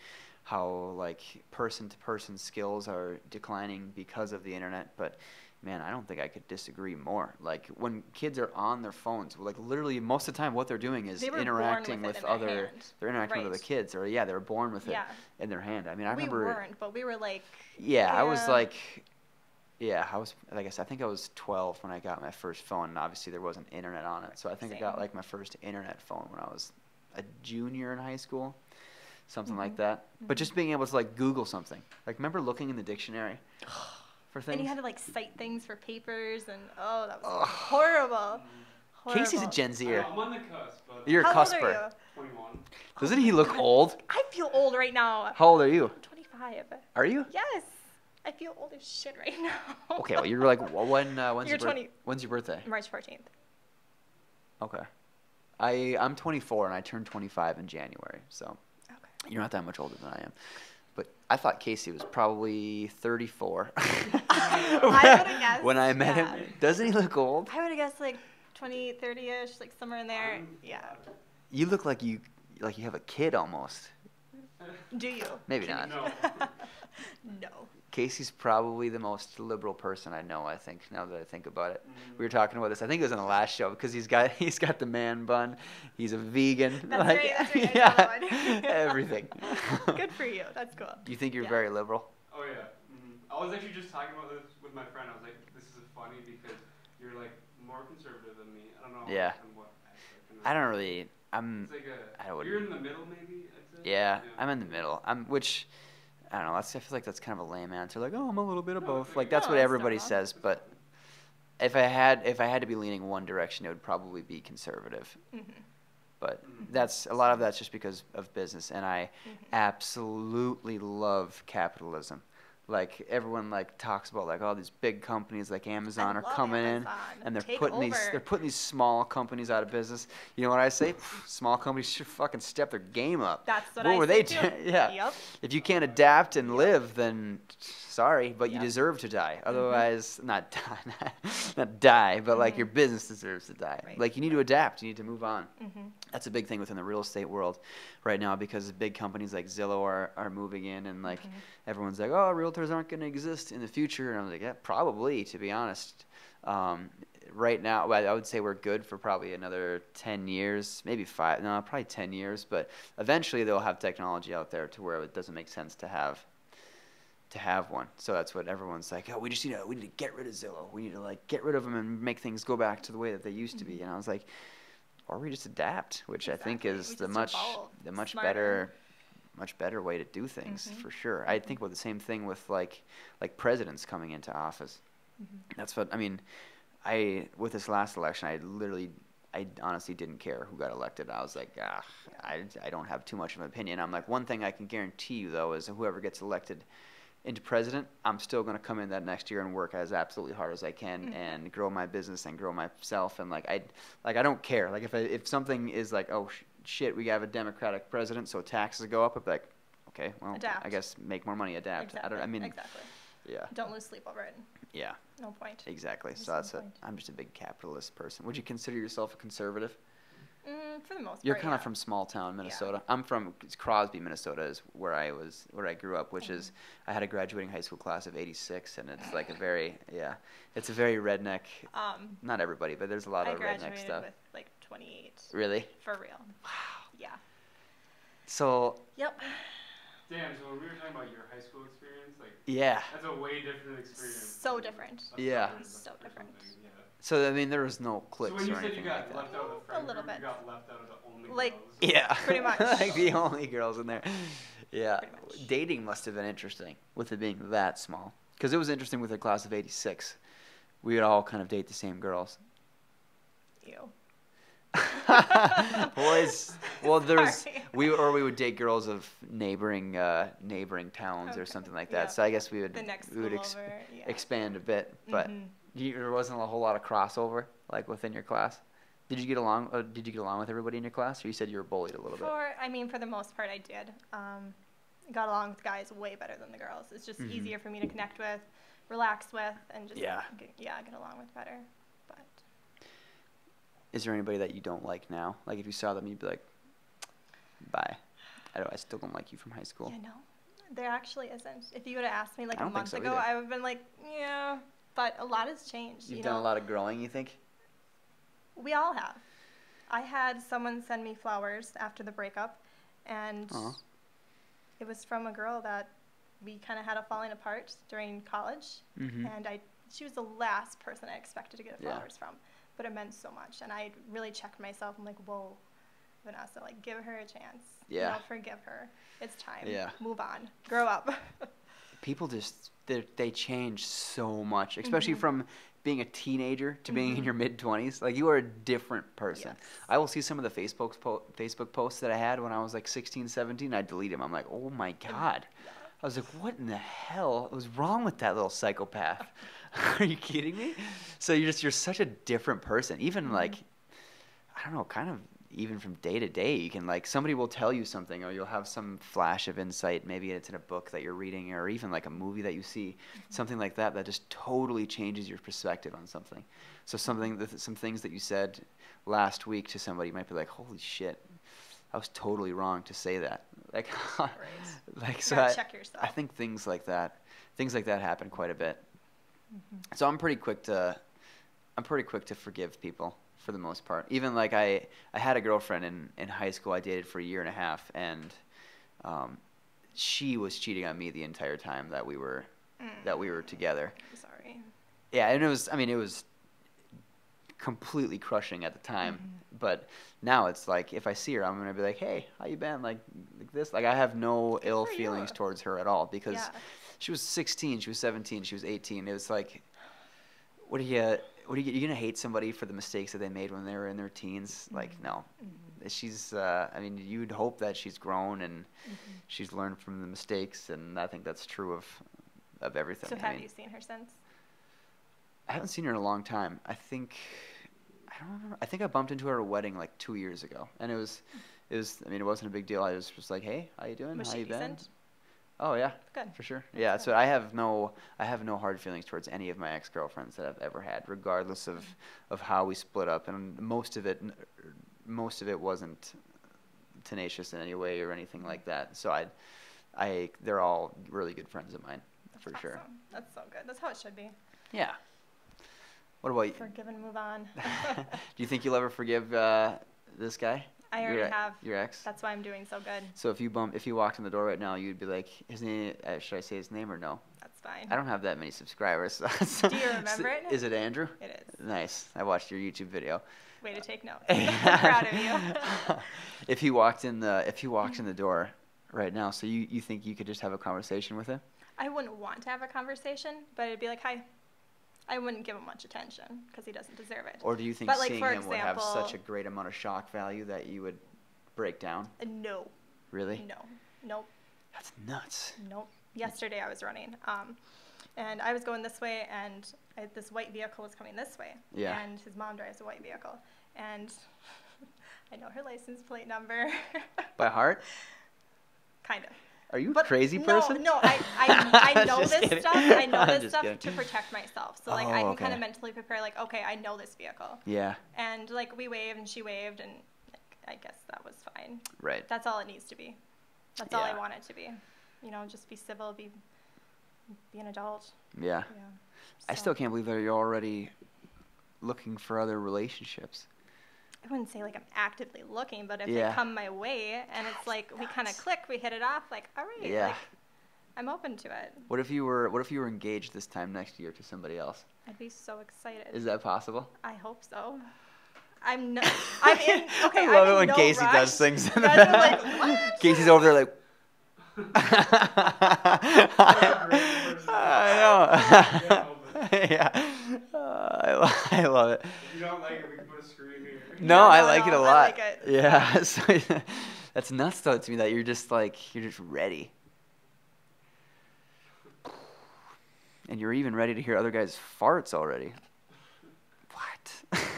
Speaker 2: how like person to person skills are declining because of the internet but man i don't think i could disagree more like when kids are on their phones like literally most of the time what they're doing is
Speaker 1: They were born
Speaker 2: interacting
Speaker 1: with it
Speaker 2: with,
Speaker 1: in their
Speaker 2: other
Speaker 1: hand.
Speaker 2: they're interacting with
Speaker 1: Right.
Speaker 2: other kids or yeah they were born with
Speaker 1: Yeah.
Speaker 2: it in their hand i mean i
Speaker 1: we
Speaker 2: remember
Speaker 1: weren't, but we were like.
Speaker 2: yeah, I was
Speaker 1: Yeah.
Speaker 2: like, yeah, I was like I said, I think I was 12 when I got my first phone, and obviously there wasn't internet on it, so I think I got
Speaker 1: Same.
Speaker 2: like my first internet phone when I was a junior in high school, something like
Speaker 1: Mhm.
Speaker 2: that. But
Speaker 1: Mhm.
Speaker 2: just being able to like Google something, like remember looking in the dictionary for things.
Speaker 1: And you had to like cite things for papers, and oh, that was
Speaker 2: Ugh.
Speaker 1: horrible. horrible. Oh.
Speaker 2: Casey's a Gen Zer.
Speaker 3: I'm on the cusp, but
Speaker 2: You're a
Speaker 1: How old are
Speaker 2: cusper.
Speaker 1: you?
Speaker 3: 21.
Speaker 2: Doesn't he look old?
Speaker 1: I feel old right now.
Speaker 2: How old are you?
Speaker 1: I'm 25.
Speaker 2: Are you?
Speaker 1: Yes, I feel old as shit right now.
Speaker 2: Okay, well you're like wh- when uh, when's
Speaker 1: You're
Speaker 2: your birth-
Speaker 1: 20.
Speaker 2: when's your birthday?
Speaker 1: March 14th.
Speaker 2: Okay. I I'm 24 and I turned 25 in January, so
Speaker 1: Okay.
Speaker 2: you're not that much older than I am. But I thought Casey was probably 34
Speaker 1: would've guessed,
Speaker 2: when I met
Speaker 1: yeah.
Speaker 2: him. Doesn't he look old?
Speaker 1: I would have guessed like 20, 30 ish, like somewhere in there.
Speaker 3: I'm-
Speaker 1: Yeah.
Speaker 2: You look like you like you have a kid almost.
Speaker 3: Mm-hmm.
Speaker 1: Do you?
Speaker 2: Maybe not.
Speaker 3: No.
Speaker 1: No.
Speaker 2: Casey's probably the most liberal person I know. I think now that I think about it,
Speaker 3: Mm.
Speaker 2: we were talking about this. I think it was on the last show because he's got he's got the man bun. He's a vegan.
Speaker 1: That's right, that's right, I know
Speaker 2: yeah,
Speaker 1: that one.
Speaker 2: everything.
Speaker 1: Good for you. That's cool.
Speaker 2: Do you think you're
Speaker 1: Yeah.
Speaker 2: very liberal?
Speaker 3: Oh yeah. hmm I was actually just talking about this with my friend. I was like, this is funny because you're like more conservative than me. I don't know.
Speaker 2: Yeah.
Speaker 3: on what aspect, and
Speaker 2: I
Speaker 3: then-
Speaker 2: don't really. I'm
Speaker 3: It's like a.
Speaker 2: I wouldn't-
Speaker 3: You're in the middle, maybe. I'd say?
Speaker 2: Yeah, I'm in the middle. I'm which I don't know. That's I feel like that's kind of a lame answer. Like, oh, I'm a little bit of
Speaker 3: No,
Speaker 2: both.
Speaker 3: it's
Speaker 2: Like
Speaker 3: like-
Speaker 2: that's
Speaker 1: No,
Speaker 2: what
Speaker 1: it's
Speaker 2: everybody
Speaker 1: not.
Speaker 2: says. But if I had if I had to be leaning one direction, it would probably be conservative.
Speaker 1: Mm-hmm.
Speaker 2: But
Speaker 3: Mhm.
Speaker 2: that's a lot of that's just because of business, and I
Speaker 1: Mhm.
Speaker 2: absolutely love capitalism. Like everyone like talks about like all these big companies like Amazon are
Speaker 1: love
Speaker 2: coming
Speaker 1: Amazon.
Speaker 2: in and they're
Speaker 1: Take
Speaker 2: putting these
Speaker 1: over.
Speaker 2: they're putting these small companies out of business. You know what I say? small companies should fucking step their game up.
Speaker 1: That's what,
Speaker 2: What
Speaker 1: I
Speaker 2: were they
Speaker 1: say, too.
Speaker 2: do- yeah.
Speaker 1: Yep.
Speaker 2: If you can't adapt and live, then sorry, but you
Speaker 1: Yep.
Speaker 2: deserve to die. Otherwise, not die, not, die, but like your business deserves to die.
Speaker 1: Right.
Speaker 2: Like you need to adapt, you need to move on.
Speaker 1: Mhm.
Speaker 2: That's a big thing within the real estate world right now because big companies like Zillow are, are moving in and like everyone's like, oh, realtors aren't going to exist in the future. And I'm like, yeah, probably, to be honest. Um, right now, I I would say we're good for probably another 10 years, maybe five, no, probably 10 years. But eventually they'll have technology out there to where it doesn't make sense to have to have one. So that's what everyone's like, oh, we just need to, we need to get rid of Zillow. We need to like get rid of them and make things go back to the way that they used to be. And I was like, or we just adapt, which I think
Speaker 1: Mm-hmm. Exactly.
Speaker 2: is
Speaker 1: We
Speaker 2: the
Speaker 1: just
Speaker 2: much
Speaker 1: evolve
Speaker 2: the much
Speaker 1: smarter.
Speaker 2: better much better way to do things
Speaker 1: Mhm.
Speaker 2: for sure. I think about the same thing with like like presidents coming into office.
Speaker 1: Mm-hmm.
Speaker 2: That's what I mean. I with this last election, I literally, I honestly didn't care who got elected. I was like, ah, I I don't have too much of an opinion. I'm like, one thing I can guarantee you though is that whoever gets elected into president, I'm still going to come in that next year and work as absolutely hard as I can
Speaker 1: Mhm.
Speaker 2: and grow my business and grow myself and like I like I don't care. Like if I, if something is like, oh sh- shit, we have a democratic president, so taxes go up, I'd be like, okay, well, I
Speaker 1: Adapt.
Speaker 2: guess make more money, adapt. I don't. I mean,
Speaker 1: exactly.
Speaker 2: yeah,
Speaker 1: Don't lose sleep over it.
Speaker 2: yeah.
Speaker 1: No point.
Speaker 2: Exactly.
Speaker 1: There's
Speaker 2: So
Speaker 1: no
Speaker 2: that's it.
Speaker 1: point.
Speaker 2: I'm just a big capitalist person. Would you consider yourself a conservative?
Speaker 1: Mm, for the most
Speaker 2: You're
Speaker 1: part.
Speaker 2: kind of
Speaker 1: yeah.
Speaker 2: from small town Minnesota. I'm from it's Crosby, Minnesota, is where I was, where I grew up, which is
Speaker 1: Mm-hmm.
Speaker 2: I had a graduating high school class of '86, and it's like a very, yeah, it's a very redneck.
Speaker 1: Um,
Speaker 2: Not everybody, but there's a lot
Speaker 1: I
Speaker 2: of redneck
Speaker 1: graduated
Speaker 2: stuff.
Speaker 1: with like 28.
Speaker 2: Really?
Speaker 1: For real. Wow. Yeah.
Speaker 2: So
Speaker 1: Yep.
Speaker 3: Damn. So when we were talking about your high school experience, like
Speaker 2: yeah.
Speaker 3: that's a way different experience.
Speaker 1: So
Speaker 3: than
Speaker 1: different.
Speaker 3: a
Speaker 2: Yeah.
Speaker 3: suburb
Speaker 1: So
Speaker 3: or
Speaker 1: different.
Speaker 3: something, Yeah.
Speaker 2: So I mean, there was no
Speaker 3: So
Speaker 2: clicks
Speaker 3: when you
Speaker 2: or
Speaker 3: said you
Speaker 2: anything
Speaker 3: got
Speaker 2: like that.
Speaker 3: left out of the
Speaker 1: A
Speaker 3: friend
Speaker 1: little
Speaker 3: group, you
Speaker 1: bit.
Speaker 3: got left out of the only
Speaker 1: Like-
Speaker 3: girls.
Speaker 2: Yeah,
Speaker 1: Pretty much.
Speaker 2: like the only girls in there. Yeah,
Speaker 1: Pretty much.
Speaker 2: dating must have been interesting with it being that small. Because it was interesting with a class of '86. We would all kind of date the same girls.
Speaker 1: You.
Speaker 2: Boys, well, there's
Speaker 1: Sorry.
Speaker 2: we or we would date girls of neighboring uh, neighboring towns or
Speaker 1: Okay,
Speaker 2: something like that.
Speaker 1: yeah.
Speaker 2: So I guess we would
Speaker 1: The next
Speaker 2: we would
Speaker 1: school
Speaker 2: ex-
Speaker 1: over. Yeah.
Speaker 2: expand a bit, but
Speaker 1: Mhm.
Speaker 2: you, there wasn't a whole lot of crossover like within your class. Did you get along? Uh, did you get along with everybody in your class, or you said you were bullied a little bit?
Speaker 1: For I mean, for the most part, I did. Um, got along with guys way better than the girls. It's just
Speaker 2: Mhm.
Speaker 1: easier for me to connect with, relax with, and just
Speaker 2: Yeah.
Speaker 1: get, yeah, get along with better. But
Speaker 2: Is there anybody that you don't like now? Like if you saw them, you'd be like, "Bye." I don't. I still don't like you from high school.
Speaker 1: you know, there actually isn't. If you would have asked me like
Speaker 2: I
Speaker 1: a
Speaker 2: don't think
Speaker 1: month
Speaker 2: so
Speaker 1: ago,
Speaker 2: either.
Speaker 1: I would have been like, yeah. But a lot has changed.
Speaker 2: You've
Speaker 1: you
Speaker 2: done
Speaker 1: know?
Speaker 2: a lot of growing. You think?
Speaker 1: We all have. I had someone send me flowers after the breakup, and
Speaker 2: Aw.
Speaker 1: it was from a girl that we kind of had a falling apart during college,
Speaker 2: Mm-hmm.
Speaker 1: and I she was the last person I expected to get
Speaker 2: Yeah.
Speaker 1: flowers from, but it meant so much, and I really checked myself. I'm like, whoa, Vanessa, like give her a chance.
Speaker 2: Yeah.
Speaker 1: You know, forgive her. It's time.
Speaker 2: Yeah.
Speaker 1: Move on. Grow up.
Speaker 2: People just they they change so much, especially
Speaker 1: Mhm.
Speaker 2: from being a teenager to being in
Speaker 1: Mhm.
Speaker 2: your mid twenties. Like you are a different person.
Speaker 1: Yes.
Speaker 2: I will see some of the Facebook po- Facebook posts that I had when I was like 16, 17. I delete them. I'm like, oh my god. I was like, what in the hell was wrong with that little psychopath? Are you kidding me? So you're just you're such a different person. Even like, I don't know, kind of even from day to day, you can like somebody will tell you something, or you'll have some flash of insight. Maybe it's in a book that you're reading, or even like a movie that you see, something like that that just totally changes your perspective on something. So something, that, some things that you said last week to somebody might be like, holy shit, I was totally wrong to say that. Like, like so.
Speaker 1: gotta
Speaker 2: I-
Speaker 1: check yourself.
Speaker 2: I think things like that, things like that happen quite a bit. So I'm pretty quick to, I'm pretty quick to forgive people for the most part. Even like I, I had a girlfriend in in high school. I dated for a year and a half, and, um, she was cheating on me the entire time that we were
Speaker 1: Mm,
Speaker 2: that we were together.
Speaker 1: I'm sorry.
Speaker 2: Yeah, and it was. I mean, it was completely crushing at the time.
Speaker 1: Mm-hmm.
Speaker 2: But now it's like if I see her, I'm gonna be like, "Hey, how you been?" Like, like this. Like I have no ill
Speaker 1: for
Speaker 2: feelings
Speaker 1: you.
Speaker 2: towards her at all because
Speaker 1: Yeah.
Speaker 2: she was 16, she was 17, she was 18. It was like, what are you? What are you? You're gonna hate somebody for the mistakes that they made when they were in their teens?
Speaker 1: Mm-hmm.
Speaker 2: Like, no. She's. Uh, I mean, you'd hope that she's grown and she's learned from the mistakes, and I think that's true of of everything.
Speaker 1: So
Speaker 2: I
Speaker 1: have
Speaker 2: mean,
Speaker 1: you seen her since?
Speaker 2: I haven't seen her in a long time. I think I don't remember. I think I bumped into her at a wedding like two years ago, and it was, it was. I mean, it wasn't a big deal. I was just like, "Hey, how you doing?
Speaker 1: Was
Speaker 2: how
Speaker 1: she
Speaker 2: you been?"
Speaker 1: decent?
Speaker 2: Oh yeah,
Speaker 1: Good.
Speaker 2: for sure.
Speaker 1: That's
Speaker 2: Yeah. So
Speaker 1: good.
Speaker 2: I have no, I have no hard feelings towards any of my ex girlfriends that I've ever had, regardless of, of how we split up. And most of it, most of it wasn't tenacious in any way or anything like that. So I, I, they're all really good friends of mine,
Speaker 1: That's
Speaker 2: for sure.
Speaker 1: awesome. That's so good. That's how it should be.
Speaker 2: Yeah. What about you?
Speaker 1: Forgive and move on.
Speaker 2: Do you think you'll ever forgive uh, this guy?
Speaker 1: I already
Speaker 2: your, e-,
Speaker 1: have.
Speaker 2: your ex.
Speaker 1: That's why I'm doing so good.
Speaker 2: so if you bump, if you walked in the door right now, you'd be like, "His name? Uh, should I say his name or no?"
Speaker 1: That's fine.
Speaker 2: I don't have that many subscribers. so-
Speaker 1: Do you remember it?
Speaker 2: Is it Andrew?
Speaker 1: It is.
Speaker 2: Nice. I watched your YouTube video.
Speaker 1: Way to take notes. I'm proud of you.
Speaker 2: if he walked in the if he walked in the door right now, so you, you think you could just have a conversation with him?
Speaker 1: I wouldn't want to have a conversation, but it'd be like, hi. I wouldn't give him much attention because he doesn't deserve it.
Speaker 2: Or do you think
Speaker 1: But, like,
Speaker 2: seeing
Speaker 1: for
Speaker 2: him would have such a
Speaker 1: example-
Speaker 2: great amount of shock value that you would break down?
Speaker 1: Uh, no,
Speaker 2: Really?
Speaker 1: no, nope,
Speaker 2: That's nuts.
Speaker 1: nope. Yesterday I was running, um, and I was going this way, and I, this white vehicle was coming this way.
Speaker 2: Yeah.
Speaker 1: And his mom drives a white vehicle, and I know her license plate number,
Speaker 2: By heart?
Speaker 1: kind of.
Speaker 2: Are you a
Speaker 1: But
Speaker 2: crazy
Speaker 1: no,
Speaker 2: person?
Speaker 1: No, I, I, I know
Speaker 2: Just
Speaker 1: this
Speaker 2: kidding.
Speaker 1: stuff. I know
Speaker 2: I'm
Speaker 1: this
Speaker 2: just
Speaker 1: stuff
Speaker 2: kidding.
Speaker 1: to protect myself. So like I
Speaker 2: Oh,
Speaker 1: can kind
Speaker 2: okay.
Speaker 1: of mentally prepare. Like okay, I know this vehicle,
Speaker 2: Yeah,
Speaker 1: and like we waved and she waved, and like, I guess that was fine.
Speaker 2: right.
Speaker 1: That's all it needs to be. That's all I
Speaker 2: Yeah.
Speaker 1: want it to be. You know, just be civil, be be an adult.
Speaker 2: Yeah.
Speaker 1: Yeah.
Speaker 2: I
Speaker 1: So,
Speaker 2: still can't believe that you're already looking for other relationships.
Speaker 1: I wouldn't say like I'm actively looking, but if
Speaker 2: Yeah.
Speaker 1: they come my way and it's like we kind of
Speaker 2: nuts.
Speaker 1: click, we hit it off. Like all right,
Speaker 2: Yeah.
Speaker 1: like I'm open to it.
Speaker 2: What if you were What if you were engaged this time next year to somebody else?
Speaker 1: I'd be so excited.
Speaker 2: Is that possible?
Speaker 1: I hope so. I'm no, I'm in. Okay,
Speaker 2: I love
Speaker 1: am
Speaker 2: it when
Speaker 1: no
Speaker 2: Casey
Speaker 1: rush.
Speaker 2: does things. In the
Speaker 1: Guys are
Speaker 2: back.
Speaker 1: like, "What?"
Speaker 2: Casey's over there like. I know. yeah, Uh, I, lo- I love it.
Speaker 3: If you don't like it, we can put a screen here.
Speaker 2: No,
Speaker 1: No,
Speaker 2: I
Speaker 1: no,
Speaker 2: like it
Speaker 1: no,
Speaker 2: a
Speaker 1: I
Speaker 2: lot.
Speaker 1: like it.
Speaker 2: Yeah, so, that's nuts though to me that you're just like you're just ready, and you're even ready to hear other guys' farts already. What?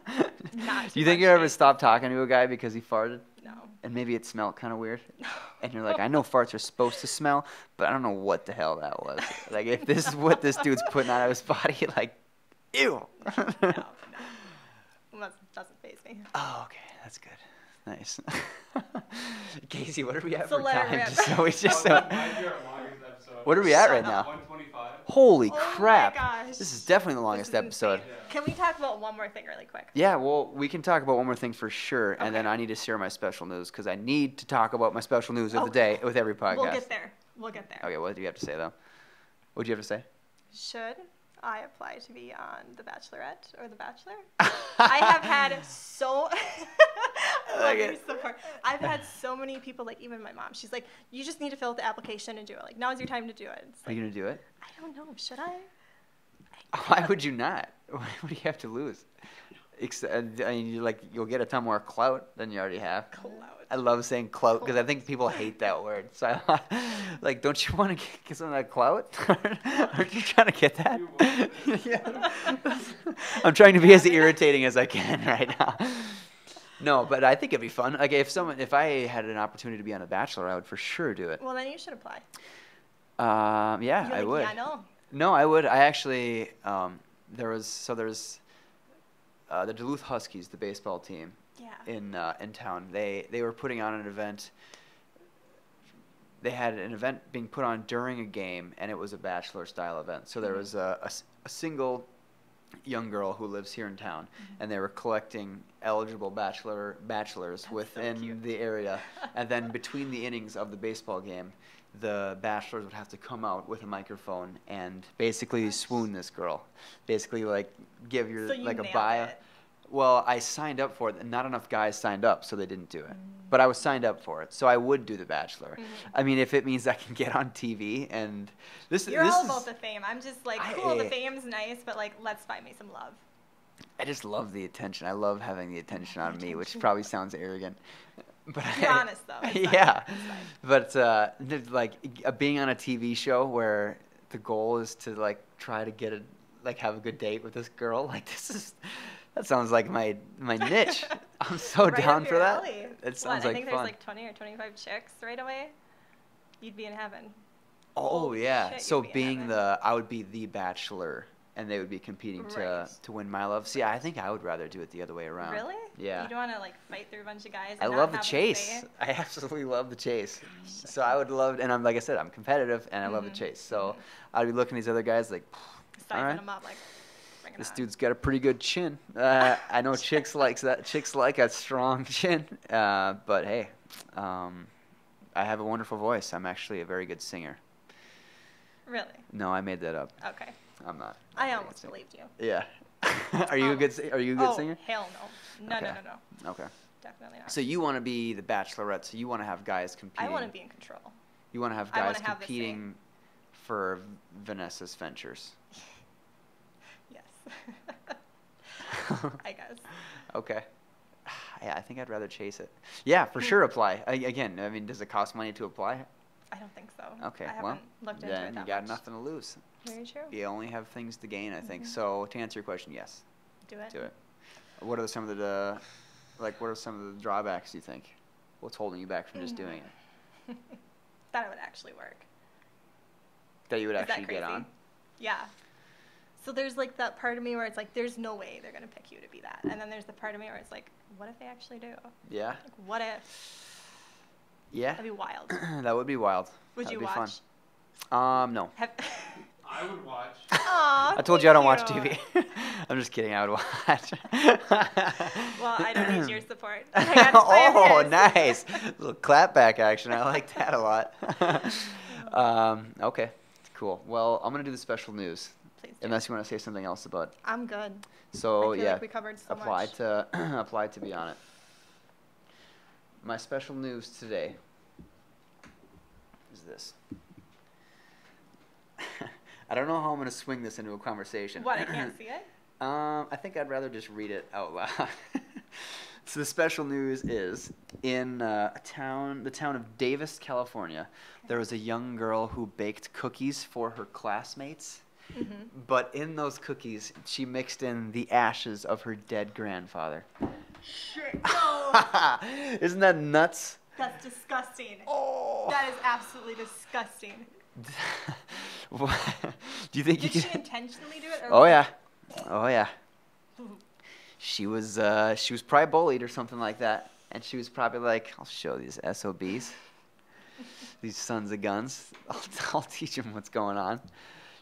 Speaker 1: Not
Speaker 2: Do
Speaker 1: too
Speaker 2: you think
Speaker 1: much
Speaker 2: you ever
Speaker 1: faith.
Speaker 2: stopped talking to a guy because he farted?
Speaker 1: No.
Speaker 2: and maybe it smelled kind of weird. And you're
Speaker 1: Oh.
Speaker 2: like, I know farts are supposed to smell, but I don't know what the hell that was. Like, if this is what this dude's putting out of his body, like, ew.
Speaker 1: No, no. That doesn't phase me.
Speaker 2: Oh, okay, that's good. Nice. Casey, what are we at
Speaker 1: So
Speaker 2: for
Speaker 1: let her
Speaker 2: time?
Speaker 1: rip. Oh
Speaker 2: Just so we just
Speaker 3: That
Speaker 2: so.
Speaker 3: was might be our longest episode.
Speaker 2: What are we at
Speaker 1: Shut up.
Speaker 2: right now?
Speaker 3: 125.
Speaker 2: Holy
Speaker 1: Oh my
Speaker 2: crap!
Speaker 1: gosh.
Speaker 2: This is definitely the longest
Speaker 1: is insane.
Speaker 2: episode.
Speaker 3: Yeah.
Speaker 1: Can we talk about one more thing really quick?
Speaker 2: Yeah, well, we can talk about one more thing for sure, and then
Speaker 1: Okay.
Speaker 2: I need to share my special news because I need to talk about my special news of the
Speaker 1: Okay.
Speaker 2: day with every podcast.
Speaker 1: We'll get there. We'll get there.
Speaker 2: Okay, what do you have to say though? What do you have to say?
Speaker 1: Should I apply to be on The Bachelorette or The Bachelor? I have had so. I love
Speaker 2: Like it.
Speaker 1: you so far. I've had so many people, like even my mom. She's like, "You just need to fill out the application and do it. Like now's your time to do it." It's
Speaker 2: Are
Speaker 1: like,
Speaker 2: you gonna do it?
Speaker 1: I don't know. Should I?
Speaker 2: Why would you not? What do you have to lose? Except, I mean, you like you'll get a ton more clout than you already have.
Speaker 1: Clout.
Speaker 2: I love saying clout because I think people hate that word. So, I, like, don't you want to get, get some of that clout? Aren't you trying to get that?
Speaker 3: You want
Speaker 2: yeah. I'm trying to be as irritating as I can right now. No, but I think it'd be fun. Like, if someone, if I had an opportunity to be on The Bachelor, I would for sure do it.
Speaker 1: Well, then you should apply.
Speaker 2: Um, yeah,
Speaker 1: You're
Speaker 2: I
Speaker 1: like,
Speaker 2: would.
Speaker 1: Yeah, no.
Speaker 2: No, I would. I actually um, there was so there's uh, the Duluth Huskies, the baseball team
Speaker 1: Yeah.
Speaker 2: in uh, in town. They they were putting on an event. They had an event being put on during a game, and it was a bachelor style event. So there
Speaker 1: Mhm.
Speaker 2: was a, a s- a single young girl who lives here in town, and they were collecting eligible bachelor bachelors
Speaker 1: so
Speaker 2: within
Speaker 1: cute.
Speaker 2: the area, and then between the innings of the baseball game. The bachelors would have to come out with a microphone and basically
Speaker 1: Nice.
Speaker 2: swoon this girl, basically like give your
Speaker 1: Mm-hmm. So you
Speaker 2: like a
Speaker 1: nailed
Speaker 2: bio.
Speaker 1: it.
Speaker 2: Well, I signed up for it, and not enough guys signed up, so they didn't do it.
Speaker 1: Mm-hmm.
Speaker 2: But I was signed up for it, so I would do The Bachelor.
Speaker 1: Mhm.
Speaker 2: I mean, if it means I can get on TV and this,
Speaker 1: You're
Speaker 2: this
Speaker 1: all
Speaker 2: is,
Speaker 1: about the fame. I'm just like,
Speaker 2: I- eh.
Speaker 1: cool. the fame's nice, but like, let's find me some love.
Speaker 2: I just love the attention. I love having the attention on me, which
Speaker 1: Attention.
Speaker 2: probably sounds arrogant, but
Speaker 1: You're
Speaker 2: I-
Speaker 1: honest though. It's fine.
Speaker 2: yeah,
Speaker 1: It's fine.
Speaker 2: but uh, th- like uh, being on a TV show where the goal is to like try to get a like have a good date with this girl, like this is that sounds like my my niche. I'm so
Speaker 1: Right up
Speaker 2: down for
Speaker 1: your
Speaker 2: that.
Speaker 1: alley.
Speaker 2: It
Speaker 1: What,
Speaker 2: sounds
Speaker 1: I
Speaker 2: like
Speaker 1: think
Speaker 2: fun.
Speaker 1: there's like 20 or 25 chicks right away. You'd be in heaven.
Speaker 2: oh
Speaker 1: holy
Speaker 2: yeah.
Speaker 1: shit, you'd
Speaker 2: so
Speaker 1: be in
Speaker 2: being
Speaker 1: heaven.
Speaker 2: the I would be the bachelor and they would be competing to
Speaker 1: Right.
Speaker 2: to win my love. See, I think I would rather do it the other way around.
Speaker 1: Really?
Speaker 2: Yeah.
Speaker 1: You don't want to like fight through a bunch of guys. And
Speaker 2: I
Speaker 1: not
Speaker 2: love the
Speaker 1: have a
Speaker 2: chase.
Speaker 1: say? Oh,
Speaker 2: I absolutely love the chase. So I would love, and I'm like I said, I'm competitive, and I love the
Speaker 1: Mhm.
Speaker 2: chase. So I'd be looking at these other guys like, all
Speaker 1: Sizing
Speaker 2: right,
Speaker 1: them up, like, bring it
Speaker 2: this
Speaker 1: on.
Speaker 2: dude's got a pretty good chin. Uh, I know chicks likes that. Chicks like a strong chin. Uh, but hey, um, I have a wonderful voice. I'm actually a very good singer.
Speaker 1: Really?
Speaker 2: No, I made that up.
Speaker 1: Okay.
Speaker 2: I'm not.
Speaker 1: I
Speaker 2: a good
Speaker 1: almost
Speaker 2: singer.
Speaker 1: believed you.
Speaker 2: Yeah. are you a
Speaker 1: Um,
Speaker 2: good? si- Are you a good
Speaker 1: oh,
Speaker 2: singer?
Speaker 1: hell no. No, no,
Speaker 2: Okay.
Speaker 1: no, no.
Speaker 2: Okay.
Speaker 1: Definitely not.
Speaker 2: So you want to be the Bachelorette? So you want to have guys
Speaker 1: I
Speaker 2: competing?
Speaker 1: want to be in control.
Speaker 2: You want to have
Speaker 1: I wanna
Speaker 2: guys
Speaker 1: have the same.
Speaker 2: competing for v- Vanessa's ventures.
Speaker 1: Yes. I guess.
Speaker 2: okay. Yeah, I think I'd rather chase it. Yeah, for sure. Apply I, again. I mean, does it cost money to apply?
Speaker 1: I don't think so.
Speaker 2: Okay.
Speaker 1: I haven't
Speaker 2: well,
Speaker 1: looked into
Speaker 2: then
Speaker 1: it
Speaker 2: you
Speaker 1: that
Speaker 2: got
Speaker 1: much. Oh.
Speaker 2: nothing to lose.
Speaker 1: Very true.
Speaker 2: You only have things to gain, I think.
Speaker 1: Mhm.
Speaker 2: So to answer your question, yes,
Speaker 1: Do it.
Speaker 2: do it. What are some of the, uh, like, what are some of the drawbacks you think? What's holding you back from just doing it?
Speaker 1: Mm. Thought it would actually work.
Speaker 2: That you would
Speaker 1: Is that
Speaker 2: actually get
Speaker 1: crazy?
Speaker 2: on?
Speaker 1: Yeah. So there's like that part of me where it's like, there's no way they're gonna pick you to be that, and then there's the part of me where it's like, what if they actually do?
Speaker 2: Yeah.
Speaker 1: Like, what if?
Speaker 2: Yeah.
Speaker 1: That'd be wild.
Speaker 2: that would be wild.
Speaker 1: Would
Speaker 2: That'd
Speaker 1: you
Speaker 2: be
Speaker 1: watch?
Speaker 2: Fun. Um, no.
Speaker 1: Have...
Speaker 3: I would watch.
Speaker 1: Aw,
Speaker 2: I told
Speaker 1: thank
Speaker 2: you I don't watch TV. I'm just kidding. I would watch.
Speaker 1: well, I don't need your support. I got to play with
Speaker 2: oh,
Speaker 1: yours.
Speaker 2: nice little clapback action. I like that a lot. um, okay, cool. Well, I'm gonna do the special news.
Speaker 1: please. do.
Speaker 2: Unless you want to say something else about.
Speaker 1: I'm good.
Speaker 2: So
Speaker 1: I feel
Speaker 2: yeah,
Speaker 1: like we covered so
Speaker 2: apply
Speaker 1: much.
Speaker 2: to apply to be on it. My special news today is this. I don't know how I'm going to swing this into a conversation.
Speaker 1: What I can't see it.
Speaker 2: Um, I think I'd rather just read it out loud. so the special news is in uh, a town, the town of Davis, California. There was a young girl who baked cookies for her classmates,
Speaker 1: Mhm.
Speaker 2: but in those cookies, she mixed in the ashes of her dead grandfather.
Speaker 1: Shit. No.
Speaker 2: Isn't that nuts?
Speaker 1: That's disgusting.
Speaker 2: Oh.
Speaker 1: That is absolutely disgusting.
Speaker 2: Do you think
Speaker 1: Did
Speaker 2: you
Speaker 1: she
Speaker 2: can?
Speaker 1: intentionally do it? Or
Speaker 2: Oh yeah, oh yeah. she was uh, she was probably bullied or something like that, and she was probably like, "I'll show these SOBs, these sons of guns. I'll, I'll teach them what's going on."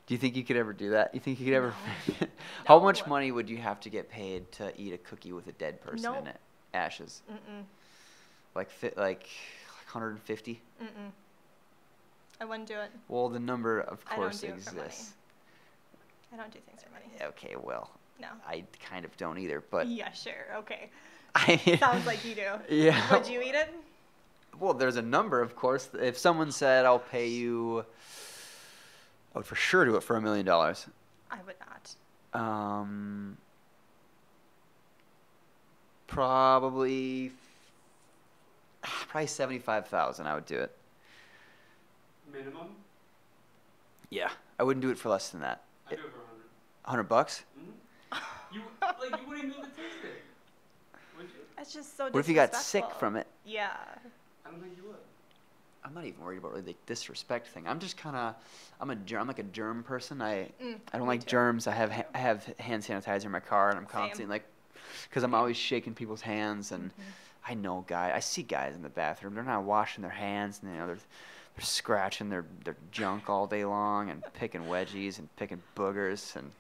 Speaker 2: Do you think you could ever do that? You think you could ever? How much
Speaker 1: No.
Speaker 2: money would you have to get paid to eat a cookie with a dead person in
Speaker 1: Nope.
Speaker 2: it? Ashes,
Speaker 1: Mm-mm.
Speaker 2: like fi- like 150.
Speaker 1: Mm-mm. I wouldn't do it.
Speaker 2: Well, the number of
Speaker 1: I don't
Speaker 2: course
Speaker 1: do it for money.
Speaker 2: exists.
Speaker 1: I don't do things for money.
Speaker 2: Okay, well,
Speaker 1: No.
Speaker 2: I kind of don't either, but
Speaker 1: yeah, sure. Okay.
Speaker 2: I
Speaker 1: Sounds like you do.
Speaker 2: Yeah.
Speaker 1: Would you eat it?
Speaker 2: Well, there's a number, of course. If someone said, "I'll pay you," I would for sure do it for a million dollars.
Speaker 1: I would not.
Speaker 2: Um, probably, probably seventy-five thousand. I would do it.
Speaker 3: Minimum?
Speaker 2: Yeah, I wouldn't do it for less than that.
Speaker 3: I do it for 100.
Speaker 2: Hundred bucks.
Speaker 3: Mm-hmm. You, like, you wouldn't even taste it. Would you?
Speaker 1: That's just so
Speaker 2: What if you got sick
Speaker 1: disrespectful.
Speaker 2: from it?
Speaker 1: Yeah.
Speaker 3: I don't think you would.
Speaker 2: I'm not even worried about really the disrespect thing. I'm just kind of, I'm a germ, I'm like a germ person. I,
Speaker 1: Mm,
Speaker 2: I don't
Speaker 1: me
Speaker 2: like
Speaker 1: too.
Speaker 2: germs. I have ha- I have hand sanitizer in my car, and I'm
Speaker 1: Same.
Speaker 2: constantly like, because I'm always shaking people's hands, and
Speaker 1: Mm-hmm.
Speaker 2: I know guys. I see guys in the bathroom. They're not washing their hands, and you know they're they're scratching their their junk all day long, and picking wedgies and picking boogers. And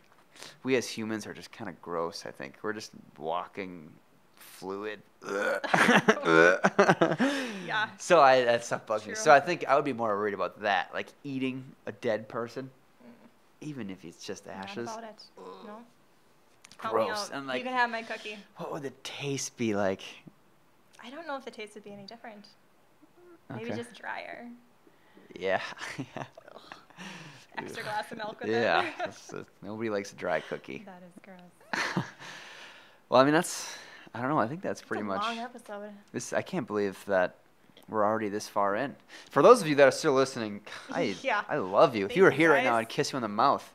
Speaker 2: we as humans are just kind of gross. I think we're just walking fluid. yeah. So I that stuff bugs me. So
Speaker 1: True.
Speaker 2: I think I would be more worried about that, like eating a dead person, even if it's just
Speaker 1: Not
Speaker 2: ashes.
Speaker 1: about it. No. Help me
Speaker 2: Gross.
Speaker 1: out.
Speaker 2: And, like-
Speaker 1: you can have my cookie.
Speaker 2: What would the taste be like?
Speaker 1: I don't know if the taste would be any different. Maybe
Speaker 2: Okay.
Speaker 1: just drier.
Speaker 2: Yeah.
Speaker 1: Extra glass of milk with
Speaker 2: yeah.
Speaker 1: it.
Speaker 2: That's- that's- nobody likes a dry cookie.
Speaker 1: that is gross.
Speaker 2: well, I mean that's I don't know. I think that's pretty
Speaker 1: it's a
Speaker 2: much
Speaker 1: Long episode.
Speaker 2: this. I can't believe that. We're already this far in. For those of you that are still listening, I,
Speaker 1: Yeah.
Speaker 2: I love you. If
Speaker 1: Thank
Speaker 2: you were
Speaker 1: you,
Speaker 2: here right now,
Speaker 1: guys.
Speaker 2: I'd kiss you on the mouth.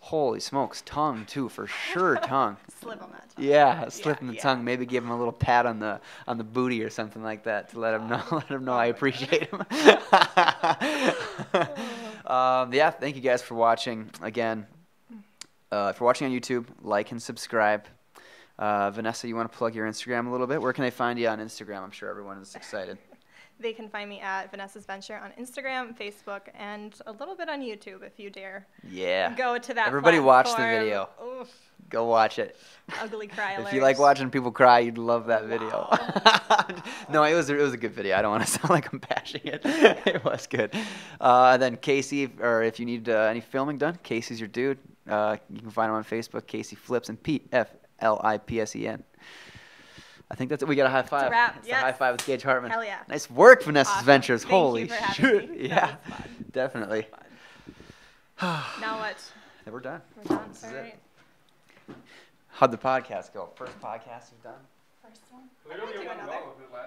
Speaker 2: Holy smokes, tongue too, for sure, tongue.
Speaker 1: Slip on that. tongue.
Speaker 2: Yeah, slip
Speaker 1: Yeah,
Speaker 2: him the
Speaker 1: yeah.
Speaker 2: tongue. Maybe give him a little pat on the on the booty or something like that to let him know let him know I
Speaker 1: Oh my God.
Speaker 2: appreciate him. um, yeah, thank you guys for watching again. Uh, if you're watching on YouTube, like and subscribe. Uh, Vanessa, you want to plug your Instagram a little bit? Where can I find you on Instagram? I'm sure everyone is excited.
Speaker 1: They can find me at Vanessa's Venture on Instagram, Facebook, and a little bit on YouTube if you dare
Speaker 2: Yeah,
Speaker 1: go to that.
Speaker 2: Everybody watch the
Speaker 1: platform.
Speaker 2: video.
Speaker 1: Oof,
Speaker 2: go watch it.
Speaker 1: ugly cry
Speaker 2: If you like
Speaker 1: alert.
Speaker 2: watching people cry, you'd love that video. no, it was it was a good video. I don't want to sound like I'm bashing it. it was good. Uh, then Casey, if- or if you need uh, any filming done, Casey's your dude. Uh, you can find him on Facebook, Casey Flips and P F L I P S E N. I think that's it. We got a high five.
Speaker 1: wrap.
Speaker 2: It's
Speaker 1: Yes.
Speaker 2: high five with Gage Hartman.
Speaker 1: Hell yeah.
Speaker 2: Nice work, Vanessa's
Speaker 1: Awesome.
Speaker 2: Ventures.
Speaker 1: Thank you
Speaker 2: Holy
Speaker 1: for having
Speaker 2: shit.
Speaker 1: me.
Speaker 2: Yeah,
Speaker 1: That was fun.
Speaker 2: definitely.
Speaker 1: now what?
Speaker 2: And we're done.
Speaker 1: We're done.
Speaker 2: This
Speaker 1: All
Speaker 2: is it.
Speaker 1: right.
Speaker 2: How'd the podcast go? First podcast you've done?
Speaker 1: First one.
Speaker 3: We don't
Speaker 1: could
Speaker 3: get
Speaker 1: do
Speaker 3: one
Speaker 1: another.
Speaker 3: well with the last